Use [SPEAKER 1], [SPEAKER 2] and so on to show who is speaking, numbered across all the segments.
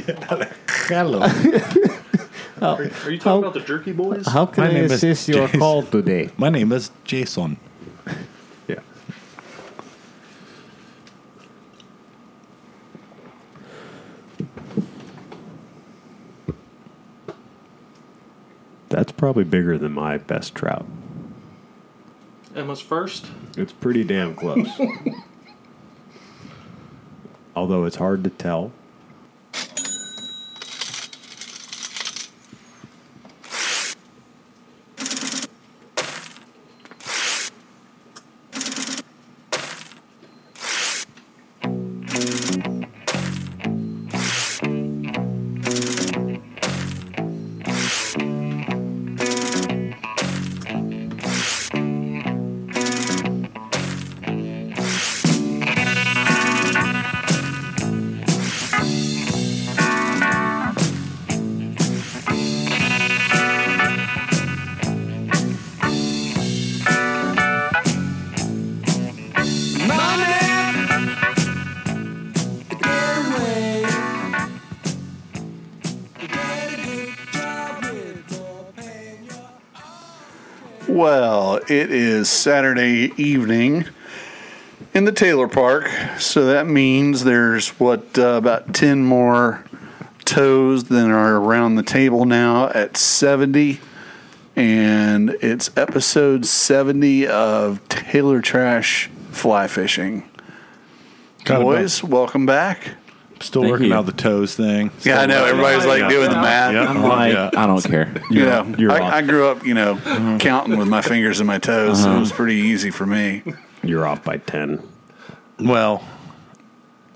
[SPEAKER 1] Yeah, hello.
[SPEAKER 2] How,
[SPEAKER 3] Are you talking
[SPEAKER 2] How-
[SPEAKER 3] about the Jerky Boys?
[SPEAKER 2] how can
[SPEAKER 1] My
[SPEAKER 2] I
[SPEAKER 1] name is
[SPEAKER 2] assist your
[SPEAKER 1] Jason.
[SPEAKER 2] call today?
[SPEAKER 1] My name is Jason.
[SPEAKER 2] Yeah.
[SPEAKER 4] That's probably bigger than my best trout.
[SPEAKER 3] Emma's first.
[SPEAKER 4] It's pretty damn close. Although it's hard to tell.
[SPEAKER 5] Well, it is Saturday evening in the Taylor Park, so that means there's what uh, about 10 more toes than are around the table now at 70. And it's episode 70 of Taylor Trash Fly Fishing.
[SPEAKER 1] Got it,
[SPEAKER 5] Boys, welcome back.
[SPEAKER 1] Still
[SPEAKER 6] Thank
[SPEAKER 1] working
[SPEAKER 6] you.
[SPEAKER 1] out the toes thing. uh,
[SPEAKER 5] Yeah, I know. Everybody's like
[SPEAKER 3] Yeah.
[SPEAKER 5] doing the math.
[SPEAKER 1] Yeah.
[SPEAKER 6] I'm like, I don't care.
[SPEAKER 5] You know,
[SPEAKER 4] you're off.
[SPEAKER 5] I, I grew up, you know, counting with my fingers and my toes,
[SPEAKER 4] Uh-huh.
[SPEAKER 5] so it was pretty easy for me.
[SPEAKER 4] You're off by 10.
[SPEAKER 1] Well,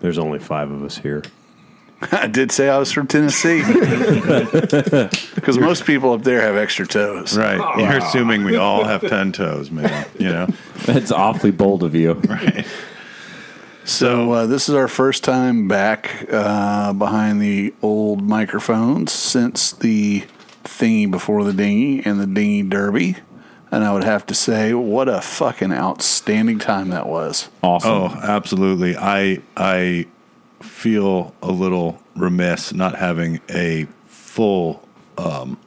[SPEAKER 4] There's only five of us here.
[SPEAKER 5] I did say I was from Tennessee. Because most people up there have extra toes.
[SPEAKER 1] right. You're assuming we all have 10 toes, man. You know?
[SPEAKER 6] That's awfully bold of you.
[SPEAKER 5] So uh, this is our first time back uh, behind the old microphones since the thingy before the dinghy and the dinghy derby. And I would have to say, what a fucking outstanding time that was.
[SPEAKER 6] Awesome.
[SPEAKER 1] Oh, absolutely. I I feel a little remiss not having a full um,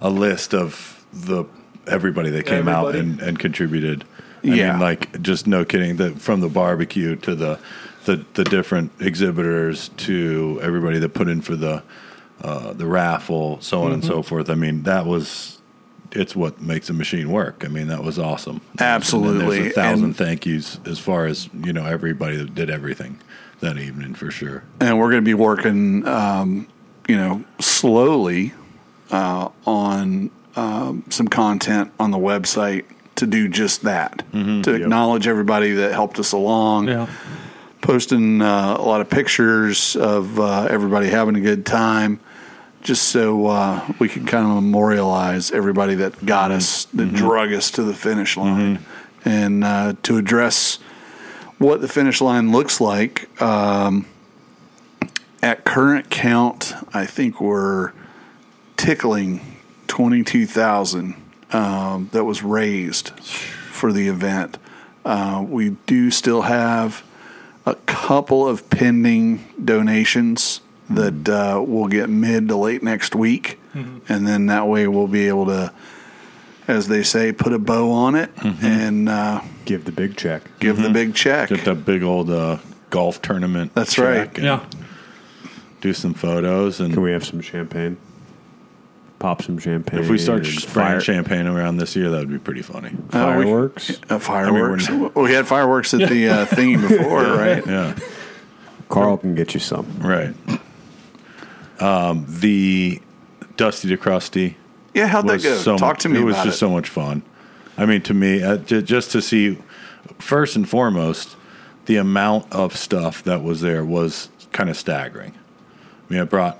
[SPEAKER 1] a list of the everybody that came
[SPEAKER 3] Everybody?
[SPEAKER 1] out and, and contributed. I
[SPEAKER 5] Yeah.
[SPEAKER 1] mean, like just no kidding. The from the barbecue to the the, the different exhibitors to everybody that put in for the uh, the raffle, so on and so forth. I mean, that was it's what makes a machine work. I mean, that was awesome. And
[SPEAKER 5] Absolutely.
[SPEAKER 1] there's a thousand
[SPEAKER 5] And-
[SPEAKER 1] thank yous as far as you know everybody that did everything that evening for sure.
[SPEAKER 5] and we're going to be working, um, you know, slowly uh, on um, some content on the website to do just that, to acknowledge everybody that helped us along. Posting uh, a lot of pictures of uh, everybody having a good time, just so uh, we can kind of memorialize everybody that got us, that drug us to the finish line, and uh, to address what the finish line looks like at current count, I think we're tickling 22,000 um, that was raised for the event. Uh, we do still have a couple of pending donations that uh, we'll get mid to late next week. And then that way we'll be able to, as they say, put a bow on it and uh,
[SPEAKER 4] Give the big check.
[SPEAKER 5] give the big check.
[SPEAKER 1] Get that big old uh, golf tournament.
[SPEAKER 5] That's
[SPEAKER 1] check
[SPEAKER 5] right.
[SPEAKER 1] and Do some photos and
[SPEAKER 4] Can we have some champagne? Pop some champagne.
[SPEAKER 1] if we start spraying
[SPEAKER 4] fire-
[SPEAKER 1] champagne around this year, that would be pretty funny.
[SPEAKER 5] Uh, we-
[SPEAKER 4] fireworks,
[SPEAKER 5] Uh, fireworks.
[SPEAKER 1] we're
[SPEAKER 5] we had fireworks at the uh, thingy before, right?
[SPEAKER 1] Yeah,
[SPEAKER 4] Carl can get you some.
[SPEAKER 1] right. Um, the Dusty to Crusty
[SPEAKER 5] Yeah, how'd that
[SPEAKER 1] was
[SPEAKER 5] go?
[SPEAKER 1] so
[SPEAKER 5] Talk
[SPEAKER 1] much,
[SPEAKER 5] to me
[SPEAKER 1] It was
[SPEAKER 5] about
[SPEAKER 1] just
[SPEAKER 5] it.
[SPEAKER 1] so much fun. I mean, to me, uh, ju- just to see, first and foremost, the amount of stuff that was there was kind of staggering. I mean, I brought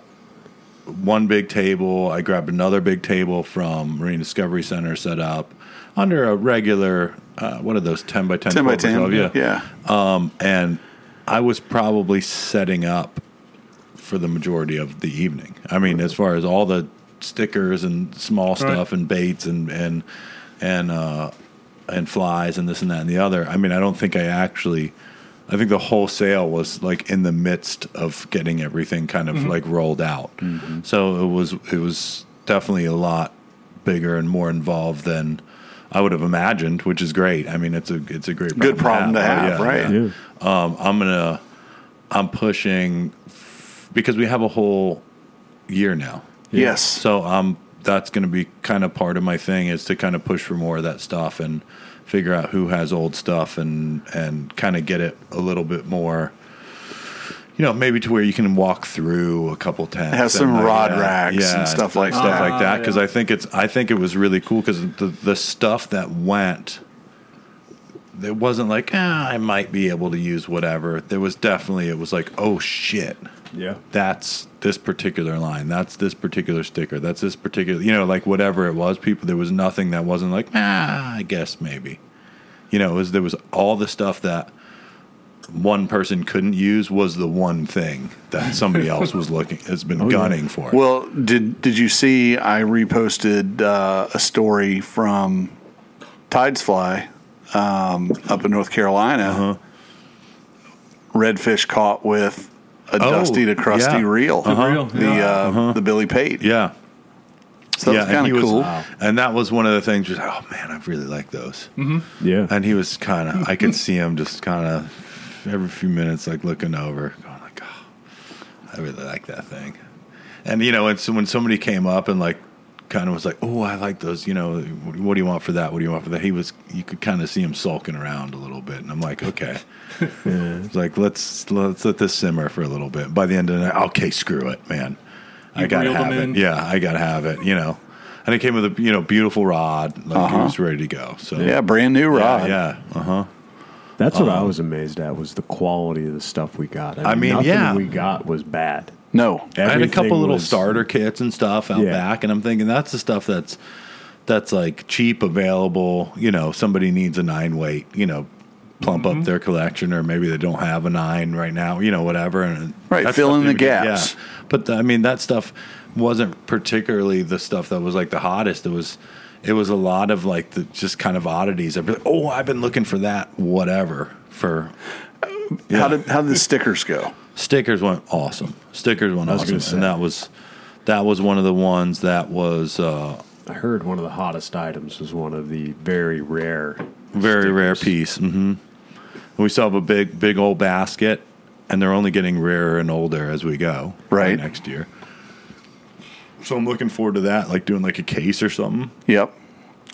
[SPEAKER 1] one big table. I grabbed another big table from Marine Discovery Center set up under a regular, uh, what are those, 10 by 10?
[SPEAKER 5] 10 by 10.
[SPEAKER 1] yeah.
[SPEAKER 5] yeah.
[SPEAKER 1] Um, and I was probably setting up for the majority of the evening. I mean, as far as all the stickers and small stuff and baits and and and uh, and flies and this and that and the other. I mean, I don't think I actually I think the whole sale was like in the midst of getting everything kind of like rolled out.
[SPEAKER 5] Mm-hmm.
[SPEAKER 1] So it was it was definitely a lot bigger and more involved than I would have imagined, which is great. I mean, it's a it's a great
[SPEAKER 5] Good problem to have,
[SPEAKER 1] Oh,
[SPEAKER 5] right?
[SPEAKER 4] Yeah.
[SPEAKER 1] Um, I'm gonna I'm pushing f- because we have a whole year now.
[SPEAKER 5] Yes.
[SPEAKER 1] So um, that's going to be kind of part of my thing is to kind of push for more of that stuff and figure out who has old stuff and and kind of get it a little bit more. You know, maybe to where you can walk through a couple tents.
[SPEAKER 5] has some
[SPEAKER 1] and, like,
[SPEAKER 5] rod
[SPEAKER 1] yeah,
[SPEAKER 5] racks and
[SPEAKER 1] yeah,
[SPEAKER 5] stuff like
[SPEAKER 1] stuff
[SPEAKER 5] that.
[SPEAKER 1] like that. Because
[SPEAKER 3] yeah.
[SPEAKER 1] I think it's I think it was really cool because the the stuff that went. It wasn't like ah, I might be able to use whatever. There was definitely it was like oh shit
[SPEAKER 4] Yeah.
[SPEAKER 1] that's this particular line that's this particular sticker that's this particular you know like whatever it was people there was nothing that wasn't like ah i guess maybe you know it was there was all the stuff that one person couldn't use was the one thing that somebody else was looking has been gunning for
[SPEAKER 5] Oh, Well, did did you see? I reposted uh, a story from Tides Fly um, up in North Carolina.
[SPEAKER 1] Uh-huh.
[SPEAKER 5] Redfish caught with a
[SPEAKER 1] Oh,
[SPEAKER 5] dusty to crusty
[SPEAKER 1] yeah. Uh-huh.
[SPEAKER 5] reel.
[SPEAKER 4] reel,
[SPEAKER 5] The uh, the Billy Pate.
[SPEAKER 1] yeah
[SPEAKER 5] So
[SPEAKER 1] yeah
[SPEAKER 5] that's
[SPEAKER 1] and, he
[SPEAKER 5] kind of
[SPEAKER 1] was-
[SPEAKER 5] cool.
[SPEAKER 1] and that was one of the things just oh man i really like those
[SPEAKER 4] Yeah.
[SPEAKER 1] and he was kind of i could see him just kind of every few minutes like looking over going like oh, i really like that thing and you know and so when somebody came up and like kind of was like oh i like those you know what what do you want for that what do you want for that he was you could kind of see him sulking around a little bit and i'm like okay it's like let's let's let this simmer for a little bit by the end of the night okay screw it man i
[SPEAKER 3] You
[SPEAKER 1] gotta
[SPEAKER 3] reeled him
[SPEAKER 1] have it
[SPEAKER 3] in.
[SPEAKER 1] yeah i gotta have it you know and it came with a you know beautiful rod like
[SPEAKER 3] Uh-huh.
[SPEAKER 1] he was ready to go so
[SPEAKER 5] Yeah, brand new
[SPEAKER 1] yeah,
[SPEAKER 5] rod.
[SPEAKER 1] yeah. uh-huh
[SPEAKER 4] That's what I was amazed at was the quality of the stuff we got.
[SPEAKER 1] Uh, I mean,
[SPEAKER 4] nothing
[SPEAKER 1] yeah.
[SPEAKER 4] we got was bad.
[SPEAKER 5] No,
[SPEAKER 1] I had a
[SPEAKER 4] Everything
[SPEAKER 1] couple little
[SPEAKER 4] was-
[SPEAKER 1] starter kits and stuff out
[SPEAKER 4] Yeah.
[SPEAKER 1] back, and I'm thinking that's the stuff that's that's like cheap, available. You know, somebody needs a nine weight. You know, plump
[SPEAKER 5] Mm-hmm.
[SPEAKER 1] up their collection, or maybe they don't have a nine right now. You know, whatever. And
[SPEAKER 5] Right,
[SPEAKER 1] that
[SPEAKER 5] fill
[SPEAKER 1] stuff
[SPEAKER 5] in the
[SPEAKER 1] didn't get-
[SPEAKER 5] gaps.
[SPEAKER 1] Yeah. But I mean, that stuff wasn't particularly the stuff that was like the hottest. It was. It was a lot of like the just kind of oddities. I'd be like, oh, I've been looking for that, whatever, for
[SPEAKER 5] how did how did the stickers go?
[SPEAKER 1] stickers went awesome. Stickers went
[SPEAKER 4] was
[SPEAKER 1] awesome,
[SPEAKER 4] gonna say.
[SPEAKER 1] and that was that was one of the ones that was uh,
[SPEAKER 4] I heard one of the hottest items was one of the very rare.
[SPEAKER 1] very rare piece. hmm We still have a big big old basket, and they're only getting rarer and older as we go.
[SPEAKER 5] Right.
[SPEAKER 1] next year. So I'm looking forward to that, like doing like a case or something,
[SPEAKER 5] Yep.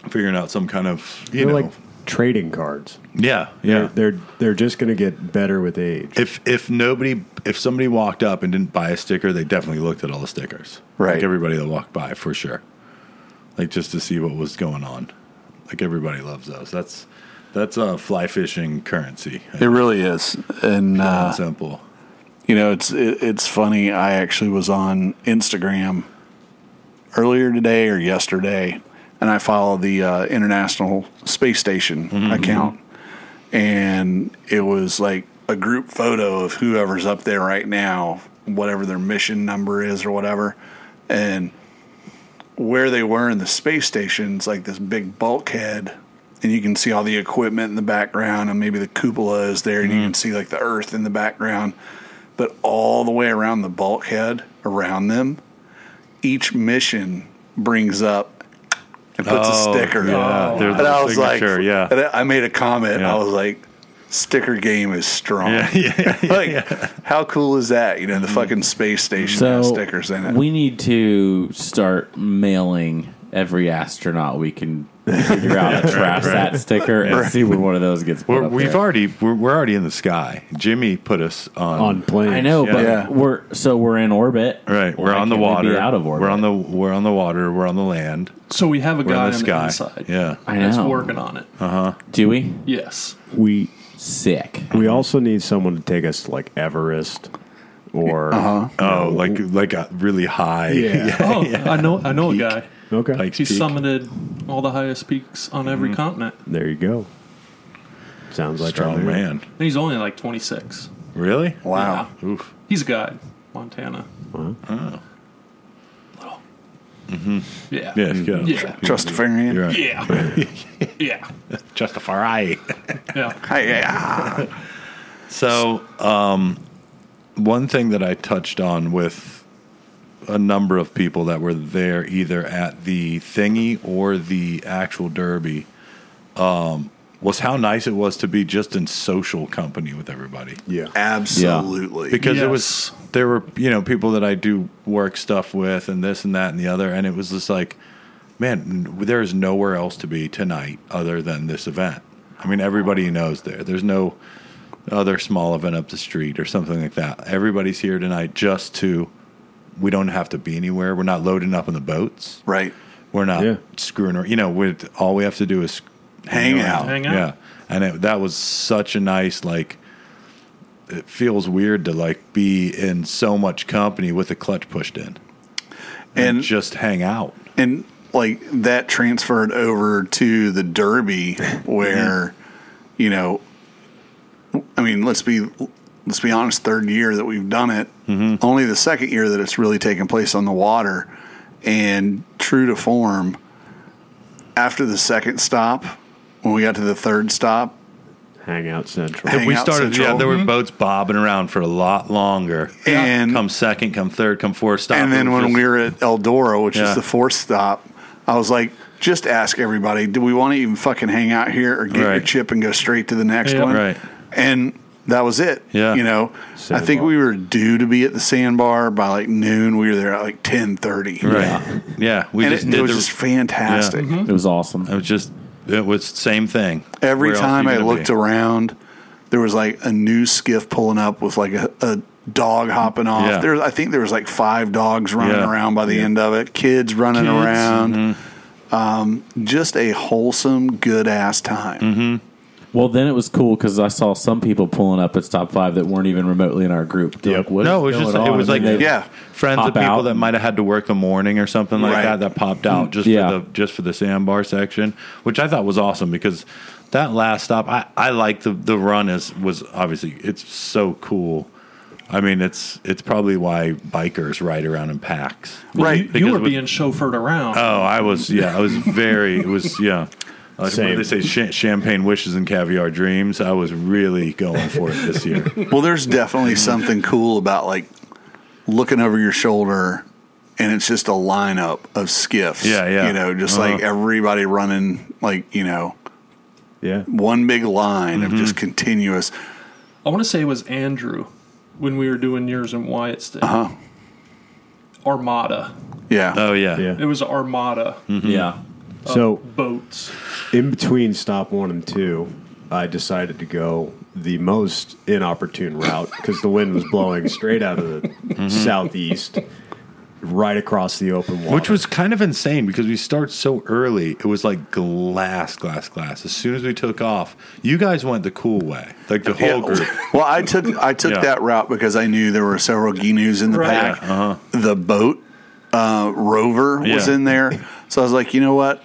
[SPEAKER 1] figuring out some kind of you
[SPEAKER 4] They're
[SPEAKER 1] know,
[SPEAKER 4] like trading cards.
[SPEAKER 1] yeah, yeah.
[SPEAKER 4] They're they're, they're just going to get better with age.
[SPEAKER 1] if if nobody if somebody walked up and didn't buy a sticker, they definitely looked at all the stickers.
[SPEAKER 5] Right.
[SPEAKER 1] Like everybody that walked by for sure. Like just to see what was going on. Like everybody loves those. That's that's a uh, fly fishing currency.
[SPEAKER 5] It really is, and
[SPEAKER 6] Ah.
[SPEAKER 5] uh,
[SPEAKER 1] simple.
[SPEAKER 5] You know, it's it, it's funny. I actually was on Instagram earlier today or yesterday, and I follow the uh, International Space Station account, and it was like a group photo of whoever's up there right now, whatever their mission number is or whatever, and where they were in the space station is like this big bulkhead and you can see all the equipment in the background and maybe the cupola is there and you
[SPEAKER 1] Mm-hmm.
[SPEAKER 5] can see like the earth in the background but all the way around the bulkhead around them each mission brings up and puts
[SPEAKER 1] Oh,
[SPEAKER 5] a sticker
[SPEAKER 1] yeah, their
[SPEAKER 5] and
[SPEAKER 1] little
[SPEAKER 5] i was like
[SPEAKER 1] signature, yeah.
[SPEAKER 5] and I- i made a comment
[SPEAKER 1] Yeah.
[SPEAKER 5] i was like sticker game is strong
[SPEAKER 1] Yeah, yeah, Mm-hmm.
[SPEAKER 5] like how cool is that you know the fucking space station has stickers in it
[SPEAKER 6] We need to start mailing every astronaut we can figure out a trash that sticker and see when one of those gets put
[SPEAKER 1] We're,
[SPEAKER 6] up
[SPEAKER 1] we've
[SPEAKER 6] there.
[SPEAKER 1] already we're, we're already in the sky. Jimmy put us on,
[SPEAKER 4] on planes.
[SPEAKER 6] I know, but
[SPEAKER 5] Yeah.
[SPEAKER 6] we're so we're in orbit.
[SPEAKER 1] right. We're
[SPEAKER 6] Why
[SPEAKER 1] on the
[SPEAKER 6] Oh, can't we be
[SPEAKER 1] water.
[SPEAKER 6] out of orbit.
[SPEAKER 1] We're on the we're on the water. We're on the land.
[SPEAKER 3] So we have a
[SPEAKER 1] We're
[SPEAKER 3] guy
[SPEAKER 1] in the
[SPEAKER 3] on
[SPEAKER 1] sky.
[SPEAKER 3] the inside.
[SPEAKER 1] Yeah.
[SPEAKER 6] I
[SPEAKER 3] That's
[SPEAKER 6] know.
[SPEAKER 3] working on it.
[SPEAKER 6] Do we?
[SPEAKER 3] Yes.
[SPEAKER 4] we
[SPEAKER 6] Sick.
[SPEAKER 4] we also need someone to take us to like Everest or
[SPEAKER 1] Oh, like like a really high.
[SPEAKER 4] Yeah.
[SPEAKER 3] Oh, I know. I know a guy.
[SPEAKER 4] okay.
[SPEAKER 1] Pikes
[SPEAKER 3] He
[SPEAKER 1] Peak. Mm-hmm.
[SPEAKER 3] summited all the highest peaks on every continent,
[SPEAKER 4] There you go. Sounds like
[SPEAKER 1] Strong
[SPEAKER 4] another-
[SPEAKER 1] oh, man.
[SPEAKER 3] and he's only like 26.
[SPEAKER 1] Really?
[SPEAKER 5] wow
[SPEAKER 1] Oof.
[SPEAKER 3] He's a guide, Montana. Little. Yeah.
[SPEAKER 1] Mm-hmm. Yeah.
[SPEAKER 6] Mm-hmm.
[SPEAKER 1] yeah.
[SPEAKER 3] Yeah.
[SPEAKER 5] Trustafarian.
[SPEAKER 1] You're right.
[SPEAKER 3] Yeah. yeah.
[SPEAKER 1] Justify.
[SPEAKER 3] Yeah.
[SPEAKER 5] Hi, yeah.
[SPEAKER 1] So, um, one thing that I touched on with a number of people that were there either at the thingy or the actual derby um, was how nice it was to be just in social company with everybody
[SPEAKER 4] Yeah.
[SPEAKER 5] Absolutely.
[SPEAKER 1] because it
[SPEAKER 3] Yes.
[SPEAKER 1] was there were you know people that I do work stuff with and this and that and the other and it was just like man n- there is nowhere else to be tonight other than this event I mean everybody knows there there's no other small event up the street or something like that everybody's here tonight just to we don't have to be anywhere we're not loading up on the boats
[SPEAKER 5] Right.
[SPEAKER 1] we're not
[SPEAKER 4] Yeah.
[SPEAKER 1] screwing around you know with all we have to do is
[SPEAKER 5] Hang out.
[SPEAKER 3] Hang out.
[SPEAKER 1] yeah and it, that was such a nice like it feels weird to like be in so much company with the clutch pushed in and,
[SPEAKER 5] And
[SPEAKER 1] just hang out
[SPEAKER 5] and like that transferred over to the derby where you know i mean let's be let's be honest third year that we've done it only the second year that it's really taken place on the water and true to form after the second stop when we got to the third stop
[SPEAKER 4] Hangout Central.
[SPEAKER 5] Hey,
[SPEAKER 1] we
[SPEAKER 5] Hangout
[SPEAKER 1] started yeah
[SPEAKER 5] Central. Mm-hmm.
[SPEAKER 1] there were boats bobbing around for a lot longer
[SPEAKER 5] and
[SPEAKER 1] come second come third come fourth stop
[SPEAKER 5] and
[SPEAKER 1] it
[SPEAKER 5] then
[SPEAKER 1] was
[SPEAKER 5] when
[SPEAKER 1] just-
[SPEAKER 5] we were at eldora which
[SPEAKER 1] Yeah.
[SPEAKER 5] is the fourth stop i was like just ask everybody do we want to even fucking hang out here or get your
[SPEAKER 1] Right.
[SPEAKER 5] chip and go straight to the next
[SPEAKER 3] Yeah.
[SPEAKER 5] one
[SPEAKER 1] Right.
[SPEAKER 5] and that was it
[SPEAKER 1] Yeah.
[SPEAKER 5] you know i think
[SPEAKER 4] Sandbar.
[SPEAKER 5] we were due to be at the sandbar by like noon we were there at like ten thirty.
[SPEAKER 1] right yeah, we
[SPEAKER 5] and
[SPEAKER 1] just
[SPEAKER 5] it,
[SPEAKER 1] did
[SPEAKER 5] it was
[SPEAKER 1] the,
[SPEAKER 5] just fantastic
[SPEAKER 6] It was awesome.
[SPEAKER 1] it was just it was same thing
[SPEAKER 5] every
[SPEAKER 1] Where else
[SPEAKER 5] time
[SPEAKER 1] you
[SPEAKER 5] I
[SPEAKER 1] gonna
[SPEAKER 5] looked
[SPEAKER 1] be?
[SPEAKER 5] around, there was like a new skiff pulling up with like a, a dog hopping off.
[SPEAKER 1] Yeah.
[SPEAKER 5] There, I think there was like five dogs running
[SPEAKER 1] Yeah. mm-hmm.
[SPEAKER 5] around by the end of it. Kids running
[SPEAKER 3] Kids.
[SPEAKER 5] around. Um, just a wholesome, good ass time.
[SPEAKER 6] Well, then it was cool because I saw some people pulling up at top five that weren't even remotely in our group. They're
[SPEAKER 1] Yep.
[SPEAKER 6] Like, what
[SPEAKER 1] no, it
[SPEAKER 6] is
[SPEAKER 1] was just
[SPEAKER 6] going
[SPEAKER 1] it
[SPEAKER 6] on?
[SPEAKER 1] was
[SPEAKER 6] And
[SPEAKER 1] like
[SPEAKER 6] then they-
[SPEAKER 5] Yeah.
[SPEAKER 1] friends
[SPEAKER 6] pop
[SPEAKER 1] of people
[SPEAKER 6] out.
[SPEAKER 1] that might have had to work the morning or something like
[SPEAKER 5] Right.
[SPEAKER 1] that that popped out just
[SPEAKER 6] Yeah.
[SPEAKER 1] for the just for the sandbar section, which I thought was awesome because that last stop I I like the the run is was obviously it's so cool. I mean, it's it's probably why bikers ride around in packs.
[SPEAKER 5] Right.
[SPEAKER 3] You, you
[SPEAKER 1] Because
[SPEAKER 3] were
[SPEAKER 1] with-
[SPEAKER 3] being chauffeured around.
[SPEAKER 1] Oh, I was yeah, I was very it was yeah. Uh, what do
[SPEAKER 4] Same.
[SPEAKER 1] they say? Sh- champagne wishes and caviar dreams. I was really going for it this year.
[SPEAKER 5] Well, there's definitely something cool about like looking over your shoulder and it's just a lineup of skiffs.
[SPEAKER 1] Yeah, yeah.
[SPEAKER 5] You know, just like
[SPEAKER 1] Uh-huh.
[SPEAKER 5] everybody running like, you know,
[SPEAKER 4] Yeah.
[SPEAKER 5] one big line
[SPEAKER 1] Mm-hmm.
[SPEAKER 5] of just continuous.
[SPEAKER 3] I want to say it was Andrew when we were doing yours and Wyatt's thing.
[SPEAKER 5] Uh-huh.
[SPEAKER 3] Armada.
[SPEAKER 5] Yeah.
[SPEAKER 1] Oh yeah,
[SPEAKER 4] Yeah.
[SPEAKER 3] It was Armada
[SPEAKER 4] Hmm.
[SPEAKER 6] yeah.
[SPEAKER 4] So
[SPEAKER 3] boats.
[SPEAKER 4] in between stop one and two, I decided to go the most inopportune route because the wind was blowing straight out of
[SPEAKER 1] Mm-hmm.
[SPEAKER 4] the southeast, right across the open water.
[SPEAKER 1] Which was kind of insane because we start so early. It was like glass, glass, glass. As soon as we took off, you guys went the cool way, like the
[SPEAKER 5] Yeah.
[SPEAKER 1] whole group.
[SPEAKER 5] Well, I took I took
[SPEAKER 1] Yeah.
[SPEAKER 5] that route because I knew there were several Ginus in the
[SPEAKER 3] Right.
[SPEAKER 5] pack. The boat uh, rover was
[SPEAKER 1] uh-huh. Yeah.
[SPEAKER 5] in there, so I was like, you know what?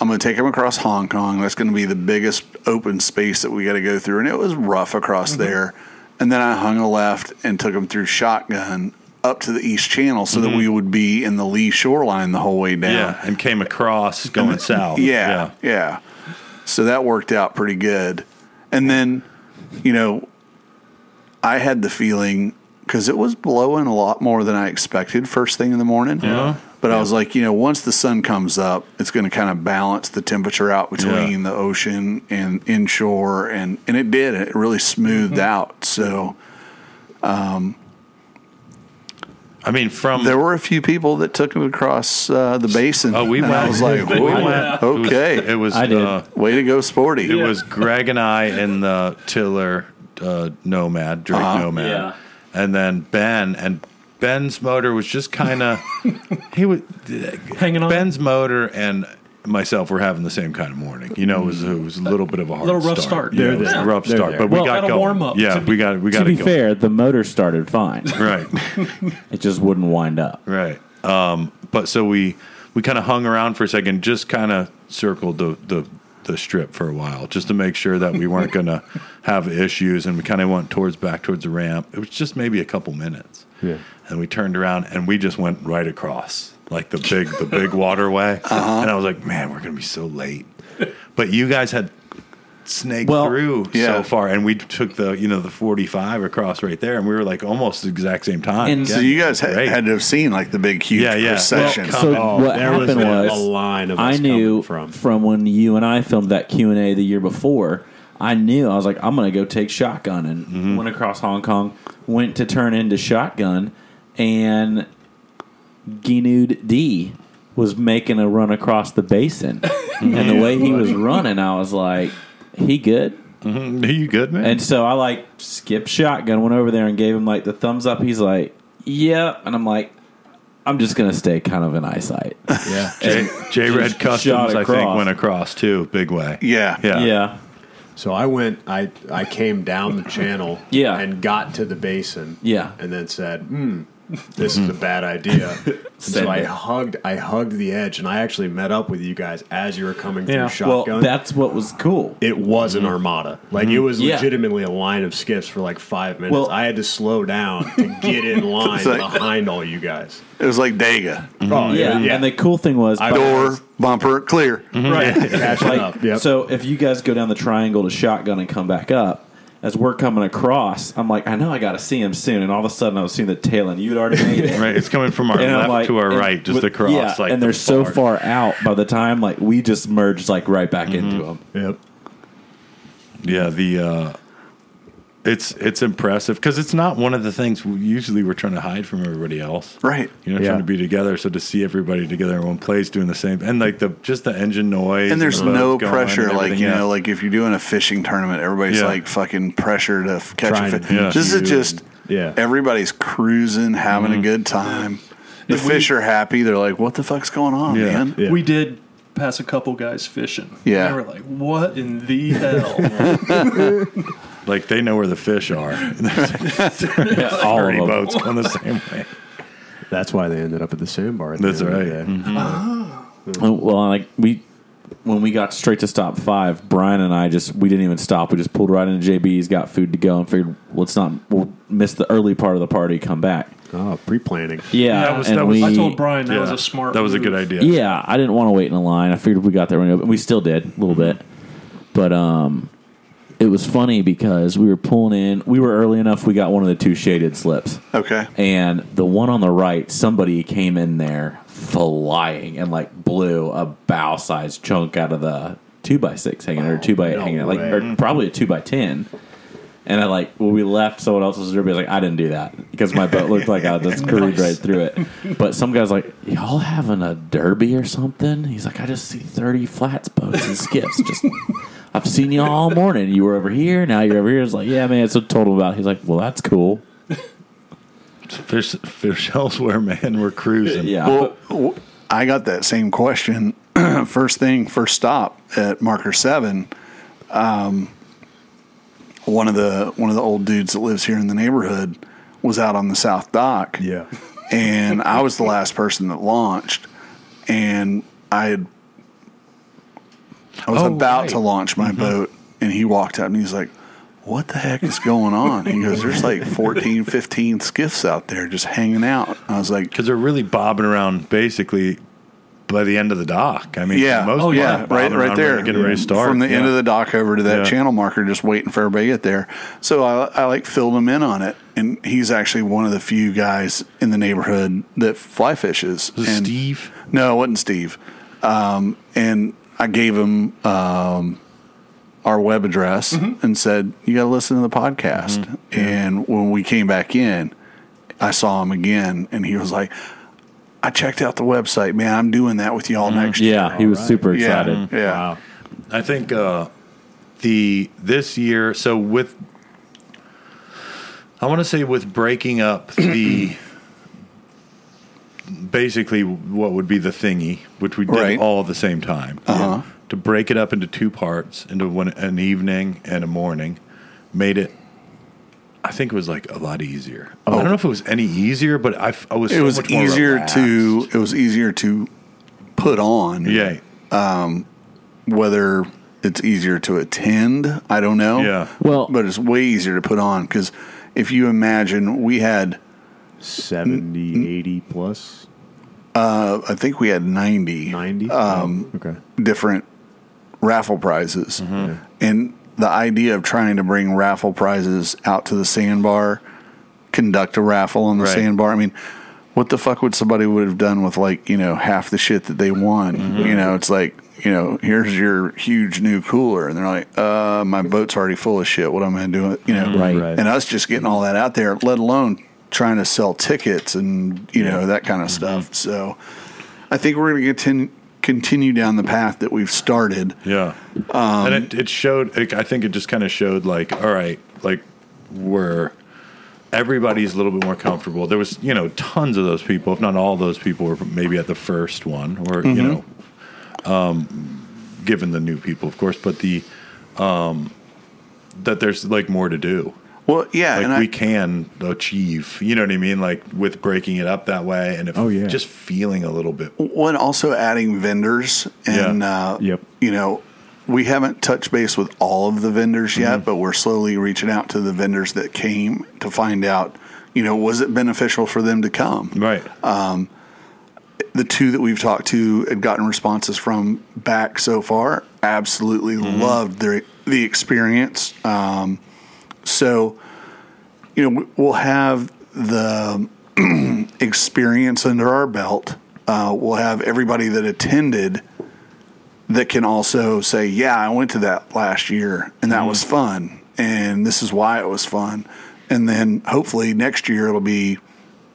[SPEAKER 5] I'm going to take him across Hong Kong. That's going to be the biggest open space that we got to go through, and it was rough across
[SPEAKER 1] Mm-hmm.
[SPEAKER 5] there. And then I hung a left and took him through Shotgun up to the East Channel, so that we would be in the lee shoreline the whole way down.
[SPEAKER 1] Mm-hmm. Yeah, and came across going south.
[SPEAKER 5] Yeah, yeah. So that worked out pretty good. And then, you know, I had the feeling because it was blowing a lot more than I expected first thing in the morning.
[SPEAKER 1] Yeah.
[SPEAKER 5] But I was like, you know, once the sun comes up, it's going to kind of balance the temperature out between the ocean and inshore, and and it did. It really smoothed
[SPEAKER 1] Mm-hmm.
[SPEAKER 5] out. So
[SPEAKER 1] I mean, from
[SPEAKER 5] there were a few people that took it across uh, the basin.
[SPEAKER 1] oh, we
[SPEAKER 5] and
[SPEAKER 1] went.
[SPEAKER 5] I was like,
[SPEAKER 1] we
[SPEAKER 5] "Whoa,
[SPEAKER 1] went.
[SPEAKER 5] okay,
[SPEAKER 1] It was. It was
[SPEAKER 6] I did.
[SPEAKER 1] uh,
[SPEAKER 5] way to go, sporty.
[SPEAKER 1] It was Greg and I and the Tiller uh, Nomad, Drake
[SPEAKER 5] Uh-huh.
[SPEAKER 1] Nomad,
[SPEAKER 6] Yeah.
[SPEAKER 1] and then Ben and Ben's motor was just kind of he was
[SPEAKER 3] Hanging on.
[SPEAKER 1] Ben's motor and myself were having the same kind of morning. You know, it was, it was a little bit of a hard
[SPEAKER 3] Little rough start.
[SPEAKER 1] Yeah,
[SPEAKER 4] They're
[SPEAKER 1] it was
[SPEAKER 4] there.
[SPEAKER 1] a rough
[SPEAKER 4] They're
[SPEAKER 1] start,
[SPEAKER 4] there.
[SPEAKER 1] but we
[SPEAKER 6] Well,
[SPEAKER 1] got
[SPEAKER 3] gotta
[SPEAKER 1] going.
[SPEAKER 3] warm up.
[SPEAKER 1] Yeah,
[SPEAKER 3] To be-
[SPEAKER 1] we got we got
[SPEAKER 6] To be
[SPEAKER 1] go.
[SPEAKER 6] fair, the motor started fine.
[SPEAKER 1] Right.
[SPEAKER 6] It just wouldn't wind up.
[SPEAKER 1] Right. Um, but so we we kind of hung around for a second, just kind of circled the, the the strip for a while, just to make sure that we weren't going to have issues, and we kind of went towards back towards the ramp. It was just maybe a couple minutes,
[SPEAKER 4] Yeah.
[SPEAKER 1] and we turned around and we just went right across like the big the
[SPEAKER 6] Uh-huh.
[SPEAKER 1] big waterway, and I was like, man, we're going to be so late. But you guys had snake
[SPEAKER 6] Well-
[SPEAKER 1] through
[SPEAKER 5] Yeah.
[SPEAKER 1] so far, and we took the you know the forty five across right there, and we were like almost the exact same time.
[SPEAKER 6] And-
[SPEAKER 5] So you guys ha-
[SPEAKER 1] Great.
[SPEAKER 5] had to have seen like the big huge
[SPEAKER 1] Yeah, yeah.
[SPEAKER 5] procession.
[SPEAKER 1] Well,
[SPEAKER 6] So
[SPEAKER 1] Oh,
[SPEAKER 6] what
[SPEAKER 4] Um, there was
[SPEAKER 6] happened
[SPEAKER 4] a-
[SPEAKER 6] was,
[SPEAKER 4] a line of
[SPEAKER 6] I
[SPEAKER 4] us
[SPEAKER 6] knew
[SPEAKER 4] coming from.
[SPEAKER 6] when you and I filmed that Q and A the year before. I knew I was like, I'm gonna go take shotgun and
[SPEAKER 4] Mm-hmm.
[SPEAKER 6] went across Hong Kong, went to turn into shotgun, and Ginud D was making a run across the basin,
[SPEAKER 4] Mm-hmm.
[SPEAKER 6] and the way he was running, I was like, he good.
[SPEAKER 1] Are you good, man?
[SPEAKER 6] And so I like skipped shotgun, went over there and gave him like the thumbs up. He's like, yeah. And I'm like, I'm just going to stay kind of in eyesight.
[SPEAKER 1] yeah, J, J Red
[SPEAKER 6] just shot
[SPEAKER 1] Customs, I think,
[SPEAKER 6] across.
[SPEAKER 1] went across too, big way.
[SPEAKER 5] yeah.
[SPEAKER 1] yeah,
[SPEAKER 6] yeah.
[SPEAKER 4] So I went, I I came down the channel,
[SPEAKER 6] Yeah.
[SPEAKER 4] and got to the basin,
[SPEAKER 6] Yeah.
[SPEAKER 4] and then said, "Hmm, this is a bad idea." And so
[SPEAKER 6] Send
[SPEAKER 4] I
[SPEAKER 6] it.
[SPEAKER 4] hugged, I hugged the edge, and I actually met up with you guys as you were coming
[SPEAKER 3] Yeah.
[SPEAKER 4] through shotgun.
[SPEAKER 6] Well, that's what was cool.
[SPEAKER 4] it was an armada, like it was
[SPEAKER 6] Yeah.
[SPEAKER 4] legitimately a line of skiffs for like five minutes.
[SPEAKER 6] Well-
[SPEAKER 4] I had to slow down to get in line
[SPEAKER 5] It's like-
[SPEAKER 4] behind all you guys.
[SPEAKER 5] It was like Dega.
[SPEAKER 1] Mm-hmm.
[SPEAKER 4] Oh
[SPEAKER 6] yeah. And the cool thing was,
[SPEAKER 4] I-
[SPEAKER 5] Door, bumper, clear.
[SPEAKER 1] Mm-hmm.
[SPEAKER 4] right, catching
[SPEAKER 6] like,
[SPEAKER 4] up. Yep.
[SPEAKER 6] so if you guys go down the triangle to shotgun and come back up, as we're coming across, I'm like, I know I got to see him soon. And all of a sudden, I was seeing the tail end. You'd already made it.
[SPEAKER 1] Right, it's coming from our
[SPEAKER 6] And I'm
[SPEAKER 1] left
[SPEAKER 6] like-
[SPEAKER 1] to our
[SPEAKER 6] and
[SPEAKER 1] right, just
[SPEAKER 6] with-
[SPEAKER 1] across.
[SPEAKER 6] Yeah,
[SPEAKER 1] like
[SPEAKER 6] and
[SPEAKER 1] the
[SPEAKER 6] they're so far out by the time like we just merged like right back
[SPEAKER 1] Mm-hmm.
[SPEAKER 6] into them.
[SPEAKER 4] yep.
[SPEAKER 1] Yeah, the uh, it's it's impressive because it's not one of the things we usually we're trying to hide from everybody else.
[SPEAKER 5] Right.
[SPEAKER 1] You know,
[SPEAKER 4] Yeah.
[SPEAKER 1] trying to be together. So to see everybody together in one place doing the same, and like the just the engine noise,
[SPEAKER 5] And there's
[SPEAKER 1] the boats
[SPEAKER 5] no
[SPEAKER 1] going
[SPEAKER 5] pressure,
[SPEAKER 1] and
[SPEAKER 5] like
[SPEAKER 1] everything
[SPEAKER 5] you know,
[SPEAKER 1] else.
[SPEAKER 5] like if you're doing a fishing tournament, everybody's
[SPEAKER 1] Yeah.
[SPEAKER 5] like fucking pressure to f- catch
[SPEAKER 4] Trying
[SPEAKER 5] a
[SPEAKER 4] to
[SPEAKER 5] fish.
[SPEAKER 1] beat
[SPEAKER 5] This
[SPEAKER 4] you
[SPEAKER 5] is just
[SPEAKER 4] and- yeah.
[SPEAKER 5] everybody's cruising, having
[SPEAKER 1] Mm-hmm.
[SPEAKER 5] a good time. The fish are happy. They're like, "What the fuck's going on,
[SPEAKER 1] Yeah.
[SPEAKER 5] man?"
[SPEAKER 4] Yeah.
[SPEAKER 3] We did pass a couple guys fishing.
[SPEAKER 5] Yeah.
[SPEAKER 3] And we're like, what in the hell?
[SPEAKER 1] Like, they know where the fish are.
[SPEAKER 6] Yeah, all
[SPEAKER 1] Thirty
[SPEAKER 6] of 'em.
[SPEAKER 1] boats going the same way.
[SPEAKER 4] That's why they ended up at the sandbar. at the
[SPEAKER 1] That's
[SPEAKER 4] end of the
[SPEAKER 1] right.
[SPEAKER 4] day.
[SPEAKER 6] Oh, Well, like we when we got straight to stop five, Brian and I just we didn't even stop. We just pulled right into JB's, got food to go, and figured let's not we'll miss the early part of the party, come back.
[SPEAKER 4] Oh, pre-planning.
[SPEAKER 6] Yeah,
[SPEAKER 1] That was-
[SPEAKER 6] and
[SPEAKER 1] that was-
[SPEAKER 6] we,
[SPEAKER 3] I told Brian that
[SPEAKER 1] Yeah,
[SPEAKER 3] was a smart
[SPEAKER 1] That was a
[SPEAKER 3] move.
[SPEAKER 1] good idea.
[SPEAKER 6] Yeah, I didn't want to wait in a line. I figured if we got there, we- we still did a little bit, but um, it was funny because we were pulling in. We were early enough. We got one of the two shaded slips.
[SPEAKER 5] Okay.
[SPEAKER 6] and the one on the right, somebody came in there flying and like blew a bow sized chunk out of the two by six hanging or two by eight
[SPEAKER 4] no
[SPEAKER 6] hanging out, like
[SPEAKER 4] way.
[SPEAKER 6] or probably a two by ten. And I like when we left, someone else's derby. I was like, I didn't do that because my boat looked like I just screwed right through it. But some guy's like, y'all having a derby or something? He's like, I just see thirty flats boats and skiffs. Just I've seen y'all all morning. You were over here, now you're over here. It's like, yeah, man, it's a total about. He's like, well, that's cool.
[SPEAKER 1] Fish, fish elsewhere, man. We're cruising.
[SPEAKER 6] Yeah.
[SPEAKER 5] Well, w- I got that same question. first thing, first stop at marker seven. Um, one of the one of the old dudes that lives here in the neighborhood was out on the south dock.
[SPEAKER 4] Yeah.
[SPEAKER 5] and I was the last person that launched, and I had I was
[SPEAKER 1] Oh,
[SPEAKER 5] about
[SPEAKER 1] right.
[SPEAKER 5] to launch my boat, and he walked up and he's like, "What the heck is going on?" He goes, "There's like 14, 15 skiffs out there just hanging out." I was like,
[SPEAKER 1] because they're really bobbing around basically by the end of the dock. I mean,
[SPEAKER 5] "Yeah,
[SPEAKER 1] for the most
[SPEAKER 5] oh
[SPEAKER 1] part,
[SPEAKER 5] yeah,
[SPEAKER 1] bobbing
[SPEAKER 5] right, right
[SPEAKER 1] around when
[SPEAKER 5] there,
[SPEAKER 1] they're getting ready to start
[SPEAKER 5] from the end
[SPEAKER 1] Yeah.
[SPEAKER 5] of the dock over to that
[SPEAKER 1] Yeah.
[SPEAKER 5] channel marker, just waiting for everybody to get there." So I, I like filled him in on it, and he's actually one of the few guys in the neighborhood that fly fishes.
[SPEAKER 1] Was it
[SPEAKER 5] and
[SPEAKER 1] Steve.
[SPEAKER 5] No, it wasn't Steve. Um, and I gave him um, our web address
[SPEAKER 1] Mm-hmm.
[SPEAKER 5] and said, "You got to listen to the podcast." And when we came back in, I saw him again, and he was like, "I checked out the website, man. I'm doing that with y'all
[SPEAKER 1] Mm-hmm.
[SPEAKER 5] next year."
[SPEAKER 6] Yeah, he was super
[SPEAKER 5] Yeah,
[SPEAKER 6] excited.
[SPEAKER 5] yeah.
[SPEAKER 4] Wow.
[SPEAKER 1] I think uh, the this year. So with I want to say with breaking up the basically what would be the thingy, which we did
[SPEAKER 5] Right.
[SPEAKER 1] all at the same time.
[SPEAKER 5] Uh-huh.
[SPEAKER 1] To break it up into two parts, into one an evening and a morning, made it. I think it was like a lot easier. I don't know if it was any easier, but I, f- I was.
[SPEAKER 5] Oh. It
[SPEAKER 1] so
[SPEAKER 5] was
[SPEAKER 1] much more
[SPEAKER 5] easier to
[SPEAKER 1] relaxed.
[SPEAKER 5] it was easier to put on.
[SPEAKER 1] Yeah,
[SPEAKER 5] whether it's easier to attend, I don't know.
[SPEAKER 1] Yeah.
[SPEAKER 6] Well-
[SPEAKER 5] but it's way easier to put on because if you imagine, we had
[SPEAKER 4] 70, 80 plus,
[SPEAKER 5] I think we had 90
[SPEAKER 4] 90? Um, okay.
[SPEAKER 5] different raffle prizes. And the idea of trying to bring raffle prizes out to the sandbar, conduct a raffle on the
[SPEAKER 1] Right.
[SPEAKER 5] sandbar. I mean, what the fuck would somebody would have done with like you know half the shit that they won? You know, it's like you know here's your huge new cooler, and they're like, uh, my boat's already full of shit. What am I doing? You know,
[SPEAKER 6] Right.
[SPEAKER 4] Right.
[SPEAKER 5] And us just getting all that out there, let alone trying to sell tickets and you know that kind of stuff. So, I think we're going to continue continue down the path that we've started.
[SPEAKER 1] Yeah. and it, it showed, it, I think it just kind of showed like, all right, like we're, everybody's a little bit more comfortable. There was, you know, tons of those people, if not all those people were maybe at the first one or, you know, um, given the new people, of course, but the, um, that there's like more to do.
[SPEAKER 5] Well, yeah,
[SPEAKER 1] Like
[SPEAKER 5] and I,
[SPEAKER 1] we can achieve, you know what I mean? Like with breaking it up that way and if,
[SPEAKER 4] Oh, yeah.
[SPEAKER 1] just feeling a little bit.
[SPEAKER 5] One also adding vendors and uh,
[SPEAKER 4] Yep.
[SPEAKER 5] you know we haven't touched base with all of the vendors yet, but we're slowly reaching out to the vendors that came to find out you know was it beneficial for them to come.
[SPEAKER 1] Right.
[SPEAKER 5] The two that we've talked to and gotten responses from back so far absolutely loved their the experience. Um, so you know we- we'll have the experience under our belt. Uh, we'll have everybody that attended that can also say, "Yeah, I went to that last year, and that was fun, and this is why it was fun." And then hopefully next year it'll be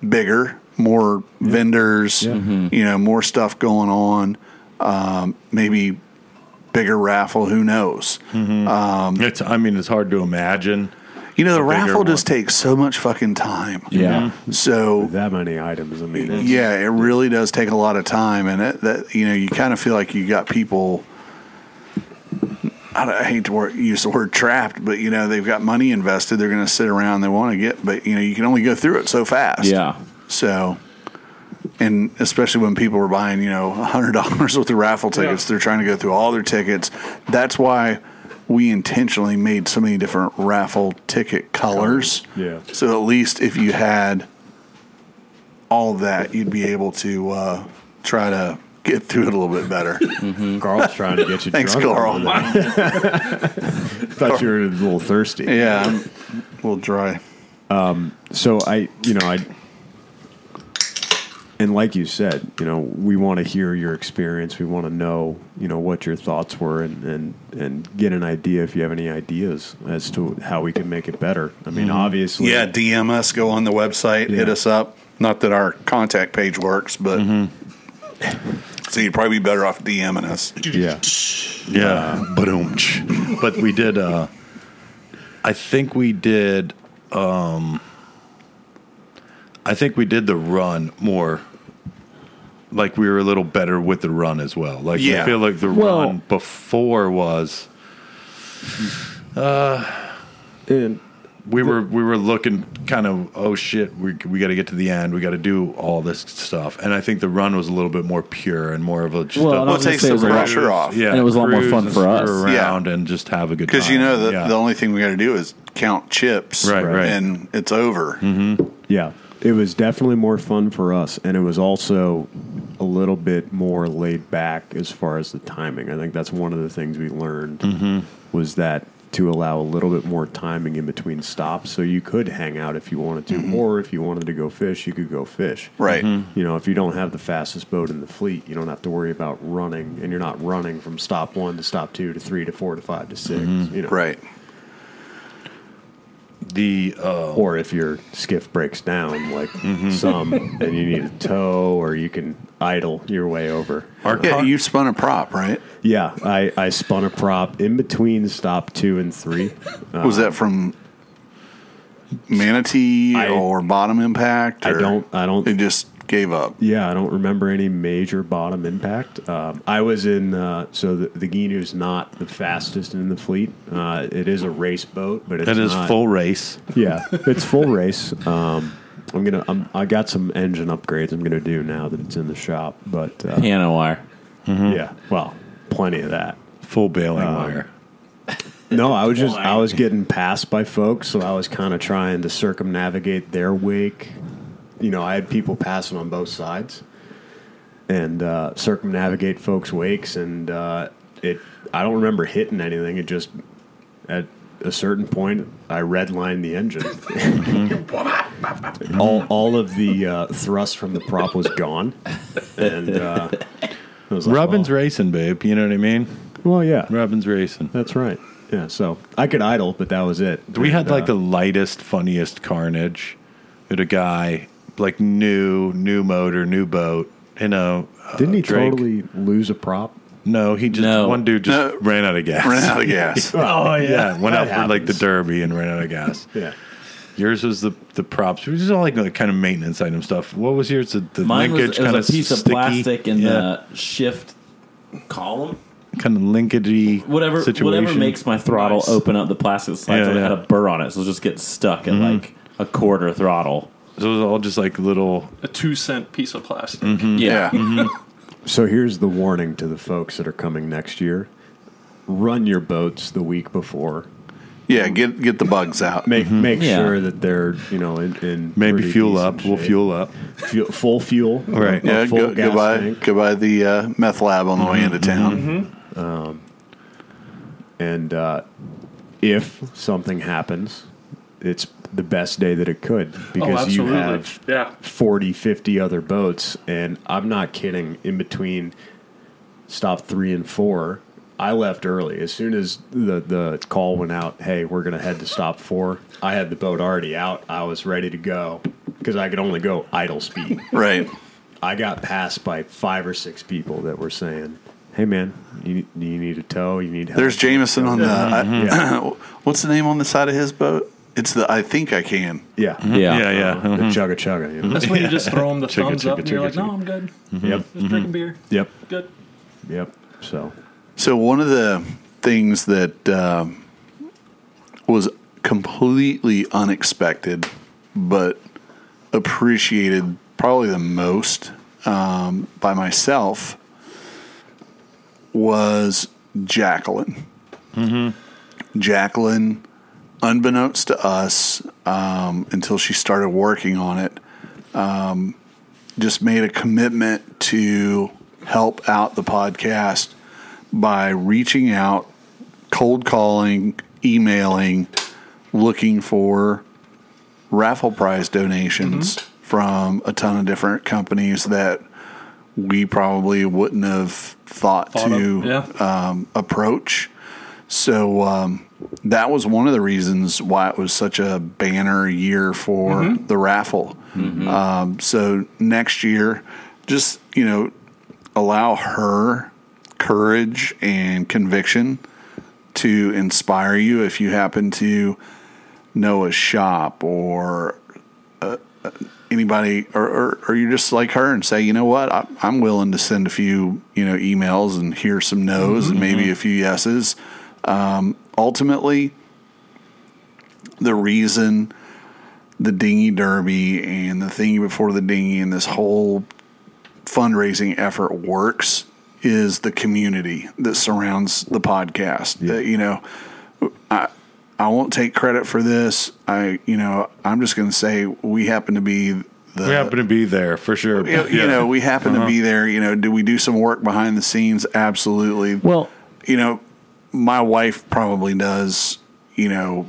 [SPEAKER 5] bigger, more vendors, you know, more stuff going on, um, maybe bigger raffle. Who knows?
[SPEAKER 1] it's, I mean, it's hard to imagine.
[SPEAKER 5] You know, the
[SPEAKER 1] bigger
[SPEAKER 5] raffle just
[SPEAKER 1] one.
[SPEAKER 5] takes so much fucking time.
[SPEAKER 6] Yeah.
[SPEAKER 5] So
[SPEAKER 4] That many items. I mean, it's-
[SPEAKER 5] Yeah, it really does take a lot of time, and it, that you know you kind of feel like you got people. I, don't- I hate to wor- use the word trapped, but you know they've got money invested. They're going to sit around. They want to get, but you know you can only go through it so fast.
[SPEAKER 6] Yeah.
[SPEAKER 5] So, and especially when people were buying, you know, hundred dollars worth of raffle tickets,
[SPEAKER 3] Yeah.
[SPEAKER 5] they're trying to go through all their tickets. That's why we intentionally made so many different raffle ticket colors.
[SPEAKER 4] Yeah.
[SPEAKER 5] So at least if you had all that, you'd be able to uh, try to get through it a little bit better.
[SPEAKER 4] Carl's trying to get you
[SPEAKER 5] Thanks,
[SPEAKER 4] drunk.
[SPEAKER 5] Carl.
[SPEAKER 4] I thought you were a little thirsty.
[SPEAKER 5] yeah, I'm a little dry.
[SPEAKER 4] so I, you know, I, and like you said, you know, we want to hear your experience. We want to know, you know, what your thoughts were, and and and get an idea if you have any ideas as to how we can make it better. I
[SPEAKER 5] Mm-hmm.
[SPEAKER 4] mean, obviously,
[SPEAKER 5] Yeah, DM us. Go on the website. Hit us up. Not that our contact page works, but
[SPEAKER 1] Mm-hmm.
[SPEAKER 5] so you'd probably be better off DMing us.
[SPEAKER 4] yeah,
[SPEAKER 1] Yeah, Uh, Badoomch. but we did. Uh, I think we did. Um, I think we did the run more. Like we were a little better with the run as well. Like I
[SPEAKER 5] Yeah.
[SPEAKER 1] feel like the
[SPEAKER 2] Well-
[SPEAKER 1] run before was
[SPEAKER 2] And
[SPEAKER 1] we were we were looking kind of oh shit we we got to get to the end we got to do all this stuff and I think the run was a little bit more pure and more of a just
[SPEAKER 6] Well,
[SPEAKER 1] a-
[SPEAKER 6] and I was gonna
[SPEAKER 5] Well, it takes
[SPEAKER 6] say
[SPEAKER 5] the
[SPEAKER 6] it was a lot-
[SPEAKER 5] pressure off.
[SPEAKER 1] yeah
[SPEAKER 6] and it was a lot more
[SPEAKER 1] cruise
[SPEAKER 6] fun
[SPEAKER 1] and
[SPEAKER 6] for
[SPEAKER 1] screw
[SPEAKER 6] us.
[SPEAKER 5] Yeah.
[SPEAKER 1] around and just have a good
[SPEAKER 5] Because you
[SPEAKER 1] time.
[SPEAKER 5] know the,
[SPEAKER 1] Yeah.
[SPEAKER 5] the only thing we got to do is count chips,
[SPEAKER 1] Right, right. Mm-hmm,
[SPEAKER 5] and it's over.
[SPEAKER 4] yeah. It was definitely more fun for us, and it was also a little bit more laid back as far as the timing. I think that's one of the things we learned
[SPEAKER 5] Mm-hmm.
[SPEAKER 4] was that to allow a little bit more timing in between stops, so you could hang out if you wanted to, or if you wanted to go fish, you could go fish.
[SPEAKER 5] Mm-hmm. Right.
[SPEAKER 1] mm-hmm.
[SPEAKER 4] You know, if you don't have the fastest boat in the fleet, you don't have to worry about running, and you're not running from stop one to stop two to three to four to five to 6 You know,
[SPEAKER 5] Mm-hmm. Right.
[SPEAKER 1] the uh,
[SPEAKER 4] Or if your skiff breaks down, like
[SPEAKER 1] Mm-hmm.
[SPEAKER 4] some, and you need a tow, or you can idle your way over.
[SPEAKER 1] our
[SPEAKER 5] Yeah,
[SPEAKER 1] con-
[SPEAKER 5] you spun a prop, right?
[SPEAKER 4] Yeah, I, I spun a prop in between stop two and three.
[SPEAKER 1] Uh-huh.
[SPEAKER 5] Was that from Manatee
[SPEAKER 4] I-
[SPEAKER 5] or Bottom Impact?
[SPEAKER 4] I
[SPEAKER 5] Or
[SPEAKER 4] don't, I don't
[SPEAKER 5] They just gave up.
[SPEAKER 4] Yeah, I don't remember any major bottom impact. Um, I was in, uh, so the, the Ginu's not the fastest in the fleet. Uh, it is a race boat, but it's
[SPEAKER 1] That is
[SPEAKER 4] not-
[SPEAKER 1] full race.
[SPEAKER 4] Yeah, it's full race. Um, I'm gonna, I'm, I got some engine upgrades I'm gonna do now that it's in the shop, but uh,
[SPEAKER 6] Piano wire.
[SPEAKER 1] Mm-hmm.
[SPEAKER 4] yeah, well, plenty of that.
[SPEAKER 1] Full bailing
[SPEAKER 4] Uh,
[SPEAKER 1] wire.
[SPEAKER 4] No, I was just, I was getting passed by folks, so I was kind of trying to circumnavigate their wake. You know, I had people passing on both sides. and uh, circumnavigate folks' wakes, and uh, it. I don't remember hitting anything. It just at a certain point, I redlined the engine. all, all of the uh, thrust from the prop was gone, and uh, it was like,
[SPEAKER 1] Robin's
[SPEAKER 4] well,
[SPEAKER 1] racing, babe. You know what I mean?
[SPEAKER 4] well, yeah,
[SPEAKER 1] Robin's racing.
[SPEAKER 4] that's right. Yeah, so I could idle, but that was it.
[SPEAKER 1] We had
[SPEAKER 4] And,
[SPEAKER 1] like
[SPEAKER 4] uh,
[SPEAKER 1] the lightest, funniest carnage. With a guy like new, new motor, new boat. You know, uh,
[SPEAKER 4] Didn't he
[SPEAKER 1] Drake.
[SPEAKER 4] totally lose a prop?
[SPEAKER 1] No, he just
[SPEAKER 6] No.
[SPEAKER 1] one dude just
[SPEAKER 5] No.
[SPEAKER 1] ran out of gas.
[SPEAKER 5] Ran out of gas.
[SPEAKER 1] Oh yeah, went out
[SPEAKER 4] That
[SPEAKER 1] for like the
[SPEAKER 4] happens.
[SPEAKER 1] Derby and ran out of gas.
[SPEAKER 4] Yeah.
[SPEAKER 1] Yours was the the props. It was just all like, like kind of maintenance item stuff. What was yours? The, the
[SPEAKER 6] Mine was,
[SPEAKER 1] linkage
[SPEAKER 6] it
[SPEAKER 1] kind
[SPEAKER 6] was a
[SPEAKER 1] of
[SPEAKER 6] piece of plastic in the shift column.
[SPEAKER 1] kind of linkagey
[SPEAKER 6] Whatever
[SPEAKER 1] situation.
[SPEAKER 6] whatever makes my throttle
[SPEAKER 3] Nice.
[SPEAKER 6] open up the plastic slides
[SPEAKER 1] Yeah,
[SPEAKER 6] yeah,
[SPEAKER 1] yeah. Mm-hmm.
[SPEAKER 6] had a burr on it, so it just get stuck at like a quarter throttle.
[SPEAKER 1] So it was all just like little.
[SPEAKER 3] A two cent piece of plastic.
[SPEAKER 5] Yeah.
[SPEAKER 1] Mm-hmm.
[SPEAKER 4] So here's the warning to the folks that are coming next year: run your boats the week before.
[SPEAKER 5] Yeah. Get get the bugs out.
[SPEAKER 4] Make make
[SPEAKER 6] Yeah.
[SPEAKER 4] sure that they're you know in, in
[SPEAKER 1] Mm-hmm. Maybe
[SPEAKER 4] pretty
[SPEAKER 1] fuel
[SPEAKER 4] decent
[SPEAKER 1] up. We'll
[SPEAKER 4] shape.
[SPEAKER 1] fuel up.
[SPEAKER 4] Fuel- full fuel.
[SPEAKER 1] Right.
[SPEAKER 4] A
[SPEAKER 5] Yeah.
[SPEAKER 4] full
[SPEAKER 5] Go, go
[SPEAKER 4] gas
[SPEAKER 5] buy
[SPEAKER 4] tank. Mm-hmm.
[SPEAKER 5] go buy the uh, meth lab on the way into town.
[SPEAKER 4] and uh, if something happens, it's the best day that it could
[SPEAKER 3] Oh,
[SPEAKER 4] because you
[SPEAKER 3] absolutely.
[SPEAKER 4] have
[SPEAKER 3] yeah.
[SPEAKER 4] 40, 50 other boats. And I'm not kidding, in between stop three and four, I left early. As soon as the, the call went out, hey, we're going to head to stop four, I had the boat already out. I was ready to go because I could only go idle speed.
[SPEAKER 5] Right.
[SPEAKER 4] I got passed by five or six people that were saying, hey, man, you, you need a tow, you need help.
[SPEAKER 5] There's Jameson on the.
[SPEAKER 4] Mm-hmm. Yeah.
[SPEAKER 5] what's the name on the side of his boat? It's the I think I can.
[SPEAKER 4] Yeah. Uh,
[SPEAKER 6] Yeah.
[SPEAKER 1] Yeah, yeah.
[SPEAKER 4] The
[SPEAKER 5] Mm-hmm.
[SPEAKER 4] chugga chugga. You know?
[SPEAKER 3] That's when you just throw them the
[SPEAKER 1] Chugga,
[SPEAKER 3] thumbs
[SPEAKER 1] chugga,
[SPEAKER 3] up and you're
[SPEAKER 1] chugga,
[SPEAKER 3] like, no,
[SPEAKER 1] chugga.
[SPEAKER 3] I'm good.
[SPEAKER 5] Mm-hmm.
[SPEAKER 4] Yep.
[SPEAKER 3] Just drinking beer.
[SPEAKER 4] Yep.
[SPEAKER 3] Good.
[SPEAKER 4] Yep. So
[SPEAKER 5] So one of the things that um, was completely unexpected, but appreciated probably the most um, by myself was Jacqueline. Jacqueline, unbeknownst to us, um, until she started working on it, um, just made a commitment to help out the podcast by reaching out, cold calling, emailing, looking for raffle prize donations
[SPEAKER 3] Mm-hmm.
[SPEAKER 5] from a ton of different companies that we probably wouldn't have thought,
[SPEAKER 3] Thought of,
[SPEAKER 5] to
[SPEAKER 3] yeah.
[SPEAKER 5] um, approach. So um, that was one of the reasons why it was such a banner year for
[SPEAKER 3] Mm-hmm.
[SPEAKER 5] the raffle. Um, so next year, just you know, allow her courage and conviction to inspire you. If you happen to know a shop or uh, uh, anybody, or, or or you're just like her and say, you know what, I, I'm willing to send a few you know emails and hear some no's and maybe a few yeses. Um, ultimately, the reason the dinghy derby and the thing before the dinghy and this whole fundraising effort works is the community that surrounds the podcast. That, you know, I I won't take credit for this. I you know I'm just going to say we happen to be the
[SPEAKER 1] We happen to be there for sure.
[SPEAKER 5] you, you
[SPEAKER 1] Yeah. Uh-huh.
[SPEAKER 5] know we happen to be there. You know, do we do some work behind the scenes? Absolutely.
[SPEAKER 6] Well,
[SPEAKER 5] you know, my wife probably does. You know,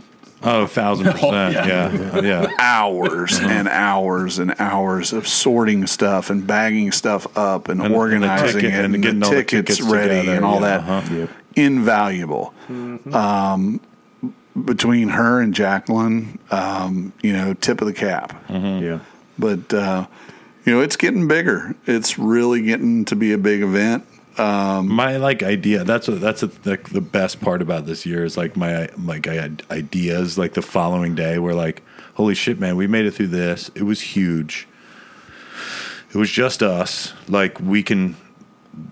[SPEAKER 1] oh, thousand percent.
[SPEAKER 3] yeah.
[SPEAKER 1] Yeah, yeah.
[SPEAKER 5] hours
[SPEAKER 1] Uh-huh.
[SPEAKER 5] and hours and hours of sorting stuff and bagging stuff up and,
[SPEAKER 1] and the
[SPEAKER 5] organizing
[SPEAKER 1] ticket
[SPEAKER 5] it
[SPEAKER 1] and
[SPEAKER 5] and,
[SPEAKER 1] getting
[SPEAKER 5] the
[SPEAKER 1] all the
[SPEAKER 5] tickets
[SPEAKER 1] tickets
[SPEAKER 5] ready
[SPEAKER 1] together,
[SPEAKER 5] and all
[SPEAKER 1] yeah,
[SPEAKER 5] that
[SPEAKER 1] uh-huh.
[SPEAKER 4] Yep.
[SPEAKER 5] invaluable. Um, between her and Jacqueline, um, you know, tip of the cap.
[SPEAKER 1] Mm.
[SPEAKER 4] yeah,
[SPEAKER 5] But uh, you know, it's getting bigger. It's really getting to be a big event.
[SPEAKER 1] my like idea that's what that's a, the, the best part about this year is like my like I had ideas like the following day were like holy shit man we made it through this it was huge it was just us like we can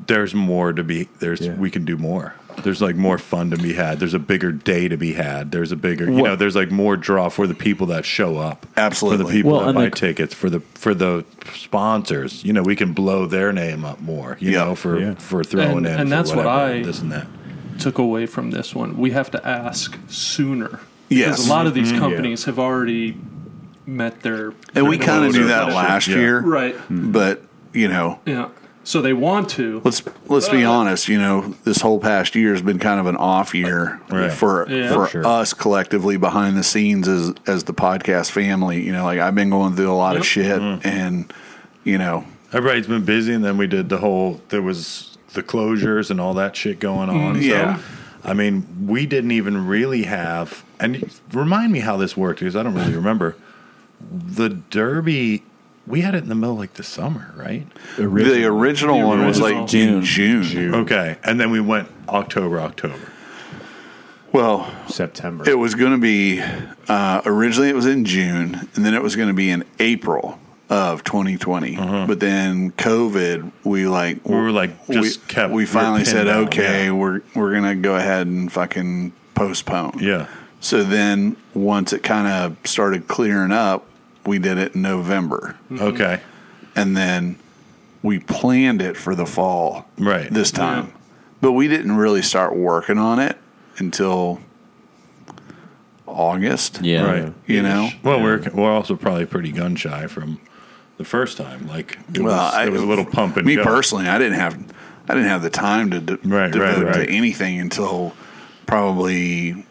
[SPEAKER 1] there's more to be there's
[SPEAKER 4] Yeah.
[SPEAKER 1] we can do more there's like more fun to be had there's a bigger day to be had there's a bigger you know there's like more draw for the people that show up for
[SPEAKER 5] Absolutely.
[SPEAKER 1] the people
[SPEAKER 6] Well,
[SPEAKER 1] that
[SPEAKER 6] and
[SPEAKER 1] buy
[SPEAKER 6] the-
[SPEAKER 1] tickets for the for the sponsors you know we can blow their name up more you
[SPEAKER 5] Yeah.
[SPEAKER 1] know for
[SPEAKER 4] Yeah.
[SPEAKER 1] for
[SPEAKER 3] And-
[SPEAKER 1] throwing in
[SPEAKER 3] and
[SPEAKER 1] for
[SPEAKER 3] that's what
[SPEAKER 1] whatever,
[SPEAKER 3] I-
[SPEAKER 1] this and that.
[SPEAKER 3] took away from this one. We have to ask sooner.
[SPEAKER 5] Yes.
[SPEAKER 3] Because a lot of
[SPEAKER 1] Mm-hmm.
[SPEAKER 3] these companies have already met their.
[SPEAKER 5] And we
[SPEAKER 3] their
[SPEAKER 5] kind of
[SPEAKER 3] quota.
[SPEAKER 5] do that last
[SPEAKER 1] Yeah.
[SPEAKER 5] year, Mm-hmm.
[SPEAKER 3] Right.
[SPEAKER 5] But you know,
[SPEAKER 3] Yeah. So they want to.
[SPEAKER 5] Let's let's be honest. You know, this whole past year has been kind of an off year
[SPEAKER 1] Right.
[SPEAKER 5] for
[SPEAKER 3] Yeah.
[SPEAKER 5] for
[SPEAKER 4] Sure.
[SPEAKER 5] us collectively behind the scenes as as the podcast family. You know, like I've been going through a lot of
[SPEAKER 3] Yep. Mm.
[SPEAKER 5] shit, and you know,
[SPEAKER 1] Everybody's been busy, and then we did the whole. There was the closures and all that shit going on.
[SPEAKER 3] Mm,
[SPEAKER 5] Yeah.
[SPEAKER 1] So, I mean, we didn't even really have. And remind me how this worked because I don't really remember. The Derby, we had it in the middle of like the summer, right?
[SPEAKER 5] the original
[SPEAKER 3] The
[SPEAKER 5] one was like
[SPEAKER 6] original.
[SPEAKER 5] in June.
[SPEAKER 1] Okay, and then we went October, October.
[SPEAKER 5] Well,
[SPEAKER 4] September.
[SPEAKER 5] it was going to be uh, originally it was in June, and then it was going to be in April of 2020. But then COVID, we like
[SPEAKER 1] Mm-hmm. We were, like, just
[SPEAKER 5] we,
[SPEAKER 1] kept- we
[SPEAKER 5] We
[SPEAKER 1] were
[SPEAKER 5] finally
[SPEAKER 1] pinned
[SPEAKER 5] said,
[SPEAKER 1] down,
[SPEAKER 5] okay,
[SPEAKER 1] yeah.
[SPEAKER 5] we're we're gonna go ahead and fucking postpone.
[SPEAKER 1] Yeah.
[SPEAKER 5] So then once it kind of started clearing up, we did it in November,
[SPEAKER 3] Mm-hmm.
[SPEAKER 1] Okay.
[SPEAKER 5] and then we planned it for the fall
[SPEAKER 1] Right.
[SPEAKER 5] this time, but we didn't really start working on it until August.
[SPEAKER 6] Yeah.
[SPEAKER 1] Right.
[SPEAKER 5] You know,
[SPEAKER 1] Well, we're we're also probably pretty gun shy from the first time. Like, it was,
[SPEAKER 5] I-
[SPEAKER 1] it was a little pump and
[SPEAKER 5] me
[SPEAKER 1] go.
[SPEAKER 5] personally, I didn't have I didn't have the time to de-
[SPEAKER 1] Right, right,
[SPEAKER 5] devote
[SPEAKER 1] right.
[SPEAKER 5] to anything until probably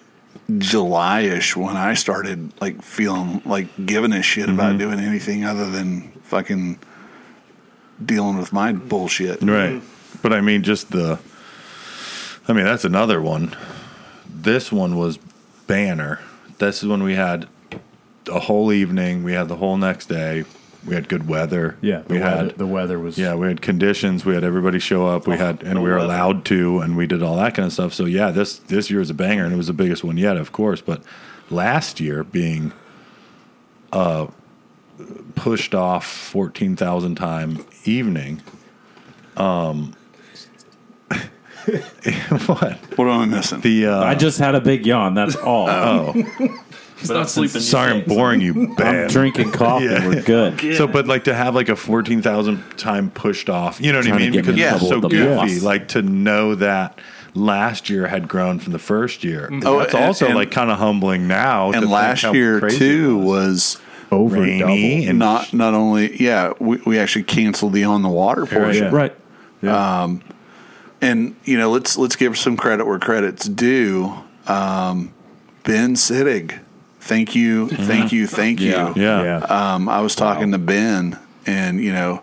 [SPEAKER 5] July-ish when I started like feeling like giving a shit about doing anything other than fucking dealing with my bullshit.
[SPEAKER 1] Right.
[SPEAKER 4] Mm-hmm.
[SPEAKER 1] But I mean, just the. I mean, that's another one. This one was banner. This is when we had a whole evening. We had the whole next day. We had good weather.
[SPEAKER 4] yeah, the
[SPEAKER 1] we
[SPEAKER 4] weather,
[SPEAKER 1] had.
[SPEAKER 4] the weather was.
[SPEAKER 1] Yeah, we had conditions. We had everybody show up. We had, and we were allowed to, and we did all that kind of stuff. So yeah, this this year was a banger, and it was the biggest one yet, of course. But last year being uh, pushed off fourteen thousand time evening. Um, what
[SPEAKER 5] What am I missing?
[SPEAKER 1] the? Uh,
[SPEAKER 6] I just had a big yawn. That's all.
[SPEAKER 1] Oh,
[SPEAKER 3] He's not sleeping.
[SPEAKER 1] sorry, I'm boring you
[SPEAKER 6] I'm
[SPEAKER 1] bad.
[SPEAKER 6] drinking coffee.
[SPEAKER 1] Yeah.
[SPEAKER 6] We're good.
[SPEAKER 1] So, but like to have like a fourteen thousand time pushed off, you know what I
[SPEAKER 6] Trying to
[SPEAKER 1] mean?
[SPEAKER 6] get me
[SPEAKER 1] Because
[SPEAKER 5] in
[SPEAKER 1] it's so
[SPEAKER 6] trouble with the
[SPEAKER 1] goofy.
[SPEAKER 6] boss.
[SPEAKER 1] Like to know that last year had grown from the first year.
[SPEAKER 6] Mm-hmm.
[SPEAKER 5] Oh,
[SPEAKER 1] That's
[SPEAKER 5] and-
[SPEAKER 1] also
[SPEAKER 5] and-
[SPEAKER 1] like kind of humbling now. to
[SPEAKER 5] and
[SPEAKER 1] think
[SPEAKER 5] last
[SPEAKER 1] how
[SPEAKER 5] year
[SPEAKER 1] crazy
[SPEAKER 5] too
[SPEAKER 1] it
[SPEAKER 5] was
[SPEAKER 4] over
[SPEAKER 1] rainy and
[SPEAKER 5] not not only yeah we, we actually canceled the on the water portion
[SPEAKER 4] Yeah.
[SPEAKER 6] Right.
[SPEAKER 5] and you know let's let's give some credit where credit's due um ben sittig thank you thank you thank
[SPEAKER 6] Yeah.
[SPEAKER 5] you
[SPEAKER 1] Yeah. Uh,
[SPEAKER 4] Yeah.
[SPEAKER 5] um i was talking to ben and you know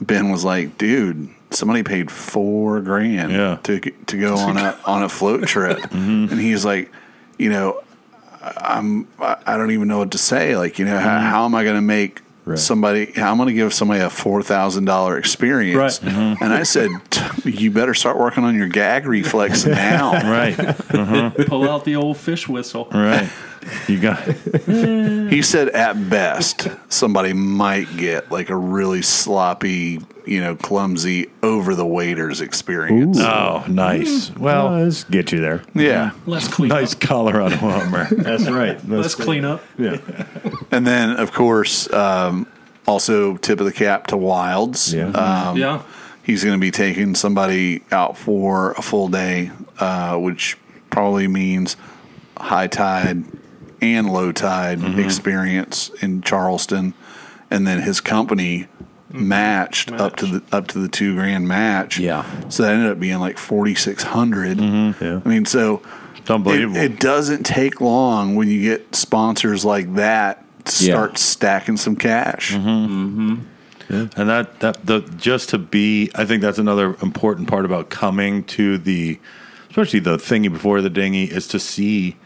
[SPEAKER 5] ben was like dude somebody paid four grand
[SPEAKER 1] Yeah. Mm-hmm.
[SPEAKER 5] to to go on a on a float trip and he's like you know I- I don't even know what to say. Like, you know, how,
[SPEAKER 1] Mm-hmm.
[SPEAKER 5] how am I going to make somebody, how am I going to give somebody a $4,000 experience?
[SPEAKER 3] Right.
[SPEAKER 1] Mm-hmm.
[SPEAKER 5] And I said, "T- you better start working on your gag reflex now.
[SPEAKER 1] Right.
[SPEAKER 3] Pull out the old fish whistle.
[SPEAKER 1] Right. You got
[SPEAKER 5] He said, at best, somebody might get like a really sloppy, you know, clumsy over the waiters experience.
[SPEAKER 1] Oh, nice. Well,
[SPEAKER 4] Well, let's get you there.
[SPEAKER 5] Yeah.
[SPEAKER 3] Let's clean
[SPEAKER 1] nice
[SPEAKER 3] up.
[SPEAKER 1] Colorado Hummer.
[SPEAKER 4] That's right.
[SPEAKER 3] Let's clean up.
[SPEAKER 4] Yeah.
[SPEAKER 5] And then, of course, um, also tip of the cap to Wilds.
[SPEAKER 4] Yeah.
[SPEAKER 1] Uh, Um,
[SPEAKER 3] yeah.
[SPEAKER 5] he's going to be taking somebody out for a full day, uh, which probably means high tide and low tide experience in Charleston, and then his company matched up to the up to the two grand match.
[SPEAKER 6] Yeah.
[SPEAKER 5] so that ended up being like forty
[SPEAKER 4] Yeah.
[SPEAKER 5] I mean, so
[SPEAKER 1] It's unbelievable.
[SPEAKER 5] it, it doesn't take long when you get sponsors like that to
[SPEAKER 6] Yeah.
[SPEAKER 5] start stacking some cash.
[SPEAKER 1] And that that the just to be, I think that's another important part about coming to the, especially the thingy before the dinghy, is to see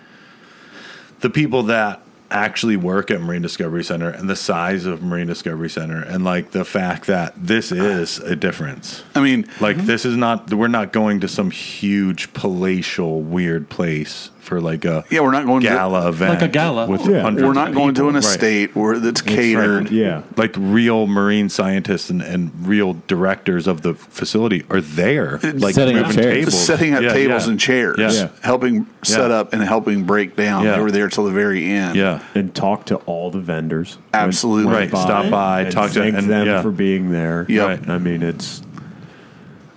[SPEAKER 1] the people that actually work at Marine Discovery Center and the size of Marine Discovery Center and like the fact that this is a difference.
[SPEAKER 5] I mean,
[SPEAKER 1] Like this is not we're not going to some huge palatial weird place for like a
[SPEAKER 5] yeah, we're not going to
[SPEAKER 1] gala event
[SPEAKER 3] Like a gala.
[SPEAKER 1] with
[SPEAKER 4] Yeah.
[SPEAKER 1] hundreds
[SPEAKER 5] we're
[SPEAKER 1] of
[SPEAKER 5] not going to
[SPEAKER 1] people.
[SPEAKER 5] an
[SPEAKER 1] Right
[SPEAKER 5] estate where that's catered.
[SPEAKER 4] Yeah.
[SPEAKER 1] like real marine scientists and, and real directors of the facility are there like
[SPEAKER 6] Setting up chairs.
[SPEAKER 5] setting up
[SPEAKER 1] Yeah,
[SPEAKER 5] tables
[SPEAKER 1] yeah.
[SPEAKER 5] and chairs,
[SPEAKER 1] yeah yeah,
[SPEAKER 5] helping set
[SPEAKER 1] Yeah.
[SPEAKER 5] up and helping break down.
[SPEAKER 1] Yeah.
[SPEAKER 5] They were there till the very end.
[SPEAKER 4] And talk to all the vendors.
[SPEAKER 5] Absolutely.
[SPEAKER 1] right stop by
[SPEAKER 4] and
[SPEAKER 1] talk to
[SPEAKER 4] thank
[SPEAKER 1] and
[SPEAKER 4] them
[SPEAKER 1] yeah.
[SPEAKER 4] for being there.
[SPEAKER 5] Yep.
[SPEAKER 1] Right.
[SPEAKER 4] I mean, it's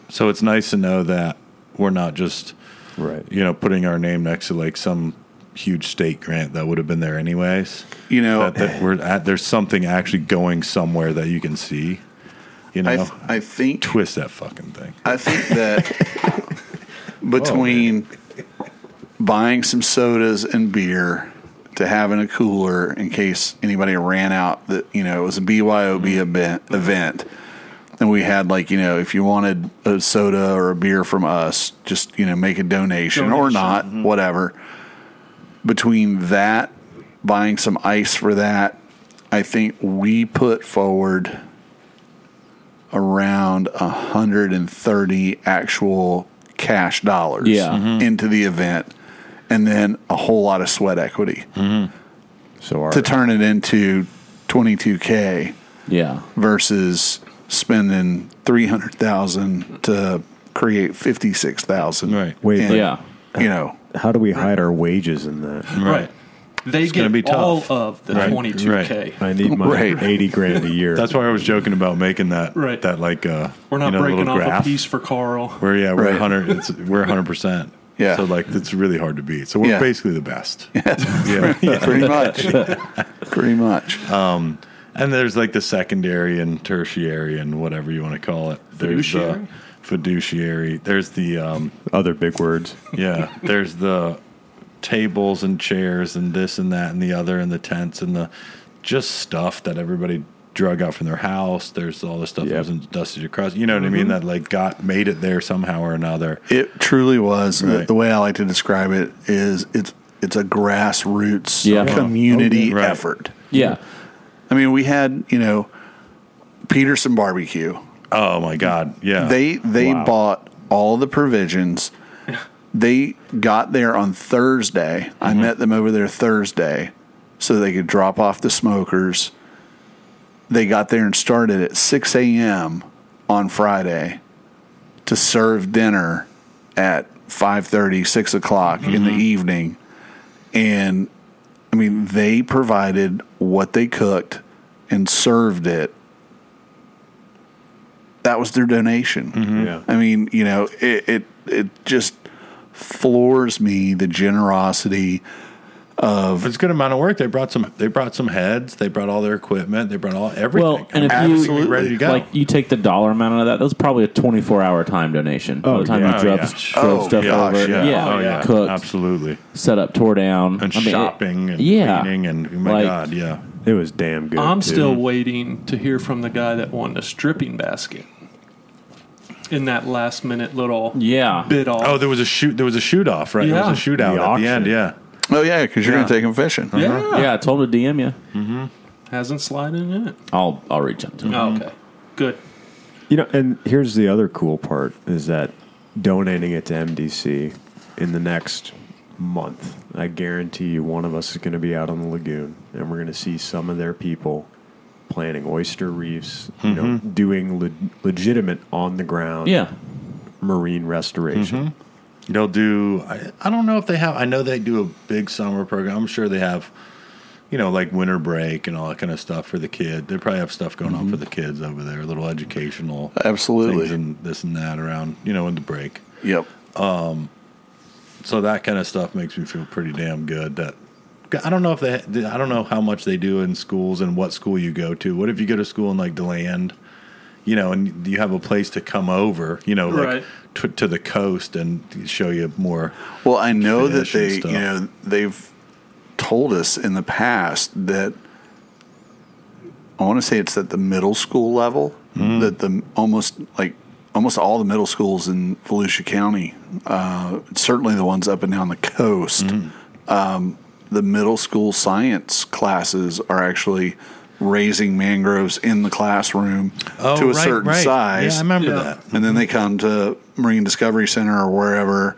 [SPEAKER 1] so it's nice to know that we're not just
[SPEAKER 4] right.
[SPEAKER 1] you know putting our name next to like some huge state grant that would have been there anyways
[SPEAKER 5] You know,
[SPEAKER 1] that, that we're at there's something actually going somewhere that you can see You know,
[SPEAKER 5] I, th- I think
[SPEAKER 1] twist that fucking thing.
[SPEAKER 5] I think that between buying some sodas and beer to having a cooler in case anybody ran out that you know it was a BYOB event event and we had like you know if you wanted a soda or a beer from us just you know make a donation, or
[SPEAKER 3] Donation.
[SPEAKER 5] not whatever between that buying some ice for that I think we put forward around 130 actual cash dollars
[SPEAKER 6] Yeah. Mhm.
[SPEAKER 5] into the event and then a whole lot of sweat equity
[SPEAKER 4] So our
[SPEAKER 5] to turn it into 22k
[SPEAKER 6] Yeah.
[SPEAKER 5] versus spending 300,000 to create 56,000
[SPEAKER 1] Right.
[SPEAKER 4] Wait,
[SPEAKER 5] And,
[SPEAKER 4] but-
[SPEAKER 6] Yeah.
[SPEAKER 5] you know
[SPEAKER 4] how do we hide our wages in that?
[SPEAKER 1] Right.
[SPEAKER 3] They
[SPEAKER 1] gonna
[SPEAKER 3] get
[SPEAKER 1] be
[SPEAKER 3] all
[SPEAKER 1] tough.
[SPEAKER 3] of the
[SPEAKER 1] Right,
[SPEAKER 3] 22K.
[SPEAKER 4] I need my
[SPEAKER 5] Right.
[SPEAKER 4] eighty grand a year.
[SPEAKER 1] That's why I was joking about making that
[SPEAKER 3] Right.
[SPEAKER 1] that like uh
[SPEAKER 3] We're not
[SPEAKER 1] you know,
[SPEAKER 3] breaking
[SPEAKER 1] little
[SPEAKER 3] off
[SPEAKER 1] graph
[SPEAKER 3] a piece for Carl.
[SPEAKER 1] where yeah, we're
[SPEAKER 5] Right.
[SPEAKER 1] 100 it's, we're 100%.
[SPEAKER 5] Yeah.
[SPEAKER 1] So like it's really hard to beat. So we're
[SPEAKER 5] Yeah.
[SPEAKER 1] basically the best. Yeah.
[SPEAKER 5] pretty much pretty much
[SPEAKER 1] And there's like the secondary and tertiary and whatever you want to call it. There's
[SPEAKER 3] Fiduciary?
[SPEAKER 1] the fiduciary. There's the um
[SPEAKER 4] Other big words.
[SPEAKER 1] yeah, there's the tables and chairs and this and that and the other and the tents and the just stuff that everybody drug out from their house. There's all the stuff that
[SPEAKER 4] Yep.
[SPEAKER 1] was in- dusted across. You know what I
[SPEAKER 5] Mm-hmm.
[SPEAKER 1] mean? That like got made it there somehow or another.
[SPEAKER 5] It truly was. The-
[SPEAKER 1] Right.
[SPEAKER 5] The way I like to describe it is it's it's a grassroots
[SPEAKER 6] Yeah.
[SPEAKER 5] community
[SPEAKER 1] Okay. Right.
[SPEAKER 5] effort.
[SPEAKER 6] Yeah.
[SPEAKER 5] I mean, we had you know Peterson Barbecue.
[SPEAKER 1] Oh my god. Yeah.
[SPEAKER 5] They they
[SPEAKER 4] Wow.
[SPEAKER 5] bought all the provisions. They got there on Thursday. I met them over there Thursday so they could drop off the smokers. They got there and started at 6 a.m. on Friday to serve dinner at 5.30, 6 o'clock in the evening. And, I mean, they provided what they cooked and served it. That was their donation.
[SPEAKER 1] Hmm.
[SPEAKER 4] Yeah.
[SPEAKER 5] I mean, you know, it it, it just floors me the generosity.
[SPEAKER 1] it's a good amount of work. They brought some they brought some heads, they brought all their equipment, they brought all everything.
[SPEAKER 6] Well, and if you-
[SPEAKER 1] absolutely ready to go.
[SPEAKER 6] Like you take the dollar amount out of that, that's probably a 24 hour time donation. By
[SPEAKER 4] Oh,
[SPEAKER 6] the time
[SPEAKER 1] yeah.
[SPEAKER 6] you drove,
[SPEAKER 1] Oh, yeah.
[SPEAKER 6] drove
[SPEAKER 5] Oh,
[SPEAKER 6] stuff
[SPEAKER 5] gosh,
[SPEAKER 6] over,
[SPEAKER 1] yeah.
[SPEAKER 6] yeah,
[SPEAKER 1] Oh, yeah.
[SPEAKER 6] cooked,
[SPEAKER 1] Absolutely.
[SPEAKER 6] set up, tore down,
[SPEAKER 1] And
[SPEAKER 6] I mean, it-
[SPEAKER 1] shopping and
[SPEAKER 6] yeah.
[SPEAKER 1] cleaning and oh my
[SPEAKER 6] Like,
[SPEAKER 1] god, yeah.
[SPEAKER 4] It was damn good.
[SPEAKER 3] I'm
[SPEAKER 4] too.
[SPEAKER 3] still waiting to hear from the guy that won the stripping basket in that last minute little
[SPEAKER 6] Yeah.
[SPEAKER 3] bit off.
[SPEAKER 1] Oh, there was a shoot there was a shoot off, right? There
[SPEAKER 3] Yeah.
[SPEAKER 1] was a shootout
[SPEAKER 4] The
[SPEAKER 1] at the
[SPEAKER 4] auction.
[SPEAKER 1] end, yeah.
[SPEAKER 5] Oh yeah, because you're gonna take them fishing.
[SPEAKER 3] yeah.
[SPEAKER 6] Yeah, I told him to DM you.
[SPEAKER 3] Hasn't slided in it.
[SPEAKER 6] I'll I'll reach out to him.
[SPEAKER 3] Oh, okay. Good.
[SPEAKER 4] You know, and here's the other cool part is that donating it to MDC in the next month, I guarantee you one of us is going to be out on the lagoon and we're going to see some of their people planting oyster reefs, you know,
[SPEAKER 1] Mm-hmm.
[SPEAKER 4] doing le- legitimate on the ground
[SPEAKER 6] Yeah.
[SPEAKER 4] marine restoration.
[SPEAKER 1] They'll do. I, I don't know if they have. I know they do a big summer program. I'm sure they have, you know, like winter break and all that kind of stuff for the kid. They probably have stuff going on
[SPEAKER 6] Mm-hmm.
[SPEAKER 1] for the kids over there, little educational
[SPEAKER 5] Absolutely.
[SPEAKER 1] things and this and that around, you know, in the break.
[SPEAKER 5] Yep.
[SPEAKER 1] So that kind of stuff makes me feel pretty damn good. That I don't know if they. I don't know how much they do in schools and what school you go to. What if you go to school in like Deland? You know, and you have a place to come over, you know, like
[SPEAKER 3] Right.
[SPEAKER 1] to, to the coast and show you more.
[SPEAKER 5] Well, I know that
[SPEAKER 1] Fish and
[SPEAKER 5] they
[SPEAKER 1] stuff.
[SPEAKER 5] you know they've told us in the past that I want to say it's at the middle school level
[SPEAKER 1] Mm-hmm.
[SPEAKER 5] that the almost like almost all the middle schools in Volusia County, uh, certainly the ones up and down the coast, um,
[SPEAKER 1] Mm-hmm.
[SPEAKER 5] the middle school science classes are actually raising mangroves in the classroom to a
[SPEAKER 1] Oh, right,
[SPEAKER 5] certain
[SPEAKER 1] right.
[SPEAKER 5] size
[SPEAKER 1] Yeah, I remember
[SPEAKER 3] Yeah.
[SPEAKER 1] that. Mm-hmm.
[SPEAKER 5] and then they come to Marine Discovery Center or wherever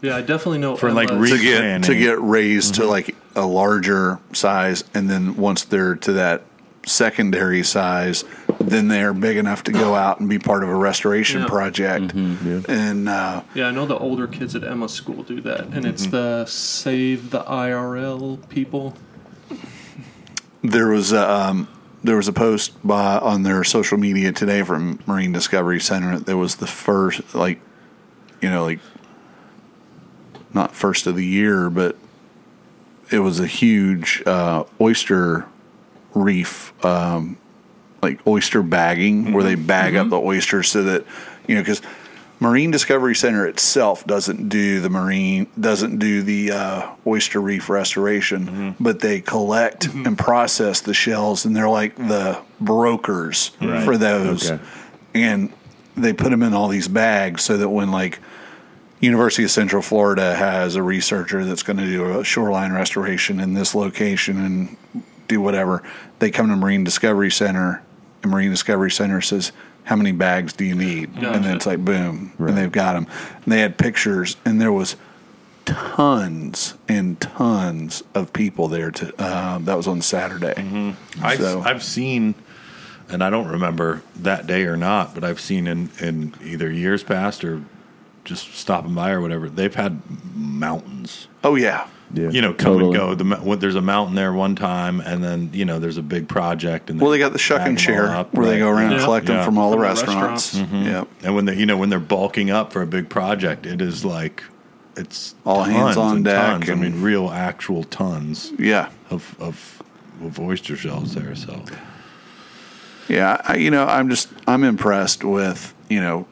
[SPEAKER 3] Yeah, I definitely know
[SPEAKER 1] For, like,
[SPEAKER 3] Emma's-
[SPEAKER 1] re-
[SPEAKER 5] to get to
[SPEAKER 1] Planning.
[SPEAKER 5] get raised to like a larger size, and then once they're to that secondary size, then they are big enough to go out and be part of a restoration
[SPEAKER 3] Yeah.
[SPEAKER 5] project. And uh,
[SPEAKER 3] Yeah, I know the older kids at Emma's school do that, and it's the save the IRL people.
[SPEAKER 5] there was a, um, there was a post by on their social media today from Marine Discovery Center that was the first like you know like not first of the year, but it was a huge uh, oyster reef um, like oyster bagging, where they bag up the oysters so that you know because Marine Discovery Center itself doesn't do the marine doesn't do the uh, oyster reef restoration, but they collect and process the shells, and they're like the brokers for those,
[SPEAKER 4] Okay.
[SPEAKER 5] and they put them in all these bags so that when like University of Central Florida has a researcher that's going to do a shoreline restoration in this location and do whatever. They come to Marine Discovery Center, and Marine Discovery Center says, "How many bags do you need?" And then it's like, boom, and they've got them. And they had pictures, and there was tons and tons of people there. To uh, that was on Saturday.
[SPEAKER 1] I,
[SPEAKER 5] So-
[SPEAKER 1] I've seen, and I don't remember that day or not, but I've seen in, in either years past or just stopping by or whatever, they've had mountains.
[SPEAKER 5] Oh yeah,
[SPEAKER 4] Yeah.
[SPEAKER 1] Mm-hmm. You know, come
[SPEAKER 6] Totally.
[SPEAKER 1] and go. The, mo- when there's a mountain there one time, and then you know there's a big project. And
[SPEAKER 5] well they got the shuck
[SPEAKER 1] bag
[SPEAKER 5] and
[SPEAKER 1] 'em all
[SPEAKER 5] share
[SPEAKER 1] up, Mm-hmm.
[SPEAKER 5] where they
[SPEAKER 1] right.
[SPEAKER 5] go around and
[SPEAKER 3] Yeah.
[SPEAKER 5] collect them
[SPEAKER 1] Yeah.
[SPEAKER 5] from all the
[SPEAKER 3] From the
[SPEAKER 5] restaurants. Yep.
[SPEAKER 1] And when they, you know, when they're bulking up for a big project, it is like it's
[SPEAKER 5] All hands
[SPEAKER 1] tons
[SPEAKER 5] on
[SPEAKER 1] and
[SPEAKER 5] deck
[SPEAKER 1] Tons. I
[SPEAKER 5] and-
[SPEAKER 1] mean, real actual tons
[SPEAKER 5] Yeah.
[SPEAKER 1] of of, of oyster shells there. So
[SPEAKER 5] Yeah, I, you know, I'm just I'm impressed with you know